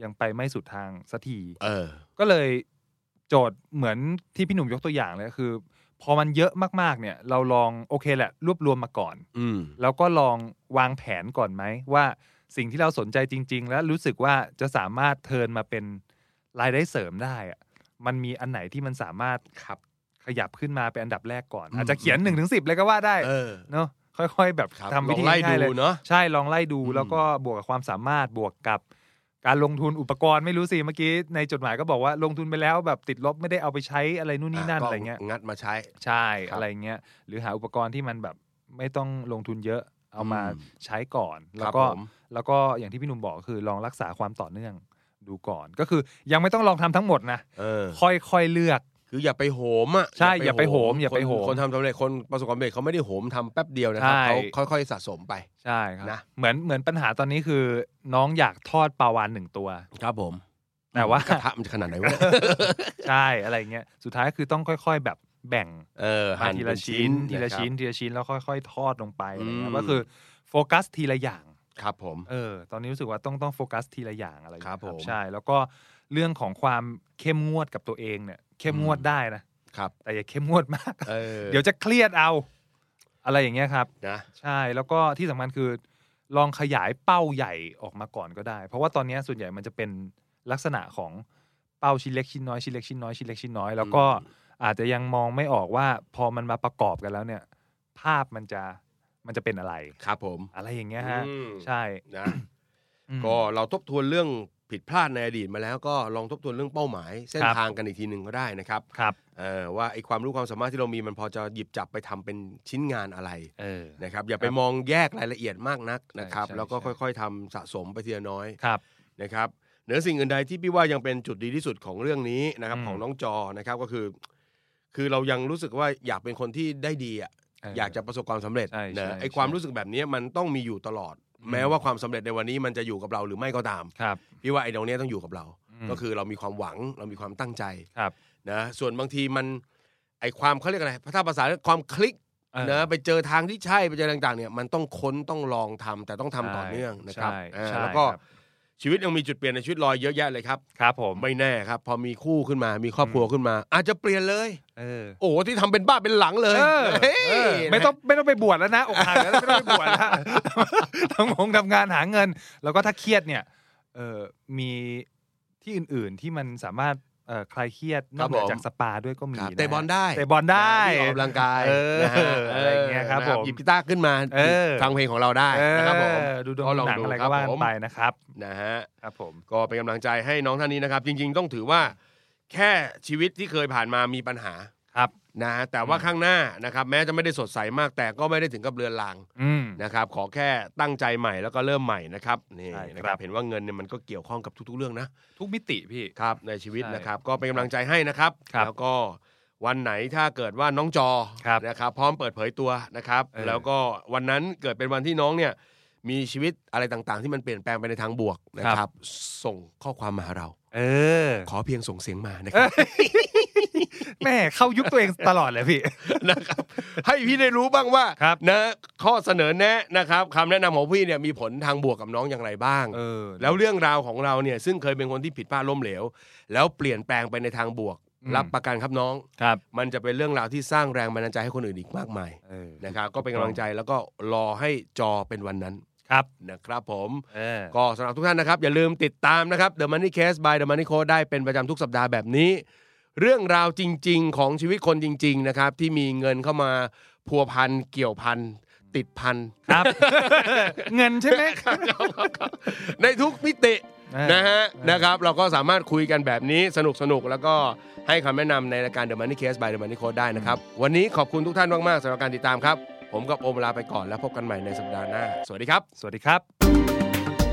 S2: ยังไปไม่สุดทางสักที
S3: เออ
S2: ก็เลยโจทย์เหมือนที่พี่หนุ่มยกตัวอย่างเลยคือ พอมันเยอะมากๆเนี่ยเราลองโอเคแหละ รวบรวมมาก่อน
S3: อืม
S2: แล้วก็ลองวางแผนก่อนไหม ว่าสิ่งที่เราสนใจจริง ๆ และรู้สึกว่าจะสามารถเทิร์นมาเป็นรายได้เสริมได้อะมันมีอันไหนที่มันสามารถขับขยับขึ้นมาเป็นอันดับแรกก่อน
S3: อืม
S2: อาจจะเขียน1นถึงสิเลยก็ว่าได้
S3: เออ
S2: เนาะค่อย ๆ แบบ
S3: ครับ
S2: ทำ
S3: ล
S2: วิ
S3: อง
S2: ธี
S3: ไล่
S2: ง่ายๆเล
S3: ดู
S2: ย
S3: เนาะ
S2: ใช่ลองไล่ดู
S3: อืม
S2: แล้วก็บวกกับความสามารถบวกกับการลงทุนอุปกรณ์ไม่รู้สิเมื่อกี้ในจดหมายก็บอกว่าลงทุนไปแล้วแบบติดลบไม่ได้เอาไปใช้อะไรนู่นนี่นั่น
S3: ก็
S2: อะไรเงี้ย
S3: งัดมาใช้
S2: ใช่
S3: ครับ
S2: อะไรเงี้ยหรือหาอุปกรณ์ที่มันแบบไม่ต้องลงทุนเยอะเอามา
S3: อืม
S2: ใช้ก่อน
S3: ค
S2: แล้
S3: รั
S2: ว
S3: บ
S2: ก็
S3: ผม
S2: แล้วก็อย่างที่พี่หนุ่มบอกคือลองรักษาความต่อเนื่องดูก่อน ก็คือยังไม่ต้องลองทำทั้งหมดนะ
S3: เออ
S2: ค่อยๆเลือก
S3: คืออย่าไปโหมอ่ะ
S2: ใช่อย่าไปโหม
S3: คน
S2: อย่าไปโหม
S3: คนทำสำเร็จคนประสบความสำเร็จเขาไม่ได้โหมทำแป๊บเดียวนะครับ
S2: ใช่
S3: เขาค่อยๆสะสมไป
S2: ใช่ครับ
S3: นะ
S2: เหมือนเหมือนปัญหาตอนนี้คือ น้องอยากทอดปลาวานหนึ่งตัว
S3: ครับผม
S2: แต่ว่า
S3: กระทะมันจะขนาดไหนวะ
S2: ใช่อะไรเงี้ยสุดท้ายคือต้องค่อย ๆ แบบแบ่ง
S3: เออ
S2: มา
S3: หั่น
S2: ที
S3: เป็
S2: ละชิ้น ทีละ
S3: ครับ
S2: ชิ้นทีละชิ้นแล้วค่อย ๆ ทอดลงไปอะไรเงี้ย
S3: อืม
S2: ก็คือโฟกัสทีละอย่าง
S3: ครับผม
S2: เออตอนนี้รู้สึกว่าต้องต้องโฟกัสทีละอย่างอะไรเงี้ย
S3: ครับผม
S2: ใช่แล้วก็เรื่องของความเข้มงวดกับตัวเองเนี่ย เข้มงวดได้นะครับ แต่อย่าเข้มงวดมาก
S3: เออ
S2: เดี๋ยวจะเครียดเอา อะไรอย่างเงี้ยครับ
S3: นะ
S2: ใช่แล้วก็ที่สำคัญคือ ลองขยายเป้าใหญ่ออกมาก่อนก็ได้ เพราะว่าตอนเนี้ยส่วนใหญ่มันจะเป็นลักษณะของเป้าชิ้นเล็กชิ้นน้อยชิ้นเล็กชิ้นน้อยชิ้นเล็กชิ้นน้อย แล้วก็อาจจะยังมองไม่ออกว่าพอมันมาประกอบกันแล้วเนี่ย ภาพมันจะมันจะเป็นอะไร
S3: ครับผม
S2: อะไรอย่างเงี้ยฮะ
S3: อืม
S2: ใช่
S3: นะ
S2: อืม
S3: ก็เราทบทวนเรื่องผิดพลาดในอดีตมาแล้วก็ลองทบทวนเรื่องเป้าหมาย เส้น
S2: ครับ
S3: ทางกันอีกทีหนึ่งก็ได้นะครับ
S2: ครับ
S3: เออว่าไอ้ความรู้ความสามารถที่เรามีมันพอจะหยิบจับไปทำเป็นชิ้นงานอะไร
S2: เออ
S3: นะครับอย่าไป
S2: ครับ
S3: มองแยกรายละเอียดมากนักนะครับ
S2: ใช่ใช่
S3: แล้วก็
S2: ใช่
S3: ค่อยๆทำสะสมไปทีละน้อย
S2: ครับ
S3: นะครับเหนือสิ่งอื่นใดที่พี่ว่ายังเป็นจุดดีที่สุดของเรื่องนี้นะครับ
S2: อืม
S3: ของน้องจอนะครับก็คือ คือเรายังรู้สึกว่าอยากเป็นคนที่ได้ดีอะ
S2: เ
S3: อยากจะประสบความสำเร็จ
S2: ใช่ใช่
S3: นะไอ
S2: ใช่
S3: ความรู้สึกแบบนี้มันต้องมีอยู่ตลอด
S2: อืม
S3: แม้ว่าความสำเร็จในวันนี้มันจะอยู่กับเราหรือไม่ก็ตาม
S2: ครับ
S3: พี่ว่าไอตรงเนี้ยต้องอยู่กับเรา
S2: ม
S3: ก็คือเรามีความหวังเรามีความตั้งใจ
S2: ครับ
S3: นะส่วนบางทีมันไอความเขาเรียกอะไรถ้าภาษาเรียกความคลิก
S2: เออ
S3: นะไปเจอทางที่ใช่ไปเจอต่างๆเนี่ยมันต้องค้นต้องลองทำแต่ต้องทำต่อเนื่องนะครับ
S2: ใช่
S3: เออ
S2: ใช่
S3: แล้วก็
S2: ครับ
S3: ชีวิตยังมีจุดเปลี่ยนในชีวิตรอยเยอะแยะเลยครับ
S2: ครับผม
S3: ไม่แน่ครับ พอมีคู่ขึ้นมามีครอบครัวขึ้นมา อาจจะเปลี่ยนเลย
S2: เออ
S3: โอ้โหที่ทำเป็นบ้าเป็นหลังเลย
S2: เออ
S3: ฮ้ย
S2: เออไม่ต้องไม่ต้องไปบวชแล้วนะอกหักแล้วไม่ต้องไปบวชแล้ว ทำงงทำงานหาเงิน แล้วก็ถ้าเครียดเนี่ยเออมีที่อื่นๆที่มันสามารถเอ่อคลายเครียดนอกเหนื
S3: ผ
S2: อ
S3: ม
S2: จากสปาด้วยก็มี
S3: ครับ
S2: นะ
S3: เตะบอลได้
S2: เตะบอลได้
S3: นะวิ่งออกกำลังกาย
S2: เออ
S3: นะฮะ
S2: อะไรอย่างเงี้ยครับ
S3: นะ
S2: ผม
S3: หยิบกีตาร์ขึ้นมา
S2: เออ
S3: ฟังเพลงของเราได้นะครับผม
S2: เออดูดวง
S3: ก็
S2: ดูหนังอะไรก็ว่า
S3: ค
S2: กัน
S3: บผม
S2: ไปนะครับ
S3: นะฮะ
S2: ครับผม
S3: ก็เป็นกำลังใจให้น้องท่านนี้นะครับ จริง ๆ ต้องถือว่า แค่ชีวิตที่เคยผ่านมามีปัญหา
S2: ครับ
S3: นะฮะแต่ว่า
S2: อืม
S3: ข้างหน้านะครับ แม้จะไม่ได้สดใสมากแต่ก็ไม่ได้ถึงกับเรือนราง
S2: อืม
S3: นะครับ ขอแค่ตั้งใจใหม่แล้วก็เริ่มใหม่นะครับนี่
S2: ใช่
S3: นะค
S2: ครั
S3: รับบ เห็นว่าเงินเนี่ยมันก็เกี่ยวข้องกับทุก ๆ เรื่องนะ
S2: ทุกมิติพี่
S3: ครับในชีวิต
S2: ใช่
S3: นะครับก็เป็นกำลังใจให้นะครับ
S2: ครับ
S3: แล้วก็วันไหนถ้าเกิดว่าน้องจอ
S2: ครับ
S3: นะครับ พร้อมเปิดเผยตัวนะครับ
S2: เออ
S3: แล้วก็วันนั้นเกิดเป็นวันที่น้องเนี่ยมีชีวิตอะไรต่างๆ ที่มันเปลี่ยนแปลงไปในทางบวกนะค
S2: ครั
S3: รับ
S2: บ
S3: ส่งข้อความมาหาเรา
S2: เออ
S3: ขอเพียงส่งเสียงมานะครับ
S2: แม่เข้ายุคตัวเองตลอดเลยพี่
S3: นะครับ ให้พี่ได้รู้บ้างว่า
S2: ครับ
S3: นะข้อเสนอแนะนะครับคำแนะนำของพี่เนี่ยมีผลทางบวกกับน้องอย่างไรบ้าง
S2: เออ
S3: แล้วเรื่องราวของเราเนี่ยซึ่งเคยเป็นคนที่ผิดพลาดล้มเหลว แล้วเปลี่ยนแปลงไปในทางบวก
S2: อืม
S3: รับประกันครับน้อง
S2: ครับ
S3: มันจะเป็นเรื่องราวที่สร้างแรงบันดาลใจให้คนอื่นอีกมากมาย
S2: เออ
S3: นะครับ ก็เป็นกำลังใจแล้วก็รอให้จอเป็นวันนั้น
S2: ครับ
S3: นะครับผม
S2: เออ
S3: ก็สำหรับทุกท่านนะครับ อย่าลืมติดตามนะครับ The Money Case by The Money Code ได้เป็นประจำทุกสัปดาห์แบบนี้ เรื่องราวจริง ๆ ของชีวิตคนจริง ๆ นะครับ ที่มีเงินเข้ามาพัวพันเกี่ยวพันติดพัน
S2: ครับ เงินใช่ไหม
S3: ในทุกมิติ
S2: เออ
S3: นะฮะ
S2: เออ
S3: นะครับ เราก็สามารถคุยกันแบบนี้สนุกสนุกๆแล้วก็ให้คำแนะนำในรายการ The Money Case by The Money Code ได้นะครับ วันนี้ขอบคุณทุกท่านมาก ๆสำหรับการติดตามครับ ผมกับโอมลาไปก่อนแล้วพบกันใหม่ในสัปดาห์หน้า สวัสดีครับ
S2: สวัสดีครับ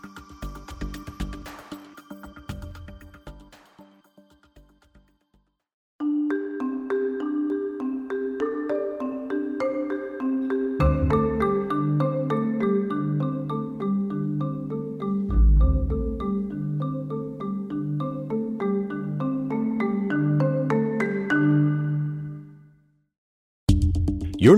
S1: You're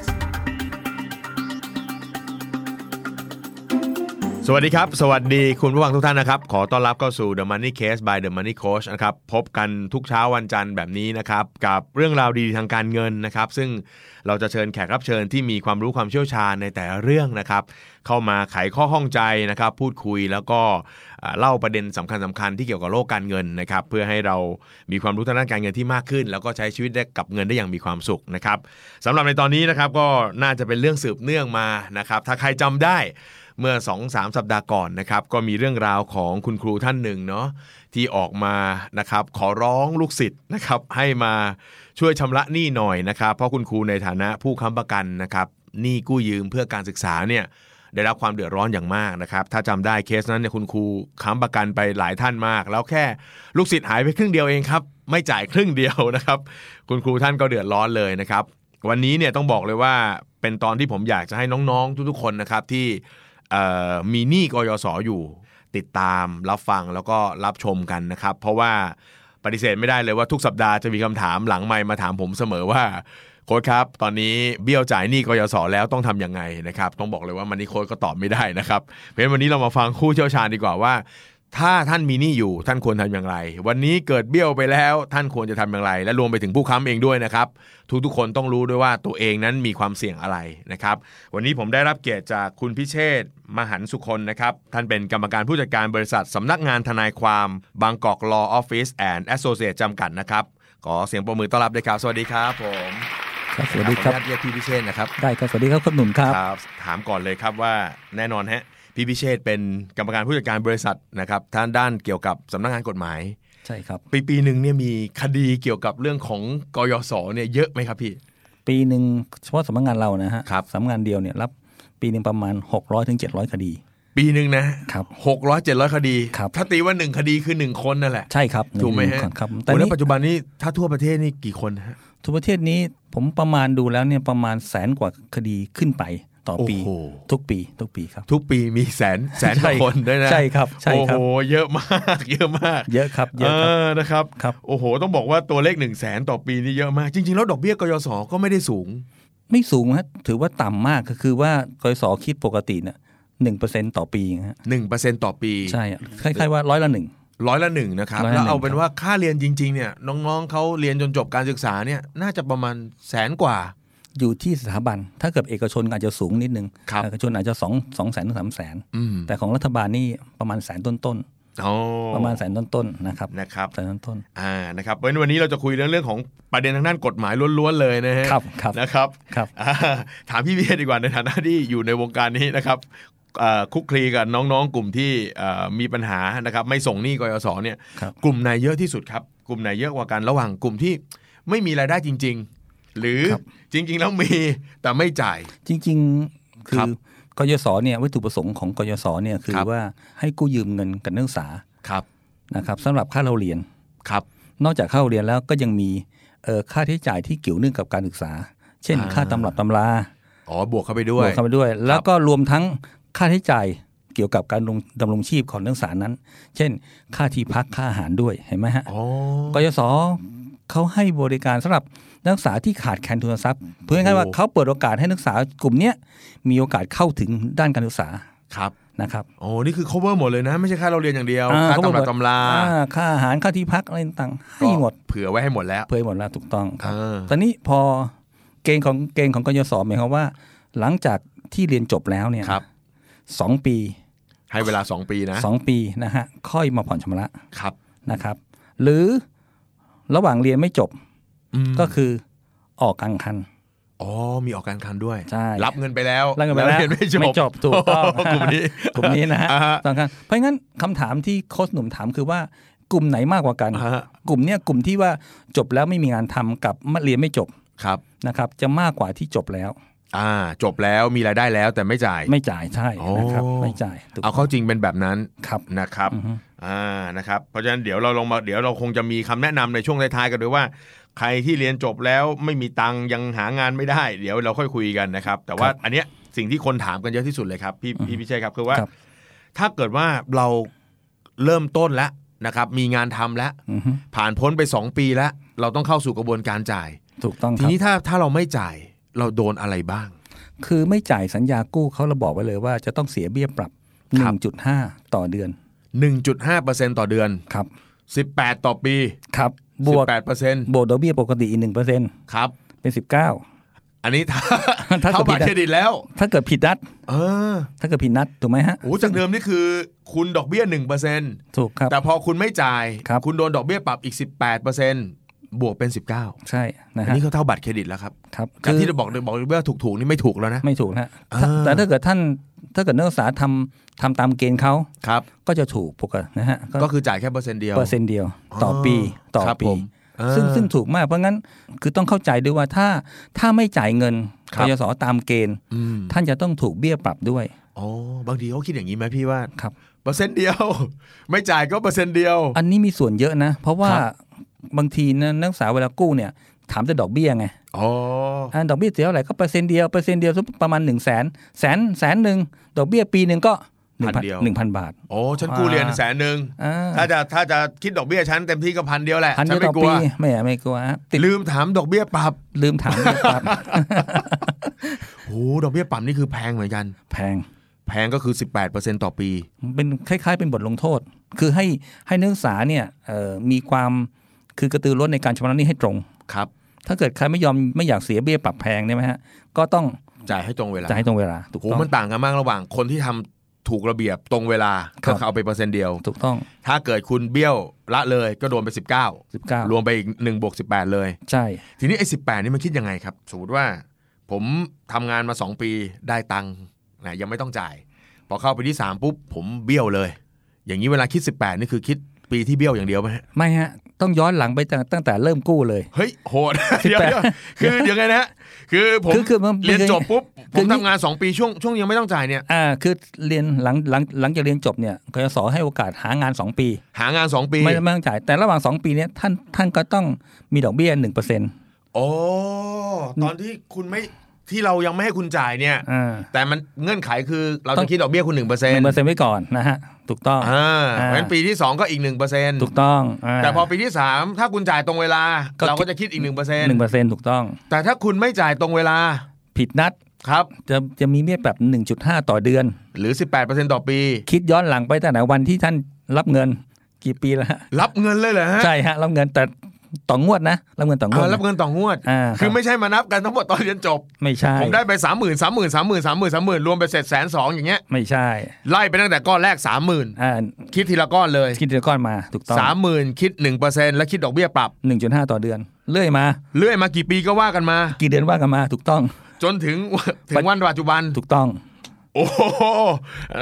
S5: สวัสดีครับ สวัสดีคุณผู้ฟังทุกท่านนะครับ ขอต้อนรับเข้าสู่ The Money Case by The Money Coach นะครับพบกันทุกเช้าวันจันทร์แบบนี้นะครับกับเรื่องราวดีๆทางการเงินนะครับ ซึ่งเราจะเชิญแขกรับเชิญที่มีความรู้ความเชี่ยวชาญในแต่ละเรื่องนะครับ เข้ามาไขข้อข้องใจนะครับ พูดคุยแล้วก็อ่าเล่าประเด็นสำคัญสคัญๆที่เกี่ยวกับโลกการเงินนะครับ เพื่อให้เรามีความรู้ทางด้านการเงินที่มากขึ้น แล้วก็ใช้ชีวิตได้กับเงินได้อย่างมีความสุขนะครับสำหรับในตอนนี้นะครับก็น่าจะเป็นเรื่องสืบเนื่องมานะครับ ถ้าใครจำได้ เมื่อ 2-3สามสัปดาห์ก่อนนะครับก็มีเรื่องราวของคุณครูท่านหนึ่งเนาะที่ออกมานะครับขอร้องลูกศิษย์นะครับให้มาช่วยชำระหนี้หน่อยนะครับ เพราะคุณครูในฐานะผู้ค้ำประกันนะครับหนี้กู้ยืมเพื่อการศึกษาเนี่ย ได้รับความเดือดร้อนอย่างมากนะครับ ถ้าจำได้เคสนั้นเนี่ยคุณครูค้ำประกันไปหลายท่านมาก แล้วแค่ลูกศิษย์หายไปครึ่งเดียวเองครับ ไม่จ่ายครึ่งเดียวนะครับ คุณครูท่านก็เดือดร้อนเลยนะครับ วันนี้เนี่ยต้องบอกเลยว่าเป็นตอนที่ผมอยากจะให้น้องๆ ทุกๆคนนะครับที่เอ่อมีหนี้กยศอยู่ติดตามรับฟังแล้วก็รับชมกันนะครับ เพราะว่าปฏิเสธไม่ได้เลยว่าทุกสัปดาห์จะมีคำถามหลังไมค์มาถามผมเสมอว่าโค้ดครับ ตอนนี้เบี้ยวจ่ายหนี้กยศแล้วต้องทำยังไงนะครับ ต้องบอกเลยว่ามันนี้โค้ดก็ตอบไม่ได้นะครับเพราะฉะนั้นวันนี้เรามาฟังคู่เชี่ยวชาญดีกว่าว่า ถ้าท่านมีหนี้อยู่ท่านควรทำอย่างไร วันนี้เกิดเบี้ยวไปแล้ว ท่านควรจะทำอย่างไร และรวมไปถึงผู้ค้ำเองด้วยนะครับ ทุกๆคนต้องรู้ด้วยว่าตัวเองนั้นมีความเสี่ยงอะไรนะครับ วันนี้ผมได้รับเกียรติจากคุณพิเชษฐ์มหันสุคนนะครับ ท่านเป็นกรรมการผู้จัดการบริษัทสำนักงานทนายความ บางกอก Law Office and Associate จำกัดนะครับ ขอเสียงปรบมือต้อนรับด้วยครับ สวัสดีครับผม
S6: ครับสวัสดีครับ
S5: ขออนุญาตเรียกพี่พิเชษฐ์นะครับ
S6: ได้ครับสวัสดีครับคุณหนุ่มครับ
S5: ครับถามก่อนเลยครับว่าแน่นอนฮะพี่พิเชษเป็นกรรมการผู้จัดการบริษัทนะครับท่านด้านเกี่ยวกับสำนักงานกฎหมาย
S6: ใช่ครับ
S5: ปีปีหนึ่งเนี่ยมีคดีเกี่ยวกับเรื่องของกยศเนี่ยเยอะไหมครับพี่
S6: ปีหนึ่งเฉพาะสำนักงานเรานะฮะ
S5: ครับ
S6: สำนักงานเดียวเนี่ยรับปีหนึ่งประมาณ 6 0 0ร้อถึงเจ็ดร้อยคดี
S5: ปีหนึ่งนะครับหกร้อยเจ็ดร้อยคดี
S6: ครับ
S5: ถ้าตีว่าหนึ่งคดีคือหนึ่งคนนั่นแหละ
S6: ใช่ครับนึ่ง
S5: ถูกไหมฮะ
S6: ก่อนครับ
S5: แต่
S6: แต่
S5: ใน
S6: นี่
S5: ปัจจุบันนี้ถ้าทั่วประเทศนี่กี่คนฮะ
S6: ทุกประเทศนี้ผมประมาณดูแล้วเนี่ยประมาณแสนกว่าคดีขึ้นไปต่อปี
S5: โโห
S6: ทุกปีทุกปีครับ
S5: ทุกปีมีแสนแสนกว่า
S6: ใช่
S5: คนด้วยนะ
S6: ใช่ครับใช่ครับ
S5: โอ้โหเยอะมากเยอะมาก
S6: เยอะครับเยอะครับ
S5: เออนะครับ
S6: ครับ
S5: โอ้โห ต้องบอกว่าตัวเลข1นึ่งแสนต่อปีนี่เยอะมาก จริง ๆ แล้วดอกเบี้ยกยศก็ไม่ได้สูง
S6: ไม่สูงฮะถือว่าต่ำมากก็คือว่ากยศคิดปกติเนี่ยหนึ่งเปอร์เซ็นต่อปีฮะ
S5: 1%ต่อปี
S6: ใช่อะคล้ายๆว่าร้อยละหนึ่ง
S5: ร้อยละหนึ่งนะครับ
S6: ร้อยละหนึ่ง
S5: แล้วเอาเป็นว่าค่าเรียนจริง ๆ เนี่ย น้อง ๆเขาเรียนจนจบการศึกษาเนี่ย น่าจะประมาณแสนกว่า
S6: อยู่ที่สถาบัน ถ้าเกิดเอกชนอาจจะสูงนิดนึง
S5: ครับ
S6: เอกชนอาจจะสองสองแสนถึงสามแสน
S5: อืม
S6: แต่ของรัฐบาลนี่ประมาณแสนต้น
S5: โอ้
S6: ๆ ประมาณแสนต้นๆนะครับ
S5: นะครับ
S6: แสนต้น
S5: อ่า นะครับเพราะฉะนั้นวันนี้เราจะคุยเรื่องเรื่องของประเด็นทางด้านกฎหมายล้วนๆ เลยนะฮะ
S6: ครับครับ
S5: นะครับ
S6: ครับ
S5: อ่าถามพี่เบียร์ดีกว่าในฐานะที่อยู่ในวงการนี้นะครับเอ่อคลุกคลีกับน้องๆ กลุ่มที่เอ่อมีปัญหานะครับ ไม่ส่งหนี้กยศเนี่ย
S6: ๆครับ
S5: กลุ่มไหนเยอะที่สุดครับ กลุ่มไหนเยอะกว่ากันระหว่างกลุ่มที่ไม่มีรายได้จริง ๆ หรือ
S6: ครับ
S5: จริง ๆ แล้วมีแต่ไม่จ่าย
S6: จริงๆ คื
S5: ครั
S6: อบ กยศเนี่ยวัตถุประสงค์ของกยศเนี่ยคือ
S5: ครับ
S6: ว่าให้กู้ยืมเงินกับนักศึกษา
S5: ครับ
S6: นะครับสำหรับค่าเราเรียน
S5: ครับ
S6: นอกจากค่าเราเรียนแล้วก็ยังมีเอ่อค่าใช้จ่ายที่เกี่ยวเนื่องกับการศึกษา เช่น ค่าตำรับตำรา
S5: อ๋อบวกเข้าไป
S6: บ
S5: ด้ว
S6: วย กเข้าไปด้วย แล้วก็รวมทั้งค่าใช้จ่ายเกี่ยวกับการดำรงชีพของนักศึกษานั้น เช่น ค่าที่พักค่าอาหารด้วยเห็นไหมฮะ
S5: อ๋อก
S6: ยศเขาให้บริการสำหรับนักศึกษาที่ขาดแคลนทุนทรัพย์ เพื่อให้ว่าเขาเปิดโอกาสให้นักศึกษากลุ่มเนี้ยมีโอกาสเข้าถึงด้านการศึกษา
S5: ครับ
S6: นะครับ
S5: โอ้นี่คือ cover หมดเลยนะ ไม่ใช่ค่าเราเรียนอย่างเดียว
S6: อ่
S5: ค่า
S6: เข
S5: ตำ
S6: บ
S5: รา
S6: อกว่
S5: ตำรา
S6: อ่ค่าอาหารค่าที่พักอะไรต่างๆให้หมด
S5: ก็เผื่อไว้ให้หมดแล้ว
S6: เผยหมดแล้วถูกต้องครับ
S5: เออ
S6: ตอนนี้พอเกณฑ์ของเกณฑ์ของกยศหมายความว่า หลังจากที่เรียนจบแล้วเนี่ย
S5: ครับ
S6: สองปี
S5: ให้เวลา 2 ปีนะ
S6: สองปีนะฮะค่อยมาผ่อนชำระ
S5: ครับ
S6: นะครับ หรือระหว่างเรียนไม่จบ
S5: อืม
S6: ก็คือออกกลางคัน
S5: อ๋อมีออกการคันด้วย
S6: ใช่
S5: รับเงินไปแล้ว
S6: ร่างกันไปแล้ว
S5: เรียนไม่จบ
S6: ถูกต้อง
S5: โกลุ่ม นี้
S6: กลุ่มนี้นะฮะ
S5: อ่าฮะ
S6: ต้องการเพราะงั้นคำถามที่โค้ชหนุ่มถามคือว่ากลุ่มไหนมากกว่ากัน
S5: อ่าฮะ
S6: กลุ่มเนี้ยกลุ่มที่ว่าจบแล้วไม่มีงานทำกับมาเรียนไม่จบ
S5: ครับ
S6: นะครับ จะมากกว่าที่จบแล้ว
S5: อ่าจบแล้วมีรายได้แล้วแต่ไม่จ่าย
S6: ไม่จ่ายใช่นะครับ
S5: โอ้
S6: ไม่จ่ายถูก
S5: เอาเข้าจริงเป็นแบบนั้น
S6: ครับ
S5: นะครับ
S6: อือฮึ
S5: อ่า นะครับ เพราะฉะนั้นเดี๋ยวเราลงมา เดี๋ยวเราคงจะมีคำแนะนำในช่วงท้ายๆกันด้วยว่า ใครที่เรียนจบแล้วไม่มีตังค์ยังหางานไม่ได้ เดี๋ยวเราค่อยคุยกันนะครับ แต่ว่าอันเนี้ยสิ่งที่คนถามกันเยอะที่สุดเลยครับ พี่พี่พิชัยครับ คือว่า
S6: ครับ
S5: ถ้าเกิดว่าเราเริ่มต้นแล้วนะครับ มีงานทำแล้ว
S6: อือฮึ
S5: ผ่านพ้นไป 2 ปีแล้ว เราต้องเข้าสู่กระบวนการจ่าย
S6: ถูกต้องค
S5: ที
S6: รับ
S5: นี้ถ้าถ้าเราไม่จ่ายเราโดนอะไรบ้าง
S6: คือไม่จ่ายสัญญากู้เขาระบอกไว้เลยว่าจะต้องเสียเบี้ยปรับ
S5: ครับ
S6: 1.5 ต่อเดือน
S5: 1.5%ต่อเดือน
S6: ครับ
S5: 18 ต่อปี
S6: ครับบวก
S5: 18%
S6: บวกดอกเบี้ยปกติอีกหนึ่งเปอร์เซ็นต์
S5: ครับ
S6: เป็นสิบเก้า
S5: อันนี้ ถ้า
S6: ถ้า
S5: ถ้า
S6: เกิด
S5: บัตร
S6: ผิดอะ
S5: เครดิตแล้ว
S6: ถ้าเกิดผิดนัด
S5: เออ
S6: ถ้าเกิดผิดนัดถูกไหมฮะ
S5: โอ้จากเดิมนี่คือ คุณดอกเบี้ยหนึ่งเปอร์เซ็น
S6: ถูกครับ
S5: แต่พอคุณไม่จ่าย
S6: ครับ
S5: ณโดนดอกเบี้ยปรับอีกสิบแปดเปอร์เซ็นบวกเป็นสิบเก้า
S6: ใช่นะ
S5: อัน
S6: ฮะ
S5: นี้เขาเท่าบัตรเครดิตแล้วครับ
S6: ครับ
S5: จาก
S6: คือ
S5: ที่เราบอกบอกเว่าถูกๆนี่ไม่ถูกแล้วนะ
S6: ไม่ถูกนะฮะถ้า
S5: อ่า
S6: แต่ถ้าเกิดท่านถ้าเกิดนักศึกษาทำทำตามเกณฑ์เขา
S5: ครับ
S6: ก็จะถูกปกตินะฮะ
S5: ก็คือจ่ายแค่เปอร์เซ็นต์เดียว
S6: เปอร์เซ็นต์เดียวต่ออ
S5: อ
S6: ปีต่อ
S5: ครับ
S6: ปี
S5: ผมอ่า
S6: ซึ่งซึ่งถูกมากเพราะงั้นคือต้องเข้าใจด้วยว่าถ้าถ้าไม่จ่ายเงิน
S5: ค
S6: ก
S5: รับ
S6: ยศตามเกณฑ์
S5: อืม
S6: ท่านจะต้องถูกเบี้ยปรับด้วย
S5: อ อ๋อบางทีเขาคิดอย่างนี้ไหมพี่ว่า
S6: ครับ
S5: เปอร์เซ็นต์เดียว ไม่จ่ายก็เปอร์เซ็นต์เดียว
S6: อันนี้มีส่วนเยอะนะ เพราะว่า
S5: ครับ
S6: บางทีนะนักศึกษาเวลากู้เนี่ย ถามแต่ดอกเบี้ยไง
S5: อ๋อ
S6: อ่าดอกเบี้ยเสียเท่าไหร่ก็เปอร์เซ็นต์เดียวเปอร์เซ็นต์เดียวสักประมาณหนึ่งแสนแสนแสนหนึ่งดอกเบี้ยปีหนึ่งก็หนึ่งพันหนึ่งพันบาท
S5: โอ้ฉันกู้เรียน
S6: อ่า
S5: แสนหนึ่ง
S6: อ่า
S5: ถ้าจะถ้าจะคิดดอกเบี้ยฉันเต็มที่ก็พันเดียวแหละ
S6: พัน
S5: ฉั
S6: เดี
S5: ไม่
S6: ยวต่อก
S5: ลั
S6: ปี
S5: ว
S6: ไม่ไม่กลัวฮะติด
S5: ลืมถามดอกเบี้ยปรับ
S6: ลืมถามด้วย ครับ
S5: โอ้ดอกเบี้ยปรับนี่คือแพงเหมือนกัน
S6: แพง
S5: แพงก็คือ 18%ต่อปี
S6: เป็นคล้าย ๆ เป็นบทลงโทษ คือให้ให้นักศึกษาเนี่ยเอ่อมีความคือกระตือรือร้นในการชำระหนี้ให้ตรง
S5: ครับ
S6: ถ้าเกิดใครไม่ยอมไม่อยากเสียเบี้ยปรับแพงเนี่ยไหมฮะ ก็ต้อง
S5: จ่ายให้ตรงเวลา
S6: จ่ายให้ตรงเวลา ถูก
S5: โห
S6: ต้อง
S5: มันต่างกันมากระหว่างคนที่ทำถูกระเบียบตรงเวลา
S6: ครั
S5: ก็
S6: บ
S5: เอาไปเปอร์เซ็นต์เดียว
S6: ถูกต้อง
S5: ถ้าเกิดคุณเบี้ยวละเลยก็โดนไป 19
S6: 19
S5: รวมไปอีก1บวก18 เลย
S6: ใช่
S5: ทีนี้ไอ้18 นี่มันคิดยังไงครับ สมมติว่า ผมทำงานมา 2 ปีได้ตังค์นะยังไม่ต้องจ่าย พอเข้าไปที่ 3 ปุ๊บ ผมเบี้ยวเลย อย่างนี้เวลาคิด 18 นี่คือคิดปีที่เบี้ยวอย่างเดียวไหมฮะ
S6: ไม่ฮะ ต้องย้อนหลังไปตั้งตั้งแต่เริ่มกู้เลย
S5: เฮ้ยโหด เดี๋ยวเดี๋ยวคือยังไงนะฮะคือผม
S6: คือคือมัน
S5: เรียนจบปุ๊บผ
S6: คือ
S5: ม
S6: นี่
S5: ทำงาน 2 ปีช่วงช่วงยังไม่ต้องจ่ายเนี่ย
S6: อ่าคือเรียนหลังหลังหลังจากเรียนจบเนี่ยกยศให้โอกาสหางาน 2 ปี
S5: หางาน 2 ปี
S6: ไม่ไม่ต้องจ่าย แต่ระหว่าง 2 ปีเนี่ยท่านท่านก็ต้องมีดอกเบี้ย1%
S5: โอ้ตอนที่คุณไม่ที่เรายังไม่ให้คุณจ่ายเนี่ย
S6: อ่า
S5: แต่มันเงื่อนไขคือเรา
S6: ต้อ
S5: จะ
S6: ง
S5: คิดดอกเบี้ยคุณหนึ่งเปอร์เซ็น
S6: หนึ่
S5: ต์
S6: งเปอร์เซ็นต์ไว้ก่อนนะฮะถูกต้อง
S5: อ่าเพ
S6: อ่า
S5: ราะฉะนั้นปีที่สองก็อีกหนึ่งเปอร์เซ็นต์
S6: ถูกต้องา
S5: แต่พอปีที่สามถ้าคุณจ่ายตรงเวลา
S6: ก็
S5: เราก็จะคิดอีกหนึ่งเปอร์เซ็นต์
S6: หนึ่งเปอร์เซ็นต์ถูกต้อง
S5: แต่ถ้าคุณไม่จ่ายตรงเวลา
S6: ผิดนัด
S5: ครับ
S6: จะจะมีเบี้ยปรับ 1.5 ต่อเดือน
S5: หรือ 18%ต่อปี
S6: คิดย้อนหลังไปตั้งแต่วันที่ท่านรับเงินกี่ปีแล้วฮะ
S5: รับเงินเลยเหรอฮะ
S6: ใช่ฮะรับเงินแต่ต่องวดนะรับเงินต่องวด
S5: อ่า
S6: นะ
S5: รับเงินต่องวด
S6: อ่า
S5: คื
S6: คืออไม่
S5: ไม่ใช่มานับกันทั้งหมดตอนเรียนจบ
S6: ไม่ใช่
S5: ผมได้ไปสามหมื่นสามหมื่นสามหมื่นสามหมื่นสามหมื่นรวมไปเสร็จแสนสองอย่างเงี้ย
S6: ไม่ใช่
S5: ไล่ไปตั้งแต่ก้อนแรกสามหมื่น
S6: อ่า
S5: คิดทีละก้อนเลย
S6: คิดเดือนก้อนมาถูกต้อง
S5: สามหมื่นคิดหนึ่งเปอร์เซ็นแล้วคิดดอกเบี้ยปรับ
S6: 1.5 ต่อเดือน เรื่อยมา
S5: เลื่อยมากี่ปีก็ว่ากันมา
S6: กี่เดือนว่ากันมาถูกต้อง
S5: จนถึง ถึงวันปัจจุบัน
S6: ถูกต้อง
S5: โอ้โห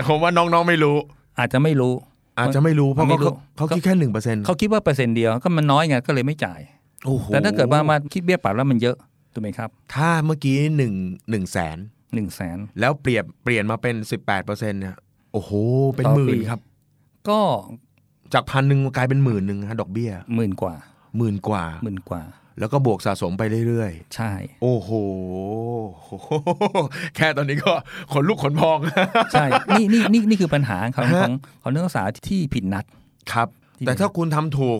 S5: ผมว่าน้องๆไม่รู้
S6: อาจจะไม่รู้
S5: อาจจะไม่รู้เพราะ
S6: ไม่
S5: เขา
S6: รู้
S5: เขาคิดแค่หนึ่งเปอร์เซ็นต์
S6: เขาคิดว่าเปอร์เซ็นต์เดียวก็มันน้อยไงก็เลยไม่จ่าย
S5: โอ้โห
S6: แต่ถ้าเกิดว่ามาคิดเบี้ยปรับแล้วมันเยอะถูกไหมครับ
S5: ถ้าเมื่อกี้หนึ่งหนึ่งแสน
S6: หนึ่งแสน
S5: แล้วเปลี่ยนเปลี่ยนมาเป็นสิบแปดเปอร์เซ็นต์เนี่ยโอ้โห เป็น
S6: ต่อ
S5: หมื่
S6: ปี
S5: นครับ
S6: ก็
S5: จากพันหนึ่งกลายเป็นหมื่นหนึ่งฮะดอกเบี้ย
S6: หมื่นกว่า
S5: หมื่นกว่า
S6: หมื่นกว่า
S5: แล้วก็บวกสะสมไปเรื่อย
S6: ใช่
S5: ๆ โอ้โห แค่ตอนนี้ก็ขนลุกขนพอง
S6: ใช่ นี่นี่นี่นี่คือปัญหาของของของนักศึกษาที่ผิดนัด
S5: ครับ
S6: ที่
S5: แต่ถ้าคุณทำถูก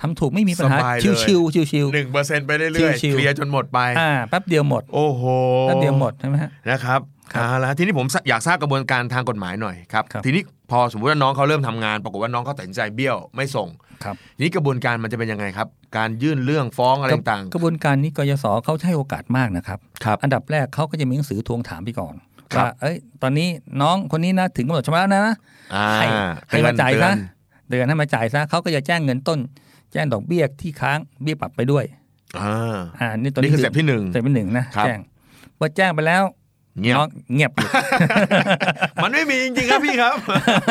S6: ทำถูกไม่มีปัญหา
S5: สบายเลย
S6: ชิวชิวชิวชิว
S5: 1%เปอร์เซ็นไปเรื่อยๆ
S6: ชิวๆ
S5: เคลียร์จนหมดไป
S6: ๆอ่าแป๊บเดียวหมด
S5: โอ้โห
S6: แป๊บเดียวหมดใช่ไหมฮะ
S5: นะครับ
S6: ครับ
S5: เอาละทีนี้ผมอยากทราบกระบวนการทางกฎหมายหน่อยครับ
S6: ครับ
S5: ทีนี้พอสมมติว่าน้องเขาเริ่มทำงาน ปรากฏว่าน้องเขาตัดสินใจเบี้ยวไม่ส่ง
S6: ครับ
S5: ทีนี้กระบวนการมันจะเป็นยังไงครับ การยื่นเรื่องฟ้องอะไรต่าง
S6: กระบวนการนี้กยศเขาให้โอกาสมากนะครับ
S5: ครับ
S6: อันดับแรกเขาก็จะมีหนังสือทวงถามไปก่อน
S5: ครับ
S6: ว่าเอ้ย ตอนนี้น้องคนนี้นะถึงกำหนดชำระแล้วนะ
S5: ๆอ่า
S6: ให้
S5: เตื
S6: ให้
S5: อ
S6: มาน จ่าย
S5: เตือ
S6: ซะ
S5: น
S6: เดือนให้มาจ่ายซะเขาก็จะแจ้งเงินต้น แจ้งดอกเบี้ยที่ค้างเบี้ยปรับไปด้วย
S5: อ่า
S6: อ่านี่ตอน
S5: นี่
S6: นี้
S5: คือสเต็ปที่หนึ่ง
S6: เสร็จเป็นหนึ่งนะครับ แจ้งพอแจ้งไปแล้ว
S5: เงียบ
S6: น้องเงียบอยู่
S5: มันไม่มีจริงๆครับพี่ครับ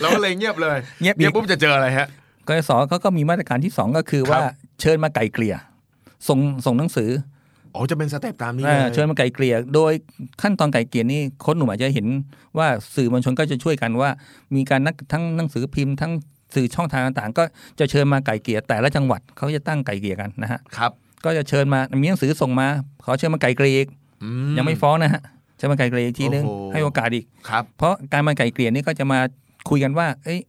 S5: เราก็เลยเงียบเลย
S6: เงียบอีก
S5: เงียบปุ๊บจะเจออะไรฮะ
S6: กสเขาก็มีมาตรการที่ 2 ก็คือว่า
S5: ครับ
S6: เชิญมาไกลเกลี่ยส่งส่งหนังสือ
S5: อ๋อจะเป็นสเต็ปตามนี้
S6: เอ่
S5: เล
S6: อย เชิญมาไกลเกลี่ยโดยขั้นตอนไกลเกลี่ยนี่โค้ชหนุ่มอาจจะเห็นว่าสื่อมวลชนก็จะช่วยกันว่า มีการนักทั้งหนังสือพิมพ์ทั้งสื่อช่องทางต่างๆ ก็จะเชิญมาไกลเกลี่ยแต่ละจังหวัดเขาจะตั้งไกลเกลี่ยกันนะฮะ
S5: ครับ
S6: ก็จะเชิญมามีหนังสือส่งมาขอเชิญมาไกลเกลี่ยอีก
S5: อื
S6: ยังไม่ฟ้องนะฮะเชิญมาไกลเกลี่ยอีกทีนึง
S5: โอ้โห
S6: ให้โอกาสอีก
S5: ครับ
S6: เพราะการมาไกลเกลี่ยนี่ก็จะมาคุยกันว่า เอ้ย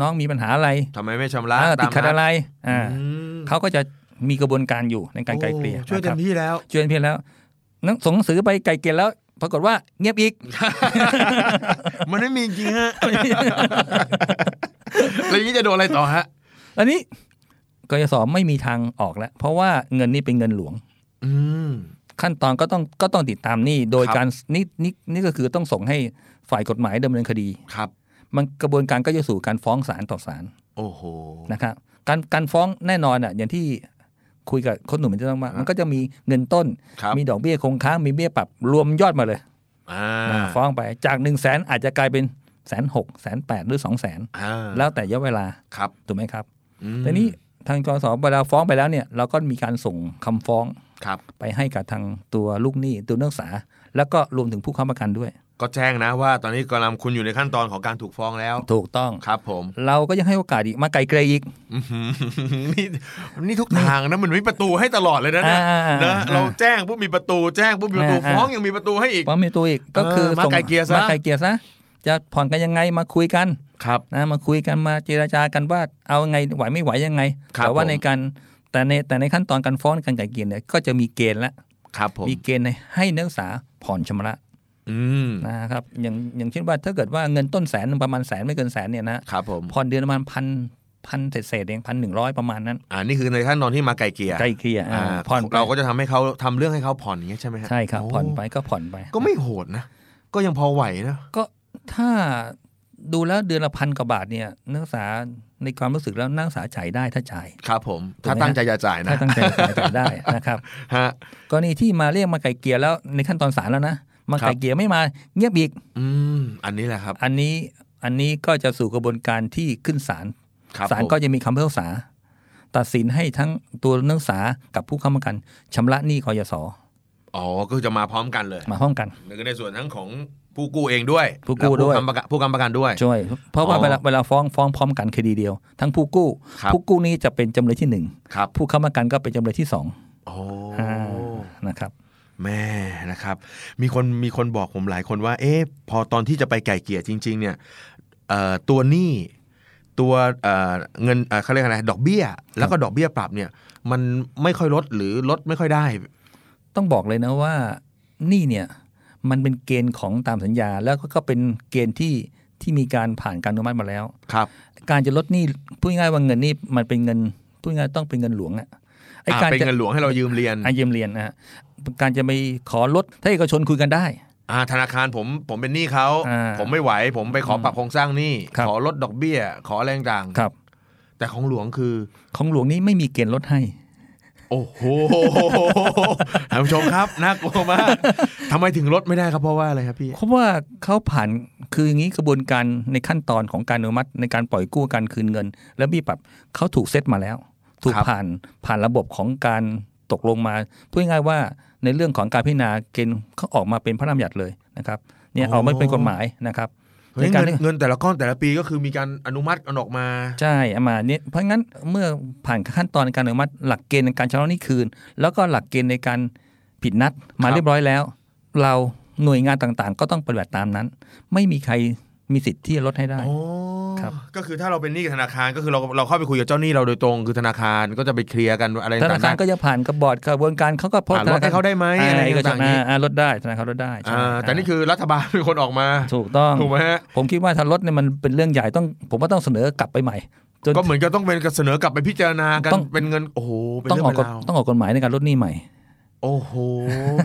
S6: น้องมีปัญหาอะไร
S5: ทำไมไม่ชำระ
S6: เออติดขัดอะไร
S5: ตา
S6: อ่า
S5: มนัดอืม
S6: เขาก็จะมีกระบวนการอยู่ในการไกลเกลี่ย
S5: โอ้ช่วย
S6: นะค
S5: เต็
S6: รับ
S5: มที่แล้ว
S6: ช่วยเพียงแล้วนังส่งหนังสือไปไกลเกลี่ยแล้ว ปรากฏว่าเงียบอีก
S5: มันไม่มีจริงฮะ แล้วอย่างนี้จะโดนอะไรต่อฮะ
S6: อันนี้กยศไม่มีทางออกแล้ว เพราะว่าเงินนี่เป็นเงินหลวง
S5: อืม
S6: ขั้นตอนก็ต้องก็ต้องติดตามหนี่โดย
S5: ครับ
S6: การนี่นี่นี่ก็คือต้องส่งให้ฝ่ายกฎหมายดำเนินคดี
S5: ครับ
S6: มันกระบวนการก็จะสู่การฟ้องศาลต่อศาล
S5: โอ้โห
S6: นะครับการการฟ้องแน่นอนอ่ะอย่างที่คุยกับคนหนุ่มมันจะต้องมา
S5: ฮะ
S6: มันก็จะมีเงินต้น
S5: ครับ
S6: มีดอกเบี้ยคงค้างมีเบี้ยปรับรวมยอดมาเลย
S5: อ่า
S6: อ่าฟ้องไปจากหนึ่งแสนอาจจะกลายเป็นแสนหกแสนแปดหรือสองแสน
S5: อ่า
S6: แล้วแต่ระยะเวลา
S5: ครับ
S6: ถูกไหมครับ
S5: อืม
S6: แต่นี้ทางกสเวลาฟ้องไปแล้วเนี่ยเราก็มีการส่งคำฟ้อง
S5: ครับ
S6: ไปให้กับทางตัวลูกหนี้ตัวนักศึกษา แล้วก็รวมถึงผู้ค้ำประกันด้วย
S5: ก็แจ้งนะว่าตอนนี้กำลังคุณอยู่ในขั้นตอนของการถูกฟ้องแล้ว
S6: ถูกต้อง
S5: ครับ ผม
S6: เราก็ยังให้โอกาสอีกมาไกลเกลียอีก
S5: อื้อหือนี่นี่ทุกทางนะมันมีประตูให้ตลอดเลยนะเนี่ย
S6: อ่าอ่า
S5: นะ
S6: อ่า
S5: เราแจ้งปุ๊บมีประตูแจ้งปุ๊บมีประตู
S6: อ่าอ่า
S5: ฟ้องยังมีประตูให้อีก
S6: เพราะมีตัวอีกก็
S5: เออ
S6: คือ
S5: มา
S6: ส่ง
S5: ไกลเกลี่ยซะ
S6: มาไกลเกลียซะจะผ่อนกันยังไงมาคุยกัน
S5: ครับ
S6: นะมาคุยกันมาเจรจากันว่าเอาไงไหวไม่ไหวยังไง
S5: ครับ
S6: แต่ว่า
S5: ผม
S6: ในการแต่ในแต่ในขั้นตอนการฟ้องการไกลเกลียเนี่ยก็จะมีเกณฑ์ละ
S5: ครับผม
S6: มีเกณฑ์ในให้นักศึกษาผ่อนชำระ
S5: อืม
S6: นะครับอย่างอย่างเช่นว่าถ้าเกิดว่าเงินต้นแสนหนึ่งประมาณแสนไม่เกินแสนเนี่ยนะครับ
S5: ผม
S6: ผ่อนเดือนประมาณพันพันเศษเศษๆเองพันหนึ่งร้อยประมาณนั้น
S5: อ่านี่คือในขั้นตอนที่มาไกลเกลี่ย
S6: ใกล้เกลี่ยอ่า
S5: อ่า
S6: ผ่อน
S5: เราก็จะทำให้เขาทำเรื่องให้เขาผ่อนอย่างเงี้ยใช่ไหมฮะ
S6: ใช่ครับ
S5: โ
S6: ผ่อนไปก็ผ่อนไป
S5: ก็ไม่โหดนะ ก็ยังพอไหวนะ
S6: ก็ถ้าดูแล้วเดือนละพันกว่าบาทเนี่ยนักศึกษาในความรู้สึกแล้วนักศึกษาจ่ายได้ถ้าจ่าย
S5: ครับผม
S6: ถูกไหม
S5: ถ้าตั้งใจจะจ่ายนะ
S6: ถ้าตั้งใจจ่ายจ่ายได้ นะครับ
S5: ฮะ
S6: กรณีที่มาเรียกมาไกลเกลียแล้วในขั้นตอนศาลแล้วนะมา
S5: ครับ
S6: ไกลเกลียไม่มาเงียบอีก
S5: อืม อันนี้แหละครับ
S6: อันนี้อันนี้ก็จะสู่กระบวนการที่ขึ้นศาล
S5: ครับ
S6: ศาล
S5: ผม
S6: ก็จะมีคำพิพากษา ตัดสินให้ทั้งตัวนักศึกษากับผู้ค้ำประกันชำระหนี้กยศ
S5: อ๋อ ก็จะมาพร้อมกันเลย
S6: มาพร้อมกัน
S5: คือในส่วนทั้งของผู้กู้เองด้วย
S6: ผู้กู้ด้วย
S5: และผู้ค้ำประกันผู้ค้ำประกันด้วย
S6: ช่วยเพราะว่า
S5: อ๋อ
S6: เวลาเวลาฟ้องฟ้องพร้อมกันคดีเดียว ทั้งผู้กู้
S5: ครับ
S6: ผู้กู้นี้จะเป็นจำเลยที่หนึ่ง
S5: ครับ
S6: ผู้ค้ำประกันก็เป็นจำเลยที่สอง
S5: โอ้
S6: นะครับ
S5: แม่นะครับ มีคนมีคนบอกผมหลายคนว่า เอ๊ะพอตอนที่จะไปไก่เกลี่ยจริง ๆ เนี่ยเอ่อตัวหนี้ตัวเอ่อเงินเอ่อเขาเรียกอะไรดอกเบี้ย แล้วก็ดอกเบี้ยปรับเนี่ย มันไม่ค่อยลดหรือลดไม่ค่อยได้
S6: ต้องบอกเลยนะว่านี่เนี่ยมันเป็นเกณฑ์ของตามสัญญา แล้วก็เป็นเกณฑ์ที่ที่มีการผ่านการอนุมัติมาแล้ว
S5: ครับ
S6: การจะลดหนี้พูดง่ายๆว่าเงินนี่มันเป็นเงินพูดง่ายๆต้องเป็นเงินหลวงอะไอ้
S5: อ่า
S6: การ
S5: เป็น
S6: จะ
S5: เงินหลวงให้เรายืมเรียน
S6: อายืมเรียนนะฮะการจะไปขอลดถ้าเอกชนคุยกันได้
S5: อ่าธนาคารผมผมเป็นหนี้เขา
S6: อ่า
S5: ผมไม่ไหว ผมไปขอปรับโครงสร้างหนี้
S6: ครับ
S5: ขอลดดอกเบี้ย ขอแรงต่าง
S6: ครับ
S5: แต่ของหลวงคือ
S6: ของหลวงนี่ไม่มีเกณฑ์ลดให้
S5: โอ้โหท่านผู้ชมครับน่ากลัวมากทำไมถึงลดไม่ได้ครับเพราะว่าอะไรครับพี่
S6: เพราะว่าเขาผ่านคืออย่างนี้กระบวนการในขั้นตอนของการอนุมัติในการปล่อยกู้การคืนเงิน และบี้ปรับเขาถูกเซตมาแล้ว ถูก
S5: ครับ
S6: ผ่านผ่านระบบของการตกลงมาพูดง่ายๆว่าในเรื่องของการพิจารณาเกณฑ์เขาออกมาเป็นพระราชบัญญัติเลยนะครับเนี่ย
S5: โอ้
S6: ออกมาเป็นกฎหมายนะครับ
S5: เฮ้ย
S6: การ
S5: เงินเงินแต่ละก้อนแต่ละปีก็คือมีการอนุมัติกันออกมา
S6: ใช่เอามาเนี่ยเพราะงั้นเมื่อผ่านขั้นตอนการอนุมัติ หลักเกณฑ์ในการชำระหนี้คืน แล้วก็หลักเกณฑ์ในการผิดนัดมา
S5: ครับ
S6: เรียบร้อยแล้ว เราหน่วยงานต่างๆ ก็ต้องปฏิบัติตามนั้น ไม่มีใครมีสิทธิ์ที่จะลดให้ได้
S5: อ๋อ
S6: ครับ
S5: ก็คือถ้าเราเป็นหนี้กับธนาคารก็คือเราเราเข้าไปคุยกับเจ้าหนี้เราโดยตรงคือธนาคารก็จะไปเคลียร์กันอะไร
S6: ธ
S5: ต่างๆ
S6: นาคารก็จะผ่านกระบอร์ดกระบวนการเขาก็พบ
S5: อ่าลดให้เขาได้ไหมอะไร
S6: ก็จะ
S5: ต่างๆนี้
S6: ลดได้ธนาคารลดได้ใช่
S5: อ่าแต่นี่คือรัฐบาลเป็นคนออกมา
S6: ถูกต้อง
S5: ถูกไหมฮะ
S6: ผมคิดว่าถ้าลดเนี่ยมันเป็นเรื่องใหญ่ต้อง ผมว่าต้องเสนอกลับไปใหม่ จน
S5: ก็เหมือนกับต้องเป็นเสนอกลับไปพิจารณากัน
S6: ต้อง
S5: เป็นเงินโอ้โหเป็น
S6: ต้อง
S5: เรื่อ
S6: ออง ก
S5: เป็
S6: ก
S5: น
S6: ฎ
S5: ราว
S6: ต้องออกกฎหมายในการลดหนี้ใหม่
S5: โอ้โห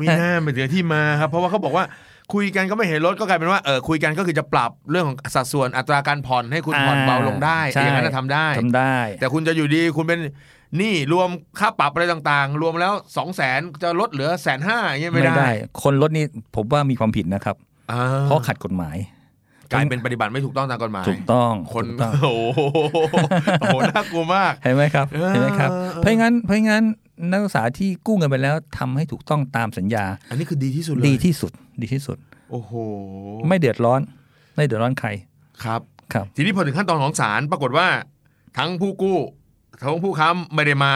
S5: มีหน้าเป็นเดือที่มาครับ เพราะว่าเขาบอกว่าคุยกันก็ไม่เห็นลดก็กลายเป็นว่าเออคุยกันก็คือจะปรับเรื่องของสัดส่วนอัตราการผ่อนให้คุณ
S6: อ่า
S5: ผ่อนเบาลงได้
S6: ใช่
S5: อย่างนั้นนะทำได้
S6: ทำได้
S5: แต่คุณจะอยู่ดีคุณเป็นหนี้รวมค่าปรับอะไรต่างๆ รวมแล้วสองแสนจะลดเหลือแสนห้าอย่างเงี้ยไม่ได้
S6: คนลดนี่ผมว่ามีความผิดนะครับ
S5: อ่
S6: เพราะขัดกฎหมาย
S5: กลายเป็นปฏิบัติไม่ถูกต้องตามกฎหมาย
S6: ถูกต้อง
S5: คน
S6: ถูกต้อง
S5: โอ้โหโอ้โหน่ากลัวมาก
S6: เห็นไหมครับ
S5: เออ
S6: เห็นไหมครับเพราะงั้นเพราะงั้นนักศึกษาที่กู้เงินไปแล้วทำให้ถูกต้องตามสัญญา
S5: อันนี้คือดีที่สุดเลย
S6: ดีที่สุดดีที่สุด
S5: โอ้โห
S6: ไม่เดือดร้อนไม่เดือดร้อนใคร
S5: ครับ
S6: ครับ
S5: ทีนี้พอถึงขั้นตอนของศาลปรากฏว่า ทั้งผู้กู้ ทั้งผู้ค้ำไม่ได้มา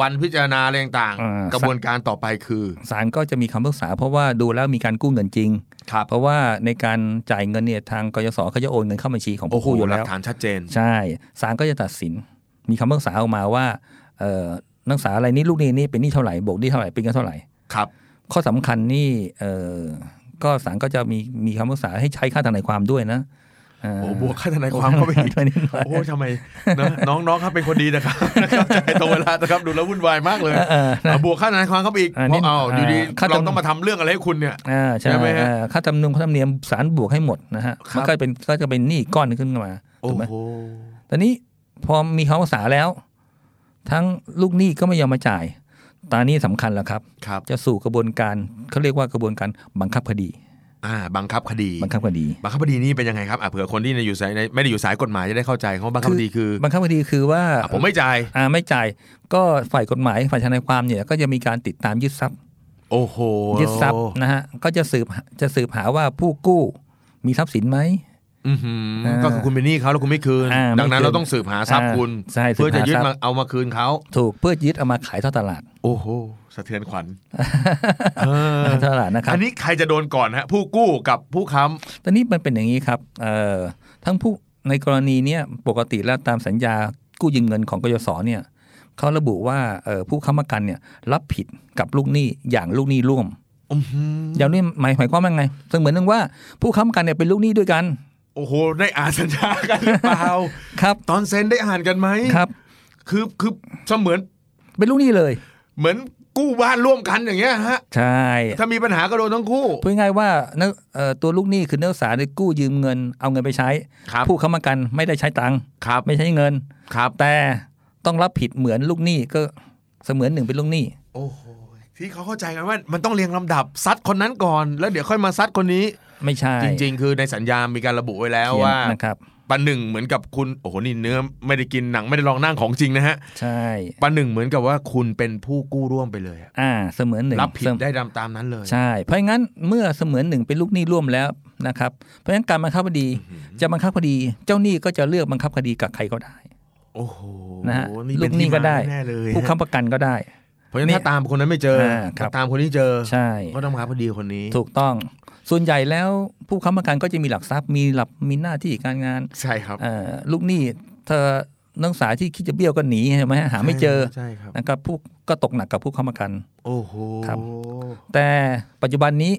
S5: วันพิจารณาอะไรต่าง
S6: อ่า
S5: ๆกระบวนการต่อไปคือ
S6: ศาลก็จะมีคำพิพากษาเพราะว่าดูแล้วมีการกู้เงินจริง
S5: ครับ
S6: เพราะว่าในการจ่ายเงินเนี่ยทางกยศเขาจะโอนเงินเข้าบัญชีของ
S5: โอ้
S6: ผู้
S5: โห
S6: กู้อยู่
S5: หลั
S6: แล้
S5: ก
S6: ว
S5: ฐานชัดเจน
S6: ใช่ศาลก็จะตัดสิน มีคำพิพากษาออกมาว่าเอ่อนักศึกษาอะไรายนี้ลูกหนี้นี่เป็นหนี้เท่าไหร่บวกหนี้เท่าไหร่เป็นเงินเท่าไหร่
S5: ครับ
S6: ข้อสำคัญนี่เอ่อก็ศาลก็จะมีมีคำพิพากษาให้ใช้ค่าทนายความด้วยนะเ
S5: โอ้บวกค่าทนายความเข้าไปอีก
S6: โอ้ยนิดหน่อย
S5: โอ้ยทำไมนะน้องๆครับเป็นคนดีนะครับ นะครับใจตรงเวลานะครับดูแล้ววุ่นวายมากเลย
S6: เออเออนะ
S5: เอาบวกค่าทนายความเข้าไปอีก
S6: อ่า
S5: เพ
S6: นิด
S5: ราะเอา
S6: อ่า
S5: อยู่ดี
S6: ค่าทำ
S5: เราต้องมาทำเรื่องอะไรให้คุณเนี่ย
S6: อ่าใช่
S5: ใช่ไหมฮะ
S6: อ่าค่าธรรมเนียมค่าธรรมเนียมศาลบวกให้หมดนะฮะ
S5: ครับ
S6: มันก็เป็นก็จะเป็นหนี้ก้อนหนึ่งขึ้นมา
S5: โอ้
S6: ถูกไหม
S5: โห
S6: ตอนนี้พอมีคำพิพากษาแล้ว ทั้งลูกหนี้ก็ไม่ยอมมาจ่าย ตอนนี้สำคัญแล้วครับ
S5: ครับ
S6: จะสู่กระบวนการเขาเรียกว่ากระบวนการบังคับคดี
S5: อ่าบังคับคดี
S6: บังคับคดี
S5: บังคับคดีนี่เป็นยังไงครับอ่ะเผื่อคนที่ในอยู่สายในไม่ได้อยู่สายกฎหมายจะได้เข้าใจเขาบังคับคดีคือ
S6: บังคับคดีคือว่า
S5: อ่ะผมไม่จ่าย
S6: อ่าไม่จ่ายก็ฝ่ายกฎหมายฝ่ายทนายความเนี่ยก็จะมีการติดตามยึดทรัพย์
S3: โอ้โห
S6: ยึดทรัพย์นะฮะก็จะสืบจะสืบหาว่าผู้กู้มีทรัพย์สินไหม
S5: อื้อหือ
S6: อ่า
S5: ก็คือคุณเป็นหนี้เขาแล้วคุณไม่คืน
S6: อ่า
S5: ดังนั้น
S6: ไม่คืน
S5: เราต้องสืบหาทรัพย์คุณ
S6: อ่าใช่สืบหา
S5: เพื่อจะยึด
S6: ทรัพย์
S5: มาเอามาคืนเขา
S6: ถูกเพื่อยึดเอามาขายท่อตลาด
S5: โอ้โหสะเทือนขวั ญ
S6: ขายท่อตลาดนะครับ
S5: อันนี้ใครจะโดนก่อนฮะผู้กู้กับผู้ค้
S6: ตอนนี้มันเป็นอย่างนี้ครับเอ่อทั้งผู้ในกรณีเนี้ยปกติแล้วตามสัญญากู้ยืมเงินของกยศเนี่ยเขาระบุว่าเอ่อผู้ค้ำประกันเนี่ยรับผิดกับลูกหนี้อย่างลูกหนี้ร่วม
S5: ำอื้อหือ
S6: อย่างนี้หมายหมายความว่าไงเสมือนหนึงว่าผู้ค้ำประกันเนี่ยเป็นลูกหนี้ด้วยกัน
S5: โอ้โหได้อ่านสัญญากันหรือเปล่า
S6: ครับ
S5: ตอนเซ็นได้อ่านกันไหม
S6: ครับ
S5: คือคือเสมือน
S6: เป็นลูกหนี้เลย
S5: เหมือนกู้บ้านร่วมกันอย่างเงี้ยฮะ
S6: ใช่
S5: ถ้ามีปัญหาก็โดนทั้งคู่
S6: พูดง่ายๆว่านักเอ่อตัวลูกหนี้คือนักศึกษาได้กู้ยืมเงินเอาเงินไปใช้
S5: ครับ
S6: ผู้ค้ำประกันไม่ได้ใช้ตังค์
S5: ครับ
S6: ไม่ใช้เงิน
S5: ครับ
S6: แต่ต้องรับผิดเหมือนลูกหนี้ก็เสมือนหนึ่งเป็นลูกหนี้
S5: โอ้โหที่เขาเข้าใจกันว่ามันต้องเรียงลำดับซัดคนนั้นก่อน แล้วเดี๋ยวค่อยมาซัดคนนี้
S6: ไม่ใช่
S5: จริง ๆ คือในสัญญามีการระบุไว้แล้ว
S6: เขียน
S5: ว่า
S6: นะครับ
S5: ปันหนึ่งเหมือนกับคุณโอ้โหนี่เนื้อไม่ได้กินหนังไม่ได้ลองนั่งของจริงนะฮะ
S6: ใช่
S5: ปันหนึ่งเหมือนกับว่าคุณเป็นผู้กู้ร่วมไปเลยอะ
S6: อ่าเสมือนหนึ่ง
S5: รับผิด
S6: เสม
S5: ได้ตามตามนั้นเลย
S6: ใช่ เพราะงั้นเมื่อเสมือนหนึ่งเป็นลูกหนี้ร่วมแล้วนะครับเพราะงั้นการบังคับคดีจะบังคับคดี เจ้าหนี้ก็จะเลือกบังคับคดีกับใครก็ได้
S5: โอ้โห
S6: นะฮะ
S5: นี่
S6: ลู
S5: เป็
S6: ก
S5: น
S6: หนี้
S5: ที่
S6: ก็ได้
S5: มาแน่เลย
S6: ผู้
S5: ฮะ
S6: ค้ำประกันก็ได้
S5: เพราะฉะนั้นถ้าตามคนนั้นไม่เจออา
S6: ครับ
S5: ถ้าตามคนที่เจอ
S6: ใช่
S5: ก็ต้องมาพอดีคนนี้
S6: ถูกต้อง ส่วนใหญ่แล้วผู้ค้ำประกันก็จะมีหลักทรัพย์มีหลักมีหน้าที่การงาน
S5: ใช่ครับ
S6: เอ่อลูกหนี้เธอนักศึกษาที่คิดจะเบี้ยวก็หนีใช่ไหมฮะหาไม่เจอ
S5: ใช่ครับ
S6: นะครับผู้ก็ตกหนักกับผู้ค้ำประกัน
S5: โอ้โห
S6: ครับ แต่ปัจจุบันนี้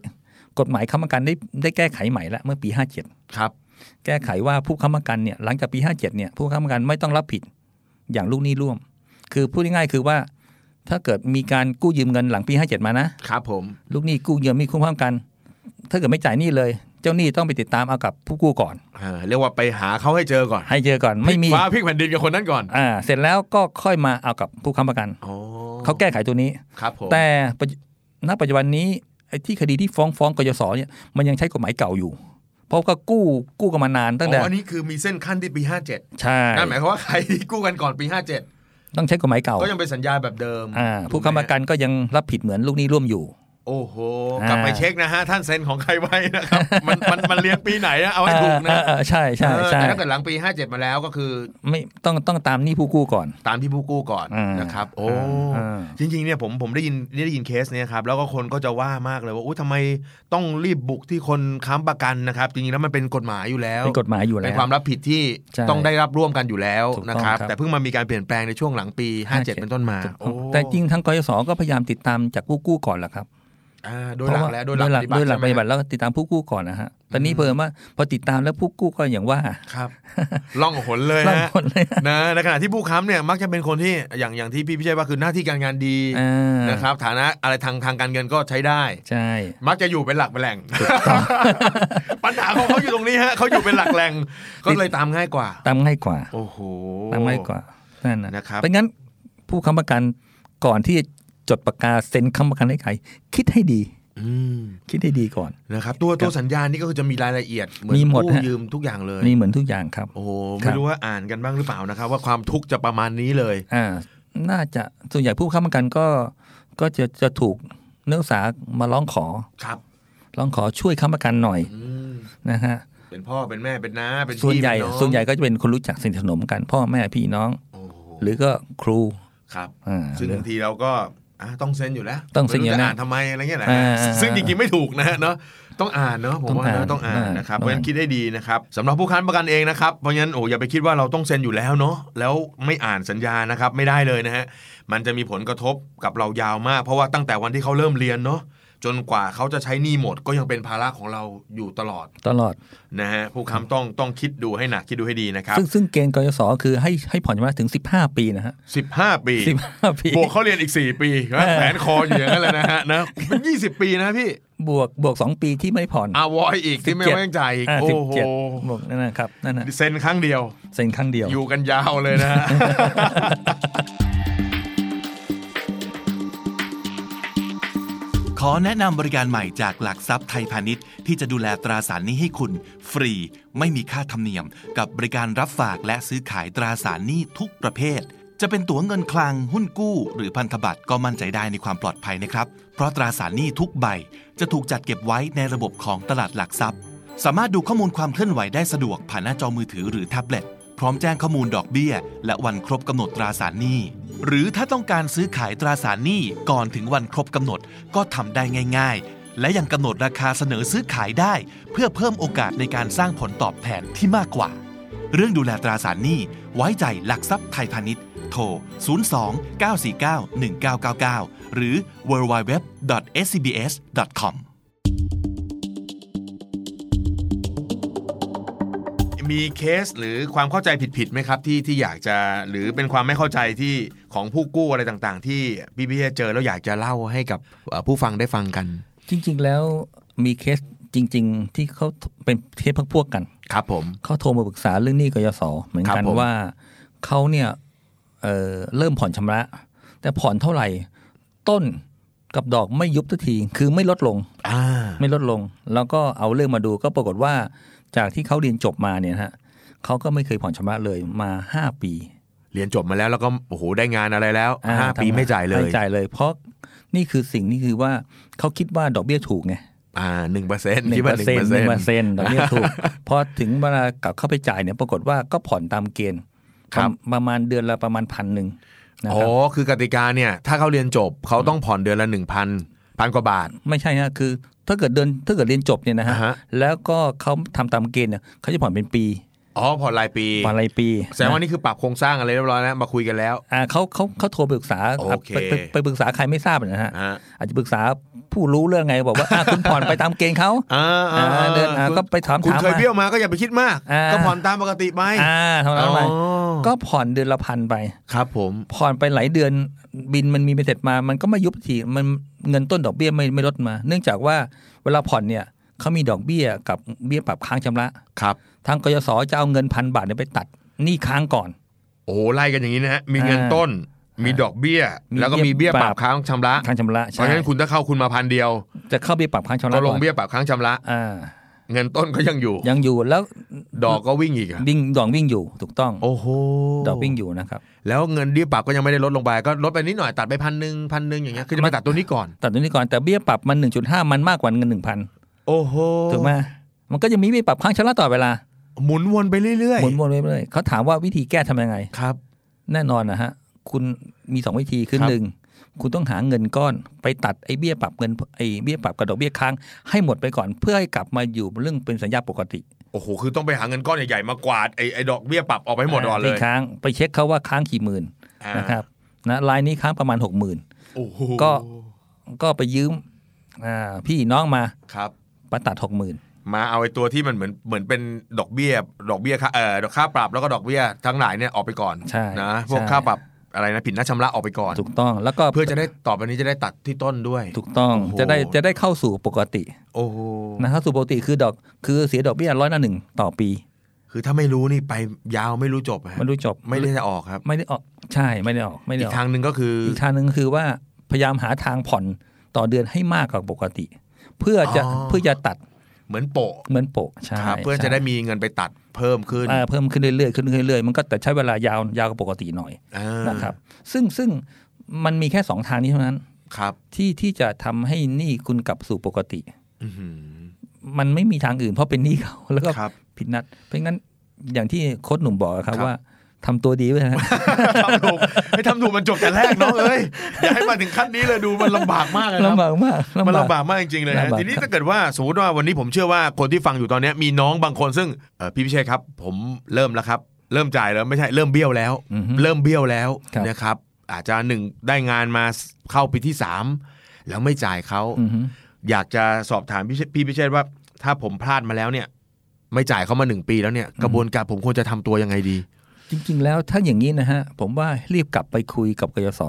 S6: กฎหมายค้ำประกันได้ได้แก้ไขใหม่แล้วเมื่อปี
S5: ครับ
S6: 57 แก้ไขว่าผู้ค้ำประกันเนี่ยหลังจากปี 57เนี่ยผู้ค้ำประกันไม่ต้องรับผิดอย่างลูกหนี้ร่วม คือพูดง่ายๆคือว่า ถ้าเกิดมีการกู้ยืมเงินหลังปี 57 มานะครับ
S5: ผม
S6: ลูกหนี้กู้ยืมมีคุ้มครองกัน ถ้าเกิดไม่จ่ายหนี้เลย เจ้าหนี้ต้องไปติดตามเอากับผู้กู้ก่อน
S5: อ่า เรียกว่าไปหาเขาให้เจอก่อน
S6: ให้เจอก่อนไม่มี
S5: ฟ้าพริกแผ่นดินกับคนนั้นก่อน
S6: อ่าเสร็จแล้วก็ค่อยมาเอากับผู้ค้ำประกัน
S5: โอ้
S6: เขาแก้ไขตัวนี้
S5: ครับผม
S6: แต่ปัจจุณปัจจุบันนี้ไอ้ที่คดีที่ฟ้องฟ้องกยศเนี่ยมันยังใช้กฎหมายเก่าอยู่ เพราะก็กู้กู้กันมานานตั้งแต่
S5: อ๋ออันนี้คือมีเส้นขั้นที่ปี 57
S6: ใช่
S5: นั่นหมายความว่าใครที่กู้กันก่อนปี
S6: ต้องใช้กฎหมายเก่า
S5: 57 ก็ยังเป็นสัญญาแบบเดิม
S6: อ่าผู้ค้ำประกันก็ยังรับผิดเหมือนลูกหนี้ร่วมอยู่
S5: โอ้โห
S6: อ่าก ก
S5: ลับไปเช็คนะฮะ ท่านเซ็นของใครไว้นะครับ มันมันมันเรียงปีไหนนะเอาให้ถูกนะ
S6: เออเออเออใช่ใช่
S5: เออ
S6: ใช่
S5: แต่ถ้าเกิดหลังปี 57 มาแล้วก็คือ
S6: ไม่ต้องต้องตามหนี้ผู้กู้ก่อน
S5: ตามที่ผู้กู้ก่อน
S6: อ่าน
S5: นะครับ โอ้
S6: อ่า
S5: จริงๆเนี่ยผมผมได้ยินได้ยินเคสเนี่ยครับแล้วก็คนก็จะว่ามากเลยว่าอุ้ยทำไมต้องรีบบุกที่คนค้ำประกันนะครับจริงๆแล้วมันเป็นกฎหมายอยู่แล้ว
S6: เป็นกฎหมายอยู่
S5: เป็
S6: แล้
S5: น
S6: ว
S5: ความรับผิดที่
S6: ใช่
S5: ต้องได้รับร่วมกันอยู่แล้ว
S6: ถูกต้อง
S5: นะครับ
S6: ครับ
S5: แต่เพิ่งมามีการเปลี่ยนแปลงในช่วงหลังปี 57
S6: 57
S5: เป็นต้นมาโอ้
S6: แต่จริงทางกยศก็พยายามติดตามจากผู้กู้ก่อนแหละครับ
S5: อ่าโดยหลักแล้วโดยหลักปฏิบัติ
S6: โดยหลักป
S5: ใช่
S6: ฏิ
S5: ไหม
S6: บัติแล้วก็ติดตามผู้กู้ก่อนนะฮะตอนนี้เพิ่มว่าพอติดตามแล้วผู้กู้ก็อย่างว่า
S5: ครับล่องหนเลย
S6: ร่าง
S5: ฮะ
S6: คนเลย
S5: นะในขณะที่ผู้ค้ำเนี่ยมักจะเป็นคนที่อย่างอย่างที่พี่พิชัยว่าคือหน้าที่การงานดี
S6: อ่า
S5: นะครับฐานะอะไรทางทางการเงินก็ใช้ได้
S6: ใช่
S5: มักจะอยู่เป็นหลักเป็นแหล่ง ปัญหาของเขาอยู่ตรงนี้ฮะเขาอยู่เป็นหลักแหล่ง ก็เลยตามง่ายกว่า
S6: ตามง่ายกว่า
S5: โอ้โห
S6: ตามง่ายกว่านั่นนะ
S5: นะครับ
S6: เพราะงั้นผู้ค้ำประกันก่อนที่จะจดปากกาเซ็นค้ำประกันให้ใคร คิดให้ดี
S5: อืม
S6: คิดให้ดีก่อน
S5: นะครับ ตัวตัวสัญญานี่ก็คือจะมีรายละเอียดเหมือน
S6: มีหมด
S5: กู้
S6: ฮะ
S5: ยืมทุกอย่างเลย
S6: นี่เหมือนทุกอย่างครับ
S5: โอ้โห
S6: ครั
S5: ไม่
S6: บ
S5: รู้ว่าอ่านกันบ้างหรือเปล่านะครับ ว่าความทุกข์จะประมาณนี้เลย
S6: อ่า น่าจะส่วนใหญ่ผู้ค้ำประกันก็ก็จะจะถูกนักศึกษามาร้องขอ
S5: ครับ
S6: ร้องขอช่วยค้ำประกันหน่อย
S5: อืม
S6: นะฮะ
S5: เป็นพ่อเป็นแม่เป็นน้าเป็นพี่
S6: ส่วนใหญ่
S5: เป็อง
S6: ส่วนใหญ่ก็จะเป็นคนรู้จักสนิทสนมกัน พ่อแม่พี่น้อง
S5: โอ้โห
S6: หรือก็ครู
S5: ครับ
S6: อ่า
S5: ซึ่ง
S6: หรือ
S5: บางทีเราก็อ่ะต้องเซ็นอยู่แล้ว
S6: ต้องเซ็นอยู่
S5: ไม่
S6: แล้ว
S5: รู้จะอ่านทำไมอะไรเงี้ยแหละ
S6: อ่า
S5: ซึ่งจริงๆไม่ถูกนะฮะเนาะต้องอ่านเนาะผมว่า
S6: ต้องอ่า
S5: นะ
S6: น
S5: ต้องอ่าน
S6: อ่าน
S5: นะครับเพราะ
S6: ต้องอ่าน
S5: ฉะนั้นคิดให้ดีนะครับสำหรับผู้ค้ำประกันเองนะครับเพราะงั้นโอ้อย่าไปคิดว่าเราต้องเซ็นอยู่แล้วเนาะแล้วไม่อ่านสัญญานะครับไม่ได้เลยนะฮะมันจะมีผลกระทบกับเรายาวมาก เพราะว่าตั้งแต่วันที่เขาเริ่มเรียนเนาะจนกว่าเขาจะใช้หนี้หมดก็ยังเป็นภาระของเราอยู่ตลอด
S6: ตลอด
S5: นะฮะผู้ค้ำต้องต้องคิดดูให้หนักคิดดูให้ดีนะครั
S6: ซึ่งซึ่งเกณฑ์กยศคือให้ให้ผ่อนชำระถึง 15 ปีนะฮะ
S5: บ 15 ปี
S6: 15 ปี
S5: บวกเขาเรียนอีก 4 ปีนะแผนคออยู่อย่างนั้นเลยนะฮะนะเป็น20 ปีนะพี่
S6: บวกบวกสองปีที่ไม่ได้ผ่อน
S5: อาวอยอีกที่ไม่
S6: 17
S5: แม่งจ่ายอีก โอ้
S6: สิบ
S5: โห
S6: เจ็ดบวกนั่นนะครับนั่นนะ
S5: เซ็นครั้งเดียว
S6: เซ็นครั้งเดียว
S5: อยู่กันยาวเลย นะฮะ
S7: ขอแนะนำบริการใหม่จากหลักทรัพย์ไทยพาณิชย์ ที่จะดูแลตราสารหนี้ให้คุณ ฟรี ไม่มีค่าธรรมเนียม กับบริการรับฝากและซื้อขายตราสารหนี้ทุกประเภท จะเป็นตั๋วเงินคลังหุ้นกู้ หรือพันธบัตรก็มั่นใจได้ในความปลอดภัยนะครับ เพราะตราสารหนี้ทุกใบ จะถูกจัดเก็บไว้ในระบบของตลาดหลักทรัพย์ สามารถดูข้อมูลความเคลื่อนไหวได้สะดวกผ่านหน้าจอมือถือหรือแท็บเล็ต พร้อมแจ้งข้อมูลดอกเบี้ย และวันครบกำหนดตราสารหนี้ หรือถ้าต้องการซื้อขายตราสารหนี้ก่อนถึงวันครบกำหนดก็ทำได้ง่าย ๆ และยังกำหนดราคาเสนอซื้อขายได้ เพื่อเพิ่มโอกาสในการสร้างผลตอบแทนที่มากกว่า เรื่องดูแลตราสารหนี้ไว้ใจหลักทรัพย์ไทยพาณิชย์ โทร 02 949 1999 หรือ www.scbs.com
S5: มีเคสหรือความเข้าใจผิดๆไหมครับที่ที่อยากจะหรือเป็นความไม่เข้าใจที่ของผู้กู้อะไรต่างๆ ที่พี่พี่เจอแล้วอยากจะเล่าให้กับเอ่อผู้ฟังได้ฟังกัน
S6: จริง ๆ แล้วมีเคสจริง ๆ ที่เขาเป็นเคสพวกๆกัน
S5: ครับผม
S6: เขาโทรมาปรึกษาเรื่องหนี้กยศเหมือน
S5: ครั
S6: กัน
S5: บผม
S6: ว่าเขาเนี่ยเอ่อเริ่มผ่อนชำระ แต่ผ่อนเท่าไหร่ ต้นกับดอกไม่ยุบทุกทีคือไม่ลดลง
S5: อ่า
S6: ไม่ลดลง แล้วก็เอาเรื่องมาดูก็ปรากฏว่าจากที่เขาเรียนจบมาเนี่ยนะฮะเขาก็ไม่เคยผ่อนชำระเลยมาห้าปี
S5: เรียนจบมาแล้วแล้วก็โอ้โหได้งานอะไรแล้ว
S6: อ่
S5: ห้าปี
S6: ทำงน
S5: ไม่จ่ายเลย
S6: ไม่จ่ายเลย เพราะนี่คือสิ่งนี่คือว่าเขาคิดว่าดอกเบี้ยถูกไง
S5: อ่าหนึ่งเปอร์เซ็นต์
S6: หนึ่
S5: คิด
S6: งเป
S5: ว่าห
S6: อร์
S5: นึ่ง
S6: เซ็น
S5: เปอร์เซ็นต์
S6: ต์หนึ่งเปอร์เซ็นต์ดอกเบี้ยถูก พอถึงเวลากลับเข้าไปจ่ายเนี่ยปรากฏว่าก็ผ่อนตามเกณฑ์ครับประมาณเดือนละประมาณพันหนึ่งนะค
S5: อ๋อ
S6: รับ
S5: คือกติกาเนี่ย ถ้าเขาเรียนจบเขาต้องผ่อนเดือนละหนึ่งพันพันกว่าบาท
S6: ไม่ใช่ฮะคือถ้าเกิดเดือนถ้าเกิดเรียนจบเนี่ยนะฮะ
S5: อ่าฮะ
S6: แล้วก็เขาทำตามเกณฑ์เนี่ยเขาจะผ่อนเป็นปี
S5: อ๋อผ่อนรายปี
S6: ผ่อนรายปี
S5: แสดงว่านี่คือปรับโครงสร้างอะไรเรียบร้อยแล้วมาคุยกันแล้ว
S6: อ่าเขาเขาเขาโทรไปปรึกษา
S5: โอเค
S6: ไปไปไปปรึกษาใครไม่ทราบนะฮะ
S5: อ่า
S6: อาจจะปรึกษาผู้รู้เรื่องไงบอกว่าอ่ะคุณผ่อนไปตามเกณฑ์เขา
S5: อ่าอ่า
S6: อ่าเดินอ่า
S5: คุณ
S6: ก็ไปถาม
S5: คุณ
S6: ถาม
S5: เคย
S6: มา
S5: เบี้ยวมาก็อย่าไปคิดมาก
S6: อ่า
S5: ก็ผ่อนตามปกติไป
S6: อ่าเท่านั้นไป
S5: อ๋อ
S6: ก็ผ่อนเดือนละพันไป
S5: ครับผม
S6: ผ่อนไปหลายเดือนบินมันมีไปเสร็จมา มันก็ไม่ยุบทีมันเงินต้นดอกเบี้ยไม่ไม่ลดมา เนื่องจากว่าเวลาผ่อนเนี่ยเขามีดอกเบี้ยกับเบี้ยปรับค้างชำระ
S5: ครับ
S6: ทางกยศจะเอาเงินพันบาทเนี่ยไปตัดหนี้ค้างก่อน
S5: โอ้โหไล่กันอย่างนี้นะฮะมีเงิน
S6: อ่า
S5: ต้น มีดอกเบี้ย
S6: มี
S5: แล้วก็มีเบี้ยปรับค้างชำระ
S6: ค้างชำระใช่
S5: เพราะฉะนั้นคุณถ้าเข้าคุณมาพันเดียว
S6: จะเข้าเบี้ยปรับค้างชำระ
S5: ก็ล
S6: ก่อง น
S5: เบี้ยปรับค้างชำระ
S6: อ่า
S5: เงินต้นก็ยังอยู่
S6: ยังอยู่แล้ว
S5: ดอกก็วิ่งอีกอะ
S6: วิ่งดอกวิ่งอยู่ถูกต้อง
S5: โอ้โห
S6: ดอกวิ่งอยู่นะครับ
S5: แล้วเงินเบี้ยปรับก็ยังไม่ได้ลดลงไปก็ลดไปนิดหน่อยตัดไปพันหนึ่งพันหนึ่งอย่างเงี้ยคือจะมาตัดตัวนี้ก่อน
S6: ตัดตรงนี้ก่อนแต่เบี้ยปรับมัน 1.5 มันมากกว่าเงิน1,000
S5: โอ้โห
S6: ถูกไหมมันก็จะมีเบี้ยปรับค้างชำระต่อเวลา
S5: หมุนวนไปเรื่อย
S6: หมุนวนไปเรื่อยเขาถามว่าวิธีแก้ทำยังไง
S5: ๆครับ
S6: แน่นอนนะฮะ คุณมีสองวิธีคือ
S5: ครับ
S6: หนึ่งคุณต้องหาเงินก้อน ไปตัดไอ้เบี้ยปรับเงินไอ้เบี้ยปรับกับดอกเบี้ยค้างให้หมดไปก่อนเพื่อให้กลับมาอยู่เรื่องเป็นสัญญาปกติ
S5: โอ้โหคือต้องไปหาเงินก้อนใหญ่ๆมากวาดไอ้ไอ้ดอกเบี้ยปรับออกไปให้หมดก่อนเล
S6: ที่
S5: ย
S6: ค้างไปเช็คเขาว่าค้างกี่หมื่น
S5: อ่า
S6: นะครับนะรายนี้ค้างประมาณหกหมื่น
S5: โอ้โห
S6: ก็ก็ไปยืมอ่าพี่น้องมา
S5: ครับ
S6: มาตัดหกหมื่น
S5: มาเอาไอ้ตัวที่มันเหมือนเหมือนเป็นดอกเบี้ย ดอกเบี้ยค่าเอ่อดอกค่าปรับแล้วก็ดอกเบี้ยทั้งหลายเนี่ยออกไปก่อน
S6: ใช่
S5: นะพวก
S6: ใช่
S5: ค่าปรับอะไรนะผิดนัดชำระออกไปก่อน
S6: ถูกต้องแล้วก็
S5: เพื่อจะได้ต่อไปนี้จะได้ตัดที่ต้นด้วย
S6: ถูกต้อง
S5: โอ้โห
S6: จะได้จะได้เข้าสู่ปกติ
S5: โอ้โห
S6: นะเข้าสู่ปกติคือดอกคือเสียดอกเบี้ยร้อยละหนึ่งต่อปี
S5: คือถ้าไม่รู้นี่ไปยาวไม่รู้จบฮะ
S6: ไม่รู้จบ
S5: ไม่ได้จะออกครับ
S6: ไม่ได้ออกใช่ไม่ได้ออกไม่ได้
S5: อี
S6: อกอก
S5: ทางหนึ่งก็คือ
S6: อีกทางหนึ่งคือว่าพยายามหาทางผ่อนต่อเดือนให้มากกว่าปกติ เพื่อจะเพื่อจะตัด
S5: เหมือนโปะ
S6: เหมือนโปะใช่
S5: ครับเพื่อจะได้มีเงินไปตัดเพิ่มขึ้น
S6: อ่าเพิ่มขึ้นเรื่อยๆขึ้นเรื่อยๆมันก็แต่ใช้เวลายาวยาวกว่าปกติหน่อย
S5: อ่า
S6: นะครับ ซึ่งซึ่งมันมีแค่สองทางนี้เท่านั้น
S5: ครับ
S6: ที่ที่จะทำให้หนี้คุณกลับสู่ปกติ
S5: อื้อหือ
S6: มันไม่มีทางอื่นเพราะเป็นหนี้เขาแล้วก็
S5: ครับ
S6: ผิดนัด เพราะงั้นอย่างที่โค้ชหนุ่มบอกอะครั
S5: ค
S6: บ
S5: รับ
S6: ว่าทำตัวดีไว้นะ
S5: ทำถูกให้ทำถูกมันจบแต่แรกน้องเอ้ยอย่าให้มาถึงขั้นนี้เลยดูมันลำบากมาก เลยครับ
S6: ลำบากมาก
S5: มัน
S6: ลำบาก
S5: ลำบากมากจริงๆเลยฮะ
S6: ลำบาก
S5: ทีนี้
S6: ครับ
S5: ถ้าเกิดว่าสมมติว่าวันนี้ผมเชื่อว่าคนที่ฟังอยู่ตอนเนี้ยมีน้องบางคนซึ่งเอ่อพี่พิเชษครับ ผมเริ่มแล้วครับ เริ่มจ่ายแล้วไม่ใช่เริ่มเบี้ยวแล้ว
S6: อือฮึ
S5: เริ่มเบี้ยวแล้ว
S6: ครับ
S5: นะครับ อาจจะหนึ่งได้งานมาเข้าปีที่สามแล้วไม่จ่ายเขา
S6: อือฮึ
S5: อยากจะสอบถามพี่เชพี่พิเชษว่า ถ้าผมพลาดมาแล้วเนี่ย ไม่จ่ายเขามาหนึ่งปีแล้วเนี่ยกระบวนการผมควรจะทำตัวยังไงดี
S6: จริงๆ แล้วถ้าอย่างนี้นะฮะ ผมว่ารีบกลับไปคุยกับกยศ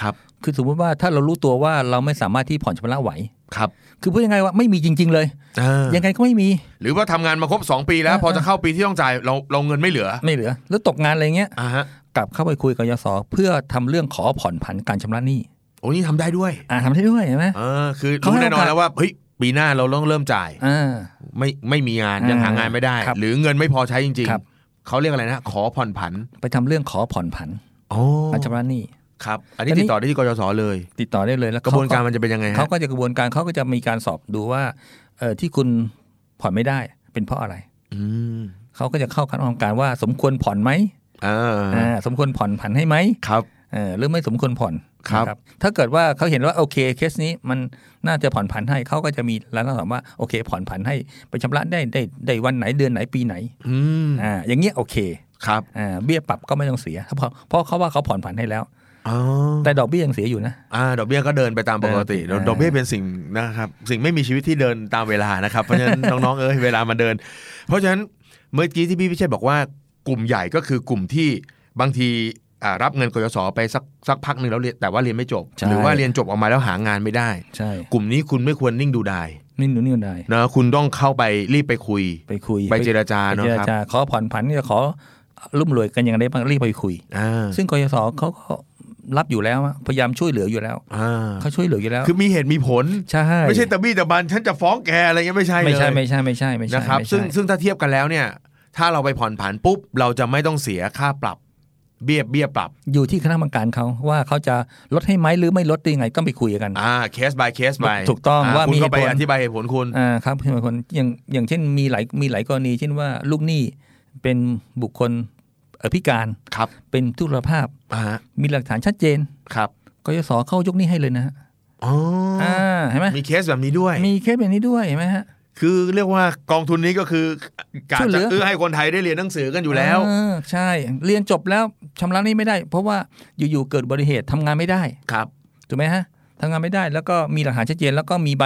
S5: ครับ
S6: คือสมมติว่าถ้าเรารู้ตัวว่าเราไม่สามารถที่ผ่อนชำระไหว
S5: ครับ
S6: คือพูดยังไงว่าไม่มีจริง ๆ เลย
S5: อ่า
S6: ยังไงก็ไม่มี
S5: หรือว่าทำงานมาครบสองปีแล้ว พอจะเข้าปีที่ต้องจ่ายเราเราเงินไม่เหลือ
S6: ไม่เหลือ แล้วตกงานอะไรเงี้ย
S5: อ่าฮะ
S6: กลับเข้าไปคุยกับกยศเพื่อทำเรื่องขอผ่อนผันการชำระหนี้
S5: โอ้นี่ทำได้ด้วย
S6: อ่าทำได้ด้วยเห็นไหม
S5: เออคือ
S6: เขา
S5: รู้
S6: ให้
S5: แน่นอน
S6: โอกาส
S5: แล้วว่าเฮ้ยปีหน้าเราต้องเริ่มจ่าย
S6: อ่า
S5: ไม่ไม่มีงาน
S6: อ่ายั
S5: ยังหางานไม่ได้
S6: ครับ
S5: หรือเงินไม่พอใช้จริง
S6: ครับ
S5: ๆเขาเรียกอะไรนะ ขอผ่อนผัน
S6: ไปทำเรื่องขอผ่อนผัน
S5: อ๋อ
S6: การชำระหนี้
S5: ครับ อันนี้
S6: อันนี้
S5: ติดต่อได้ที่กยศเลย
S6: ติดต่อได้เลยแล้ว
S5: กระบวนการมันจะเป็นยังไงฮะ
S6: เขาก็จะกระบวนการเขาก็จะมีการสอบดูว่าเออที่คุณผ่อนไม่ได้เป็นเพราะอะไร
S5: อืม
S6: เขาก็จะเข้าคัดกรองการว่าสมควรผ่อนไหม
S5: อ่
S6: อ่า
S5: า
S6: สมควรผ่อนผันให้ไหม
S5: ครับ
S6: เออหรือไม่สมควรผ่อน
S5: ครับ
S6: นะถ้าเกิดว่าเขาเห็นว่าโอเคเคสนี้มันน่าจะผ่อนผันให้เขาก็จะมีร้านรับรองว่าโอเค ผ่อนผันให้ไปชำระได้ได้ได้วันไหนเดือนไหนปีไหน
S5: อืม
S6: อ่าอย่างเงี้ยโอเค
S5: ครับ
S6: อ่าเบี้ยปรับก็ไม่ต้องเสียเพราะเพราะเขาว่าเขาผ่อนผันให้แล้ว
S5: อ๋อ
S6: แต่ดอกเบี้ยยังเสียอยู่นะ
S5: อ่าดอกเบี้ยก็เดินไปตามปกติ
S6: เดินไป
S5: ดอกเบี้ยเป็นสิ่งนะครับสิ่งไม่มีชีวิตที่เดินตามเวลา นะครับ เพราะฉะนั้น น้องๆเอ้ยเวลามาเดิน เพราะฉะนั้นเมื่อกี้ที่พี่พิเชษบอกว่ากลุ่มใหญ่ก็คือกลุ่มที่บางทีอ่ารับเงินกยศไปสักสักพักหนึ่งแล้วเรียนแต่ว่าเรียนไม่จบ
S6: ใช่
S5: หรือว่าเรียนจบออกมาแล้วหางานไม่ได้
S6: ใช่
S5: กลุ่มนี้คุณไม่ควรนิ่งดูดาย
S6: นี่หนูนี่ได้
S5: นะคุณต้องเข้าไปรีบไปคุย
S6: ไปคุย
S5: ไปเจรจาเนาะ
S6: เจร
S5: ครับ
S6: จาขอผ่อนผันจะขอรุ่มรวยกันยังไงบ้างรีบไปคุย
S5: อ่า
S6: ซึ่งกยศเขาก็รับอยู่แล้วอะพยายามช่วยเหลืออยู่แล้ว
S5: อ่า
S6: เขาช่วยเหลืออยู่แล้ว
S5: คือมีเหตุมีผล
S6: ใช่
S5: ไม่ใช่ตะบี้ตะบันฉันจะฟ้องแกอะไรเงี้ยไม่ใช่
S6: ไม่ใช่
S5: เลย
S6: ไม่ใช่ไม่ใช่ไม่ใช่
S5: นะครับ
S6: ไม่ใช่
S5: ซึ่งซึ่งถ้าเทียบกันแล้วเนี่ย ถ้าเราไปผ่อนผันปุ๊บ เราจะไม่ต้องเสียค่าปรับ เบี้ยเบี้ยปรับ
S6: อยู่ที่คณะกรรมการเขาว่าเขาจะลดให้ไหมหรือไม่ลดได้ยังไงต้องไปคุยกัน
S5: อ่าเคส by เคส by
S6: ถูกต้องว่า
S5: คุณ
S6: มี
S5: ก็ไป
S6: เหตุผล
S5: อธิบายเหตุผลคุณ
S6: อ่าครับคือคนอย่างอย่างเช่นมีหลายมีหลายกรณี เช่นว่าลูกหนี้เป็นบุคคลเอ่อพิการ
S5: ครับ
S6: เป็นทุรภาพ
S5: อ่าฮะ
S6: มีหลักฐานชัดเจน
S5: ครับ
S6: กยศเข้ายกหนี้ให้เลยนะฮะ
S5: อ๋ออ
S6: อ่าเห็นไหม
S5: มีเคสแบบนี้ด้วย
S6: มีเคสแบบนี้ด้วยเห็นไหมฮะ
S5: คือเรียกว่ากองทุนนี้ก็คือ การ
S6: ช่วยเหลื
S5: จะ
S6: อ
S5: เอื้อให้คนไทยได้เรียนหนังสือกันอยู่แล้ว
S6: เออใช่ เรียนจบแล้วชำระหนี้ไม่ได้ เพราะว่าอยู่ๆเกิดอุบัติเหตุทำงานไม่ได้
S5: ครับ
S6: ถูกไหมฮะทำงานไม่ได้แล้วก็มีหลักฐานชัดเจนแล้วก็มีใบ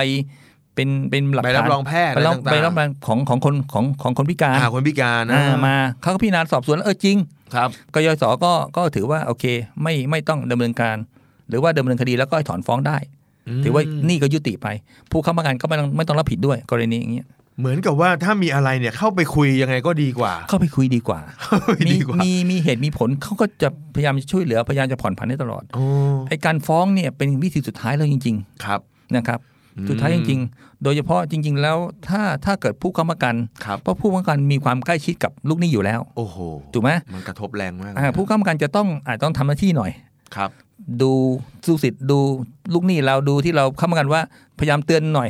S6: เป็นเป็นหลัก
S5: ใบ
S6: ฐาน
S5: รับรองแพทย์
S6: ใบ
S5: อะไร
S6: รับ
S5: ต่างๆ
S6: ใบรับรองของของคนของของคนพิการ
S5: อ่าคนพิการนะ
S6: อ่ามาเขาก็พิจารณาสอบสวนแล้วเออจริง
S5: ครับ
S6: กยศก็ก็ถือว่าโอเคไม่ไม่ต้องดำเนินการ หรือว่าดำเนินคดีแล้วก็ถอนฟ้องได้ ถือว่าหนี่ก็ยุติไป ผู้ค้ำประกันก็ไม่ต้องไม่ต้องรับผิดด้วยกรณีอย่างเงี้ย
S5: เหมือนกับว่าถ้ามีอะไรเนี่ยเข้าไปคุยยังไงก็ดีกว่า
S6: เข้าไปคุยดีกว่า
S5: ดีกว่า
S6: มีมีเหตุมีผลเขาก็จะพยายามจะช่วยเหลือพยายามจะผ่อนผันให้ตลอด
S5: โอ้
S6: ไอการฟ้องเนี่ยเป็นวิธีสุดท้ายแล้วจริง
S5: ครับ
S6: ๆนะครับ สุดท้ายจริง ๆ โดยเฉพาะจริง ๆ แล้วถ้าถ้าเกิดผู้ค้ำประกัน
S5: ๆครับ
S6: เพราะผู้ค้ำประกันมีความใกล้ชิดกับลูกหนี้อยู่แล้ว
S5: โอ้โห
S6: ถูกไหม
S5: มันกระทบแรงมาก
S6: อ่าผู้ค้ำประกันจะต้องอาจต้องทำหน้าที่หน่อย
S5: ครับ
S6: ดูสู้สิทธิ์ดูลูกหนี้เราดูที่เราค้ำประกันว่าพยายามเตือนหน่อย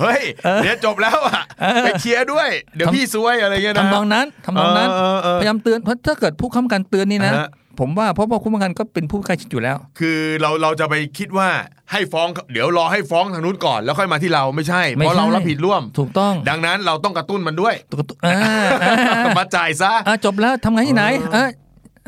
S5: เฮ้ยเดี๋ยวจบแล้วอ่ะ ไปเชียร์ด้วย เดี๋ยว
S6: ทำ
S5: พี่ซวยอะไรเงี้ยนะ
S6: ทำนองนั้นทำนองนั้น
S5: เออเออ
S6: พ
S5: เออ
S6: ยายามเตือนเพราะถ้าเกิดผู้ค้ำประกันเตือนนี่นะ
S5: อ่าฮะ
S6: ผมว่าเพราะว่าผู้ค้ำประกันก็เป็นผู้ใกล้ชิดอยู่แล้ว
S5: คือเราเราจะไปคิดว่าให้ฟ้องเดี๋ยวรอให้ฟ้องทางนู้นก่อนแล้วค่อยมาที่เราไม่ใช่
S6: ไม่
S5: เพราะ
S6: ใช่
S5: เรารับผิดร่วม
S6: ถูกต้อง
S5: ดังนั้นเราต้องกระตุ้นมันด้วย
S6: ตุ๊กตุ๊กอ่าอ่าอ่า
S5: มาจ่ายซะ
S6: อ่าจบแล้วทำงานที่ไหนอ่ะ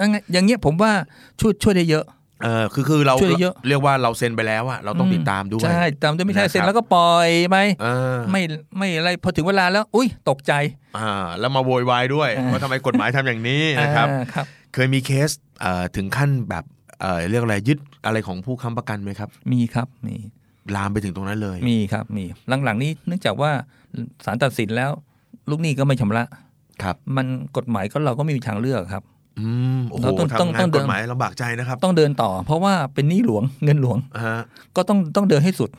S6: ยังไงอย่างเงี้ยผมว่าช่วยช่วยได้เยอะ
S5: เออคือคือเรา
S6: ช่วยเยอะ
S5: เรียกว่าเราเซ็นไปแล้วอะเราต้องติดตามด้วย
S6: ใช่ตามด้วยไม่ใช่
S5: นะครับ
S6: เสร็จแล้วก็ปล่อยไป
S5: เออ
S6: ไม่ไม่อะไรพอถึงเวลาแล้ว อุ้ยตกใจ
S5: อ่าแล้วมาโวยวายด้วย
S6: อ่า
S5: ว่าทำไมกฎหมายทำอย่างนี้นะครับ
S6: อ่าครับ
S5: เคยมีเคสเอ่อถึงขั้นแบบเอ่อเรียกอะไรยึดอะไรของผู้ค้ำประกันไหมครับ
S6: มีครับมี
S5: ลามไปถึงตรงนั้นเลย
S6: มีครับมีหลังๆนี้เนื่องจากว่าศาลตัดสินแล้ว ลูกหนี้ก็ไม่ชำระ
S5: ครับ
S6: มันกฎหมายก็เราก็ไม่มีทางเลือกครับ
S5: อืมโอ้โห
S6: เราต้อง
S5: ทำ
S6: ต้อง
S5: งา
S6: ต้อน งเดิ
S5: ก
S6: น
S5: ฎหมายลำบากใจนะครับ
S6: ต้องเดินต่อ เพราะว่าเป็นหนี้หลวงเงินหลวง
S5: ฮะ
S6: ก็ต้องต้องเดินให้สุด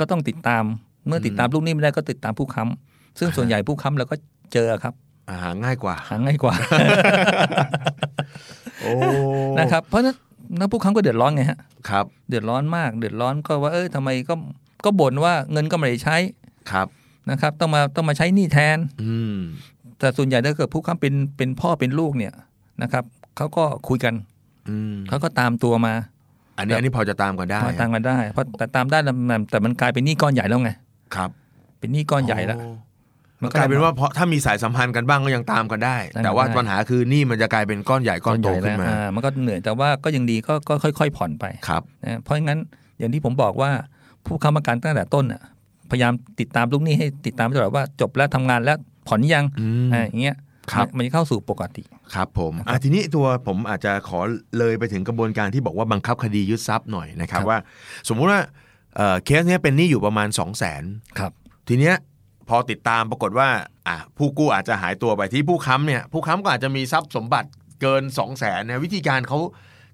S6: ก็ต้องติดตาม เมื่อติดตามลูกหนี้ไม่ได้ก็ติดตามผู้ค้ำซึ่งส่วนใหญ่ผู้ค้ำเราก็เจอครับ
S5: อ่าหาง่ายกว่า
S6: หาง่ายกว่า
S5: โอ้
S6: นะครับเพราะฉะนั้นนักผู้ค้ำก็เดือดร้อนไงฮะ
S5: ครับ
S6: เดือดร้อนมาก เดือดร้อนก็ว่าเอ้ยทำไมก็ก็บ่นว่าเงินก็ไม่ได้ใช้
S5: ครับ
S6: นะครับ ต้องมาต้องมาใช้หนี้แทน
S5: อืม
S6: แต่ส่วนใหญ่ถ้าเกิดผู้ค้ำเป็นเป็นพ่อเป็นลูกเนี่ยนะครับเขาก็คุยกัน
S5: อืม
S6: เขาก็ตามตัวมา
S5: อันนี้อันนี้พอจะตามกันได้
S6: พอตามกันได้เพราะแต่ตามได้แล้วมันแต่มันกลายเป็นหนี้ก้อนใหญ่แล้วไง
S5: ครับ
S6: เป็นหนี้ก้อนใหญ่แล้ว
S5: โมันกลายเป็นว่าเพราะถ้ามีสายสัมพันธ์กันบ้างก็ยังตามกันได้ แต่ว่าปัญหาคือหนี่มันจะกลายเป็นก้อนใหญ่ก้อนโตขึ้นมา
S6: อ่ามันก็เหนื่อยแต่ว่าก็ยังดีก็ก็ค่อย ๆ ผ่อนไป
S5: ครับ
S6: นะเพราะงั้นอย่างที่ผมบอกว่าผู้ค้ำประกันตั้งแต่ต้นน่ะพยายามติดตามลูกหนี้ให้ติดตามตลอดว่าจบแล้วทำงานแล้วผ่อนยัง
S5: อืม
S6: อ่าอย่างเงี้ย
S5: ครับ
S6: มันมันจะเข้าสู่ปกติ
S5: ครับผมอ่ะทีนี้ตัวผมอาจจะขอเลยไปถึงกระบวนการที่บอกว่าบังคับคดียึดทรัพย์หน่อยนะครับ
S6: ครับ
S5: ว่า สมมุติว่าเอ่อเคสเนี้ยเป็นหนี้อยู่ประมาณ 2 0 0 0 0 0
S6: ครับ
S5: ทีเนี้ยพอติดตามปรากฏว่าอ่ะผู้กู้อาจจะหายตัวไปที่ผู้ค้ำเนี่ยผู้ค้ำก็อาจจะมีทรัพย์สมบัติเกิน 2 0 0 0 0นเนี่ยวิธีการเขา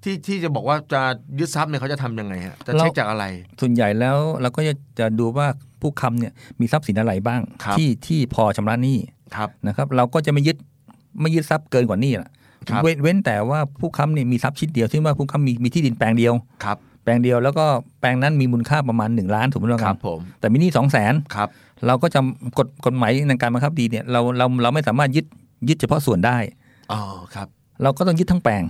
S5: ที่ที่จะบอกว่าจะยึดทรัพย์เนี่ยเขาจะทำยังไงฮะจะเช็คจากอะไร
S6: ส่วนใหญ่แล้วเราก็จะจะดูว่าผู้ค้ำเนี่ยมีทรัพย์สินอะไรบ้าง
S5: ครับ
S6: ที่ที่พอชำระหนี้
S5: ครับ
S6: นะครับ เราก็จะไม่ยึดไม่ยึดทรัพย์เกินกว่าหนี้ล่ะ
S5: ครับ
S6: เว้นเว้นแต่ว่าผู้ค้ำเนี่ยมีทรัพย์ชิ้นเดียวซึ่งว่าผู้ค้ำมีมีที่ดินแปลงเดียว
S5: ครับ
S6: แปลงเดียวแล้วก็แปลงนั้นมีมูลค่าประมาณ 1 ล้านสมมติว่า
S5: ค
S6: กั
S5: รั
S6: น
S5: บผม
S6: แต่มีหนี้สองแสน
S5: ครับ
S6: เราก็จะกฎกฎหมายในการบังคับคดีเนี่ยเราเราเราไม่สามารถยึดยึดเฉพาะส่วนได้
S5: อ๋อครับ
S6: เราก็ต้องยึดทั้งแปลง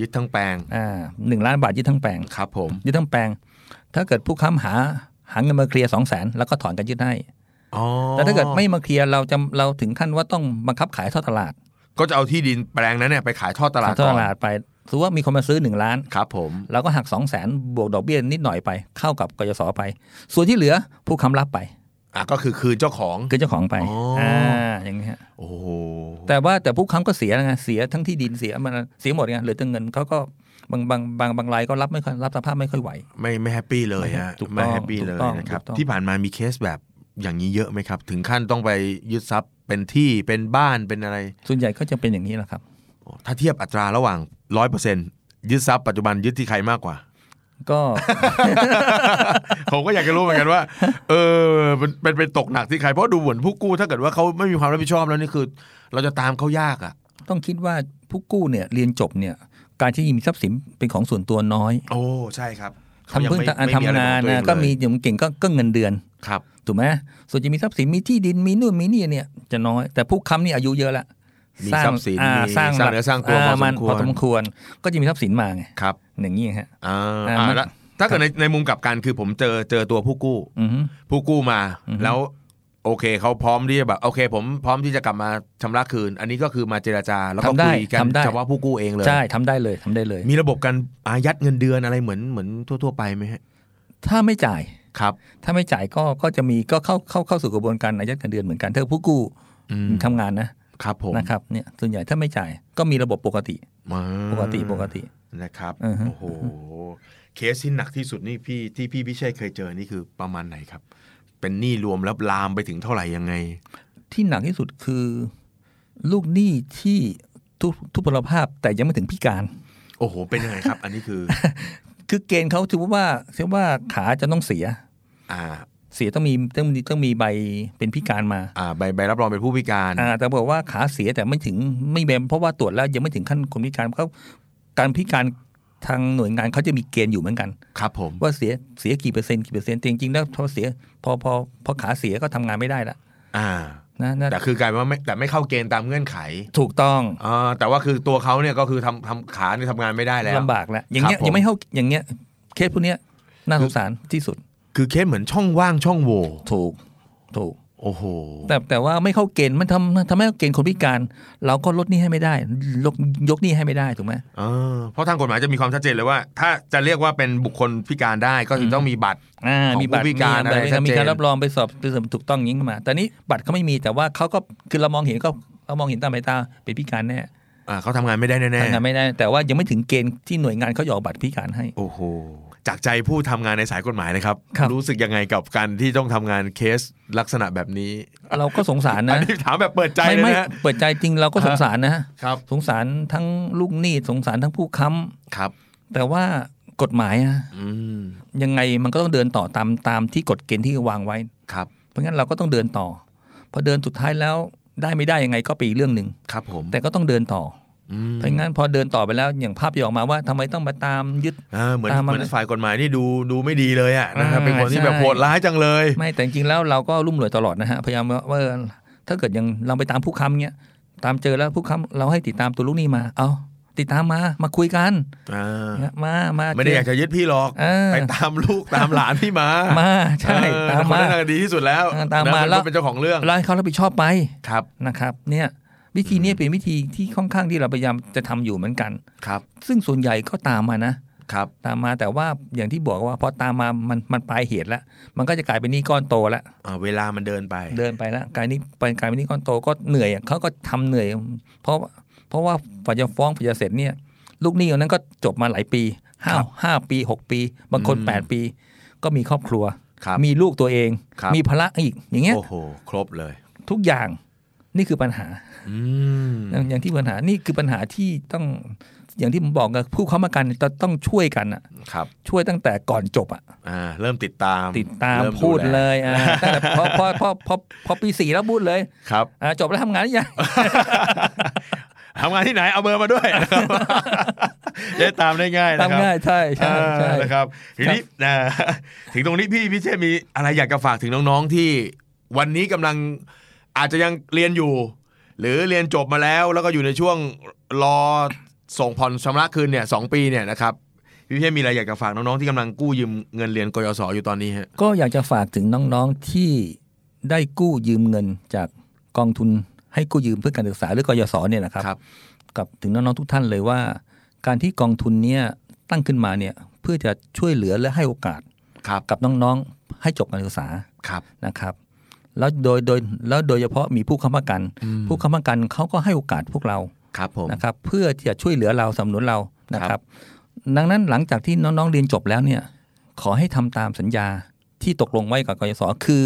S5: ยึดทั้งแปลง
S6: อ่าหนึ่งล้านบาทยึดทั้งแปลง
S5: ครับผม
S6: ยึดทั้งแปลง ถ้าเกิดผู้ค้ำหาหาเงินมาเคลียร์สองแสนแล้วก็ถอนกันยึดให้
S5: อ๋อ
S6: แต่ถ้าเกิดไม่มาเคลียร์เราจะเราถึงขั้นว่าต้องบังคับขายทอดตลาด
S5: ก็จะเอาที่ดินแปลงนั้นเนี่ยไปขายทอดตลา
S6: ขาย
S5: ด
S6: ท
S5: ก่
S6: อด
S5: อ
S6: ต
S5: น
S6: ลาดไปถือว่ามีคนมาซื้อหนึ่งล้าน
S5: ครับผม
S6: เราก็หักสองแสนบวกดอกเบี้ยนิดหน่อยไป เข้ากับกยศไป ส่วนที่เหลือผู้ค้ำรับไป
S5: อ่ะก็คือคืนเจ้าของ
S6: คือเจ้าของไป
S5: อ๋ออ่
S6: อย่างนี้ฮะ
S5: โอ้โห
S6: แต่ว่าแต่ผู้ค้ำก็เสียนะเสียทั้งที่ดินเสียมันเสียหมดไงเหลือแต่เงินเขาก็บางบางบางบางรายก็รับไม่ค่อยรับสภาพไม่ค่อยไหว
S5: ไม่ไม่แฮปปี้เลยฮะ
S6: ถูกต้อง
S5: ไม่แฮปปี้เลย
S6: ถูกต้อง
S5: นะครับ
S6: ถูกต้อง
S5: ที่ผ่านมามีเคสแบบอย่างนี้เยอะไหมครับ ถึงขั้นต้องไปยึดทรัพย์เป็นที่เป็นบ้านเป็นอะไร
S6: ส่วนใหญ่ก็จะเป็นอย่างนี้แหละครับ
S5: ถ้าเทียบอัตราระหว่าง 100%ยึดทรัพย์ปัจจุบันยึดที่ใครมากกว่า
S6: ก็
S5: ผมก็อยากจะรู้เหมือนกันว่า เออมันเป็นเป็นตกหนักที่ใครเพราะดูเหมือนผู้กู้ถ้าเกิดว่าเขาไม่มีความรับผิดชอบแล้วนี่คือ เราจะตามเขายากอ่ะ
S6: ต้องคิดว่าผู้กู้เนี่ยเรียนจบเนี่ยการที่มีทรัพย์สินเป็นของส่วนตัวน้อย
S5: โอ้ใช่ครับ
S6: ทำเพิ่งทำงานนะก็มีอย่างเก่งก็ก็เงินเดือน
S5: ครับ
S6: ถูกไหมส่วนจะมีทรัพย์สินมีที่ดินมีนู่นมีนี่เนี่ยจะน้อย แต่ผู้ค้ำนี่อายุเยอะละ
S5: มี
S6: สร้าง
S5: ทรัพย์สิน
S6: อ่า
S5: มี
S6: สร้าง
S5: สร้างเนื้อสร้างตัวพอสม
S6: น
S5: ควร
S6: พอสมควรก็จะมีทรัพย์สินมาไง
S5: ครับ
S6: อย่างนี้ฮะ
S5: อ่า
S6: อ่า
S5: อ่า
S6: มัน
S5: แล้วถ้าเกิดในในมุมกลับกันคือผมเจอเจอตัวผู้กู้
S6: อือฮึ
S5: ผู้กู้มา
S6: อือฮึ
S5: แล้ว โอเคเขาพร้อมที่จะแบบโอเค ผมพร้อมที่จะกลับมาชำระคืน อันนี้ก็คือมาเจรจาแล้วก็
S6: ทำได้
S5: คุยกัน
S6: ทำได้
S5: เฉพาะผู้กู้เองเลย
S6: ใช่ทำได้เลยทำได้เลย
S5: มีระบบการอายัดเงินเดือนอะไรเหมือนเหมือนทั่ว ๆ ไปไหมฮะ
S6: ถ้าไม่จ่าย
S5: ครับ
S6: ถ้าไม่จ่ายก็ก็จะมีก็เข้าเข้าเข้าสู่กระบวนการอายัดเงินเดือนเหมือนกันถ้าผู้กู้
S5: อืม
S6: ทำงานนะครับ
S5: ผม
S6: นะครับเนี่ยส่วนใหญ่ถ้าไม่จ่ายก็มีระบบปกติ
S5: อ่า
S6: ปกติปกติ
S5: นะครับ
S6: อือฮึ
S5: โอ้โห เคสที่หนักที่สุดนี่พี่ที่พี่พิเชษเคยเจอนี่คือประมาณไหนครับ เป็นหนี้รวมแล้วลามไปถึงเท่าไหร่ยังไง
S6: ที่หนักที่สุดคือลูกหนี้ที่ทุกทุพพลภาพแต่ยังไม่ถึงพิการ
S5: โอ้โห เป็นยังไงครับ อันนี้คือ
S6: คือเกณฑ์เขาถือว่าถือว่าขาจะต้องเสีย
S5: อ่า
S6: เสียต้องมีต้องมีต้องมีใบเป็นพิการมา
S5: อ่า ใบใบรับรองเป็นผู้พิการ
S6: อ่าแต่บอกว่าขาเสียแต่ไม่ถึงไม่แบนเพราะว่าตรวจแล้วยังไม่ถึงขั้นคนพิการเขาการพิการทางหน่วยงานเขาจะมีเกณฑ์อยู่เหมือนกัน
S5: ครับผม
S6: ว่าเสียเสียกี่เปอร์เซ็นต์กี่เปอร์เซ็นต์แต่จริงๆแล้วพอเสียพอพอพอขาเสียก็ทำงานไม่ได้ละ
S5: อ่า
S6: นะนะ
S5: แต่คือกลายเป็นว่าไม่แต่ไม่เข้าเกณฑ์ตามเงื่อนไข
S6: ถูกต้อง
S5: อ่าแต่ว่าคือตัวเขาเนี่ยก็คือทำทำขาเนี่ยทำงานไม่ได้แล้ว
S6: ลำบากแล้วอย่างเงี้
S5: ค
S6: ย
S5: รับผม
S6: ยังไม่เข้าอย่างเงี้ยเคสพวกเนี้ยน่าสงสารที่สุด
S5: คือเคสเหมือนช่องว่างช่องโหว่
S6: ถูกถูก
S5: โอ้โห
S6: แต่แต่ว่าไม่เข้าเกณฑ์มันทำทำให้เกณฑ์คนพิการ เราก็ลดหนี้ให้ไม่ได้ยกยกหนี้ให้ไม่ได้ถูกไหม
S5: อ่าเพราะทางกฎหมายจะมีความชัดเจนเลยว่า ถ้าจะเรียกว่าเป็นบุคคลพิการได้ก็คือต้องมีบัตร
S6: อ่า
S5: ของ
S6: มีบัตร
S5: ผู้พิการ
S6: มี
S5: อะไรชัดเจน
S6: มีการรับรองไปสอบไปสอบถูกต้องอย่างนี้ขึ้นมา แต่นี้บัตรเขาไม่มีแต่ว่าเขาก็คือเรามองเห็นก็เรามองเห็นตามสายตาเป็นพิการแน่
S5: อ่าเขาทำงานไม่ได้แน่
S6: ทำงานไม่ได้ แต่ว่ายังไม่ถึงเกณฑ์ที่หน่วยงานเขาหยออกบัตรพิการให้
S5: ๆโอ้โหจากใจผู้ทำงานในสายกฎหมายนะครับ
S6: ครับ
S5: รู้สึกยังไงกับการที่ต้องทำงานเคสลักษณะแบบนี้
S6: เราก็สงสาร
S5: อัน
S6: นะ
S5: นี้ถามแบบเปิดใจ
S6: ไม่
S5: เลย
S6: ไม่
S5: นะฮะ
S6: เปิดใจจริงเราก็สงสารนะ
S5: ครับ
S6: สงสารทั้งลูกหนี้สงสารทั้งผู้ค้
S5: ครับ
S6: ำแต่ว่ากฎหมายอะ
S5: อืม
S6: ยังไงมันก็ต้องเดินต่อตามตามที่กฎเกณฑ์ที่วางไว้
S5: ครับ
S6: เพราะงั้นเราก็ต้องเดินต่อ พอเดินสุดท้ายแล้วได้ไม่ได้ยังไงก็เป็นอีกเรื่องหนึ่ง
S5: ครับผม
S6: แต่ก็ต้องเดินต่อ
S5: อื
S6: อ
S5: ม
S6: เพราะงั้นพอเดินต่อไปแล้วอย่างภาพที่ออกมาว่าทำไมต้องมาตามยึด
S5: อ่าเหมือน
S6: ตามมา
S5: เหมือนฝ่ายกฎหมายนี่ดูดูไม่ดีเลยอ่ะนะครับ
S6: อ่า
S5: เป็นคนที่
S6: ใช่
S5: แบบโหดร้ายจังเลย
S6: ไม่แต่จริงๆแล้วเราก็รุ่มรวยตลอดนะฮะพยายามว่าว่าถ้าเกิดยังเราไปตามผู้ค้ำเงี้ยตามเจอแล้วผู้ค้ำเราให้ติดตามตัวลูกหนี้มา เอาติดตามมามาคุยกัน
S5: อ่า
S6: เนี่ยมามา
S5: ไม่ได้
S6: เจ
S5: อยากจะยึดพี่หรอก
S6: เออ
S5: ไปตามลูกตามหลานพี่มา
S6: มาใช่
S5: เออ
S6: ตาม
S5: คน
S6: มา
S5: นั้นน่ะดีที่สุดแล้ว
S6: อ่าตามมา
S5: นะเป็น
S6: แล้ว
S5: คนเป็นเจ้าของเรื่อง
S6: แล้วให้เขารับผิดชอบไป
S5: ครับ
S6: นะครับ เนี่ยวิธีนี้เป็นวิธีที่ค่อนข้างที่เราพยายามจะทำอยู่เหมือนกัน
S5: ครับ
S6: ซึ่งส่วนใหญ่ก็ตามมานะ
S5: ครับ
S6: ตามมาแต่ว่าอย่างที่บอกว่าพอตามมามันมันปลายเหตุแล้ว มันก็จะกลายเป็นหนี้ก้อนโตแล้ว
S5: อ่าเวลามันเดินไป
S6: เดินไปแล้วกลายนี้ไปกลายเป็นหนี้ก้อนโตก็เหนื่อยอะเขาก็ทำเหนื่อย เพราะเพราะว่าฝ่ายจะฟ้องฝ่ายจะเสร็จเนี่ย ลูกหนี้คนนั้นก็จบมาหลายปีห้าห้าปีหกปี บางคน
S5: อืม
S6: แปดปี ก็มีครอบครัว
S5: ครับ
S6: มีลูกตัวเอง
S5: ครับ
S6: มีภาระอีกอย่างเงี้ย
S5: โอ้โห ครบเลย
S6: ทุกอย่างนี่คือปัญหา
S5: อืม
S6: อย่างที่ปัญหานี่คือปัญหาที่ต้องอย่างที่ผมบอกกับผู้ค้ำประกันจะต้องช่วยกันอะ
S5: ครับ
S6: ช่วยตั้งแต่ก่อนจบอะ
S5: อ่าเริ่มติดตาม
S6: ติดตาม
S5: เริ่
S6: พูด
S5: แ
S6: เลยอ่าตั้งแต่พอพอพอพอพอปีสี่แล้วพูดเลย
S5: ครับ
S6: อ่าจบแล้วทำงานหรือยัง
S5: ทำงานที่ไหนเอาเบอร์มา ด้วยนะครับจะได้ตามได้ง่ายนะ
S6: ตาม
S5: ครับ
S6: ง่ายใช่ใช่ใช่
S5: อ่านะครับทีนี้นะถึงตรงนี้พี่พิเชษมีอะไรอยากจะฝากถึงน้องๆที่วันนี้กำลังอาจจะยังเรียนอยู่ หรือเรียนจบมาแล้ว แล้วก็อยู่ในช่วงรอส่งผ่อนชำระคืนเนี่ยสองปีเนี่ยนะครับพี่พิเชษมีอะไรอยากจะฝากน้องๆที่กำลังกู้ยืมเงินเรียนกยศอยู่ตอนนี้ฮะ
S6: ก็อยากจะฝากถึงน้องๆที่ได้กู้ยืมเงินจากกองทุนให้กู้ยืมเพื่อการศึกษาหรือกยศเนี่ยนะครับ กับถึงน้องๆทุกท่านเลยว่า การที่กองทุนเนี่ยตั้งขึ้นมาเนี่ยเพื่อจะช่วยเหลือและให้โอกาส
S5: ครับ
S6: กับน้องๆ ให้จบการศึกษา
S5: ครับ
S6: นะครับ แล้วโดยโดยแล้วโดยเฉพาะมีผู้ค้ำประกัน ผู้ค้ำประกันเขาก็ให้โอกาสพวกเรา
S5: ครับผม
S6: นะครับเพื่อที่จะช่วยเหลือเราสนับสนุนเรานะ
S5: ค
S6: ค
S5: รั
S6: รับ บ ดังนั้นหลังจากที่น้องๆเรียนจบแล้วเนี่ยขอให้ทำตามสัญญาที่ตกลงไว้กับกยศคือ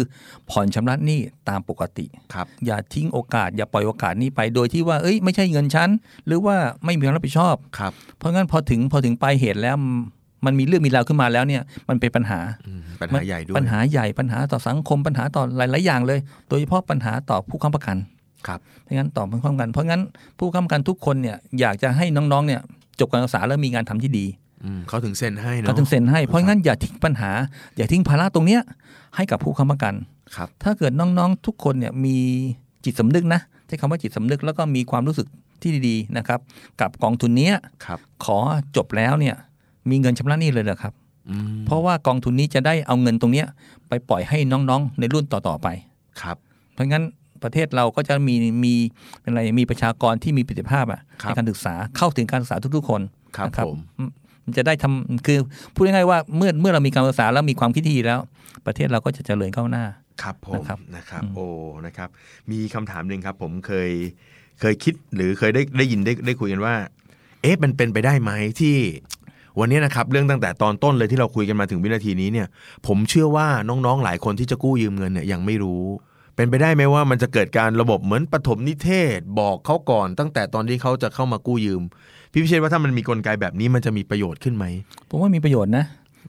S6: ผ่อนชำระหนี้ตามปกติ
S5: ครับ
S6: อย่าทิ้งโอกาส อย่าปล่อยโอกาสนี้ไปโดยที่ว่าเอ้ยไม่ใช่เงินฉันหรือว่าไม่มีความรับผิดชอบ
S5: ครับ
S6: เพราะงั้นพอถึงพอถึงปลายเหตุแล้วมันมันมีเรื่องมีราวขึ้นมาแล้วเนี่ยมันเป็นปัญหา
S5: อืมปัญหาใหญ่ด้วย
S6: ปัญหาใหญ่ปัญหาต่อสังคมปัญหาต่อหลาย ๆ อย่างเลย โดยเฉพาะปัญหาต่อผู้ค้ำประกัน
S5: ครับ
S6: เพราะงั้นต่อผู้ค้ำประกัน เพราะงั้นผู้ค้ำประกันทุกคนเนี่ยอยากจะให้น้อง ๆ เนี่ยจบการศึกษาแล้วมีงานทำที่ดี
S5: อืมเขาถึงเซ็นให้เนอะ
S6: เขาถึงเซ็นให้เพราะงั้นอย่าทิ้งปัญหา อย่าทิ้งภาระตรงเนี้ยให้กับผู้ค้ำประกัน
S5: ครับ
S6: ถ้าเกิดน้อง ๆ ทุกคนเนี่ยมีจิตสำนึกนะใช้คำว่าจิตสำนึกแล้วก็มีความรู้สึกที่ดีๆนะครับกับกองทุนเนี้ย
S5: ครับ
S6: ขอจบแล้วเนี่ยมีเงินชำระหนี้เลยเหรอครับ
S5: อืม
S6: เพราะว่ากองทุนนี้จะได้เอาเงินตรงเนี้ยไปปล่อยให้น้องๆ ในรุ่นต่อๆไป
S5: ครับ
S6: เพราะงั้นประเทศเราก็จะมีมีเป็นอะไรมีประชากรที่มีประสิทธิภาพอะ
S5: ครับ
S6: ในการศึกษาเข้าถึงการศึกษาทุกๆ คน
S5: ครับ
S6: นะ
S5: ผม
S6: อืมันจะได้ทำคือพูดง่ายๆว่าเมื่อเมื่อเรามีการศึกษาแล้วมีความคิดที่ดีแล้ว ประเทศเราก็จะเจริญก้าวหน้า
S5: ครับผม
S6: นะครับ
S5: นะครับ
S6: อืม
S5: โอ้นะครับ มีคำถามหนึ่งครับ ผมเคยเคยคิดหรือเคยได้ได้ยินได้ได้คุยกันว่า เอ๊ะมันเป็นไปได้ไหมที่ วันนี้นะครับ เรื่องตั้งแต่ตอนต้นเลยที่เราคุยกันมาถึงวินาทีนี้เนี่ย ผมเชื่อว่าน้องๆหลายคนที่จะกู้ยืมเงินเนี่ยยังไม่รู้ เป็นไปได้ไหมว่ามันจะเกิดการระบบเหมือนปฐมนิเทศ บอกเขาก่อน ตั้งแต่ตอนที่เขาจะเข้ามากู้ยืม พี่พิเชษว่าถ้ามันมีกลไกแบบนี้มันจะมีประโยชน์ขึ้นไหม
S6: ผมว่ามีประโยชน์นะ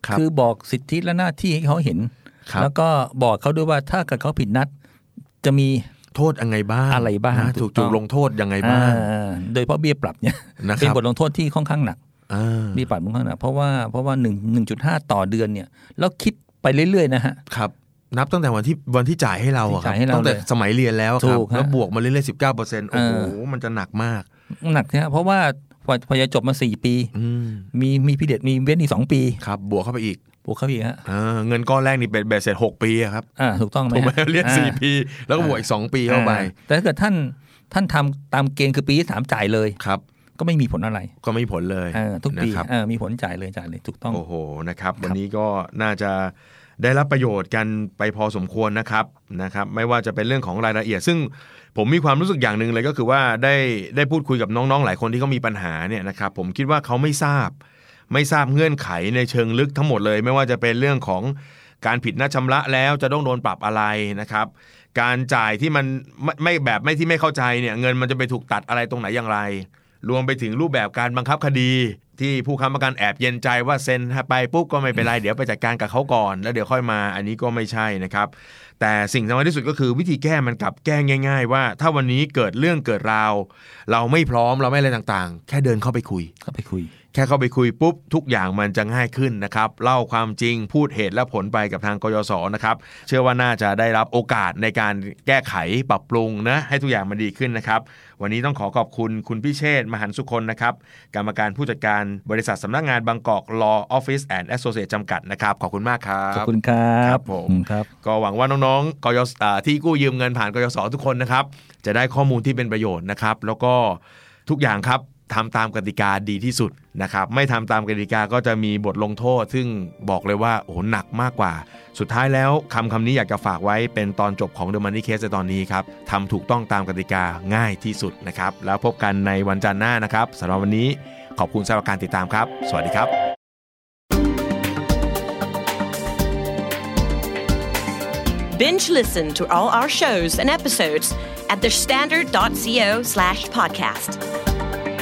S6: ครับ อบอกสิทธิและหน้าที่ให้เขาเห็น
S5: ครับ
S6: แล้วก็บอกเขาด้วยว่าถ้าเกิดเขาผิดนัด จะมี
S5: โทษยังไงบ้าง
S6: อะไรบ้าง
S5: นะ
S6: ถู
S5: ถูก
S6: กต้อง
S5: ลงโทษยังไงบ้าง
S6: อ่าโดยเฉพาะเบี้ยปรับเนี่ย
S5: นะครับ
S6: เป็นบทลงโทษที่ค่อนข้างหนัก
S5: อ่า
S6: มีปรับมันข้างหน้าเพราะว่าเพราะว่าหนึ่งหนึ่งจุดห้าต่อเดือนเนี่ยแล้วคิดไปเรื่อย ๆ นะฮะ
S5: ครับ นับตั้งแต่วันที่วันที่จ่ายให้เราอะครับ
S6: ที่จ่ายให้เรา
S5: ตั้งแต่
S6: เลย
S5: สมัยเรียนแล้วอะครับ
S6: ถูกฮะ
S5: แล้วบวกมาเรื่อยๆสิบเก้าเปอร์เซ็นต์โอ้โห
S6: เอ
S5: มันจะหนักมาก
S6: หนักนะฮะเพราะว่าพอพอจะจบมาสี่ปี
S5: อืม
S6: มีมีพีเด็ดมีเว้นอีกสองปี
S5: ครับบวกเข้าไปอีก
S6: บวกเข้าไปอีกฮะ
S5: เออเงินก้อนแรกนี่เป็นเบสเสร็จหกปีอะครับ
S6: อ่าถูกต้องไหม
S5: ถูกไหม
S6: ฮะ
S5: เรียนสี่
S6: อ่า
S5: ปี แล้วก็บวกอีกสองปีเข้าไป
S6: อ่แต่ถ้าเกิดท่านท่านทำตามเกณฑ์คือปีที่สามจ่ายเลย
S5: ครับ
S6: ก็ไม่มีผลอะไร
S5: ก็ไม่มีผลเลย
S6: เออทุกปี
S5: นะครับ
S6: เออมีผลจ่ายเลยจ่ายเลยถูกต้อง
S5: โอ้โห นะครับ วันนี้ก็น่าจะได้รับประโยชน์กันไปพอสมควรนะครับ นะครับ ไม่ว่าจะเป็นเรื่องของรายละเอียด ซึ่งผมมีความรู้สึกอย่างหนึ่งเลยก็คือว่าได้ได้พูดคุยกับน้องๆ หลายคนที่เขามีปัญหาเนี่ยนะครับ ผมคิดว่าเขาไม่ทราบ ไม่ทราบเงื่อนไขในเชิงลึกทั้งหมดเลย ไม่ว่าจะเป็นเรื่องของการผิดนัดชำระแล้วจะต้องโดนปรับอะไรนะครับ การจ่ายที่มันไม่ไม่แบบไม่ที่ไม่เข้าใจเนี่ยเงินมันจะไปถูกตัดอะไรตรงไหนอย่างไร รวมไปถึงรูปแบบการบังคับคดี ที่ผู้ค้ำประกันแอบเย็นใจว่าเซ็นไปปุ๊บก็ไม่เป็นไร เดี๋ยวไปจัดการกับเขาก่อน แล้วเดี๋ยวค่อยมาอันนี้ก็ไม่ใช่นะครับ แต่สิ่งสำคัญที่สุดก็คือวิธีแก้มันกลับแก้ง่าย ๆ ว่า ถ้าวันนี้เกิดเรื่องเกิดราว เราไม่พร้อมเราไม่อะไรต่างๆ แค่เดินเข้าไปคุย
S6: ก็ไปคุย
S5: แค่เข้าไปคุยปุ๊บ ทุกอย่างมันจะง่ายขึ้นนะครับ เล่าความจริงพูดเหตุและผลไปกับทางกยศนะครับ เชื่อว่าน่าจะได้รับโอกาสในการแก้ไขปรับปรุงนะให้ทุกอย่างมันดีขึ้นนะครับ วันนี้ต้องขอขอบคุณคุณพิเชษฐ์มหันสุคนนะครับ กรรมการผู้จัดการบริษัทสำนักงานบางกอก Law Office and Associate จำกัดนะครับ ขอบคุณมากครับ
S6: ขอบคุณครั
S5: ครับ บผม
S6: ครับ
S5: ก็หวังว่าน้องๆกยศอ่าที่กู้ยืมเงินผ่านกยศทุกคนนะครับ จะได้ข้อมูลที่เป็นประโยชน์นะครับ แล้วก็ทุกอย่างครับทำตามกติกาดีที่สุดนะครับ ไม่ทำตามกติกาก็จะมีบทลงโทษ ซึ่งบอกเลยว่าโอ้โหหนักมากกว่า สุดท้ายแล้วคำคำนี้อยากจะฝากไว้เป็นตอนจบของ The Money Case ในตอนนี้ครับทำถูกต้องตามกติกาง่ายที่สุดนะครับ แล้วพบกันในวันจันทร์หน้านะครับสำหรับวันนี้ขอบคุณสำหรับการติดตามครับ สวัสดีครับ
S8: Binge listen to all our shows and episodes at thestandard.co slash podcast.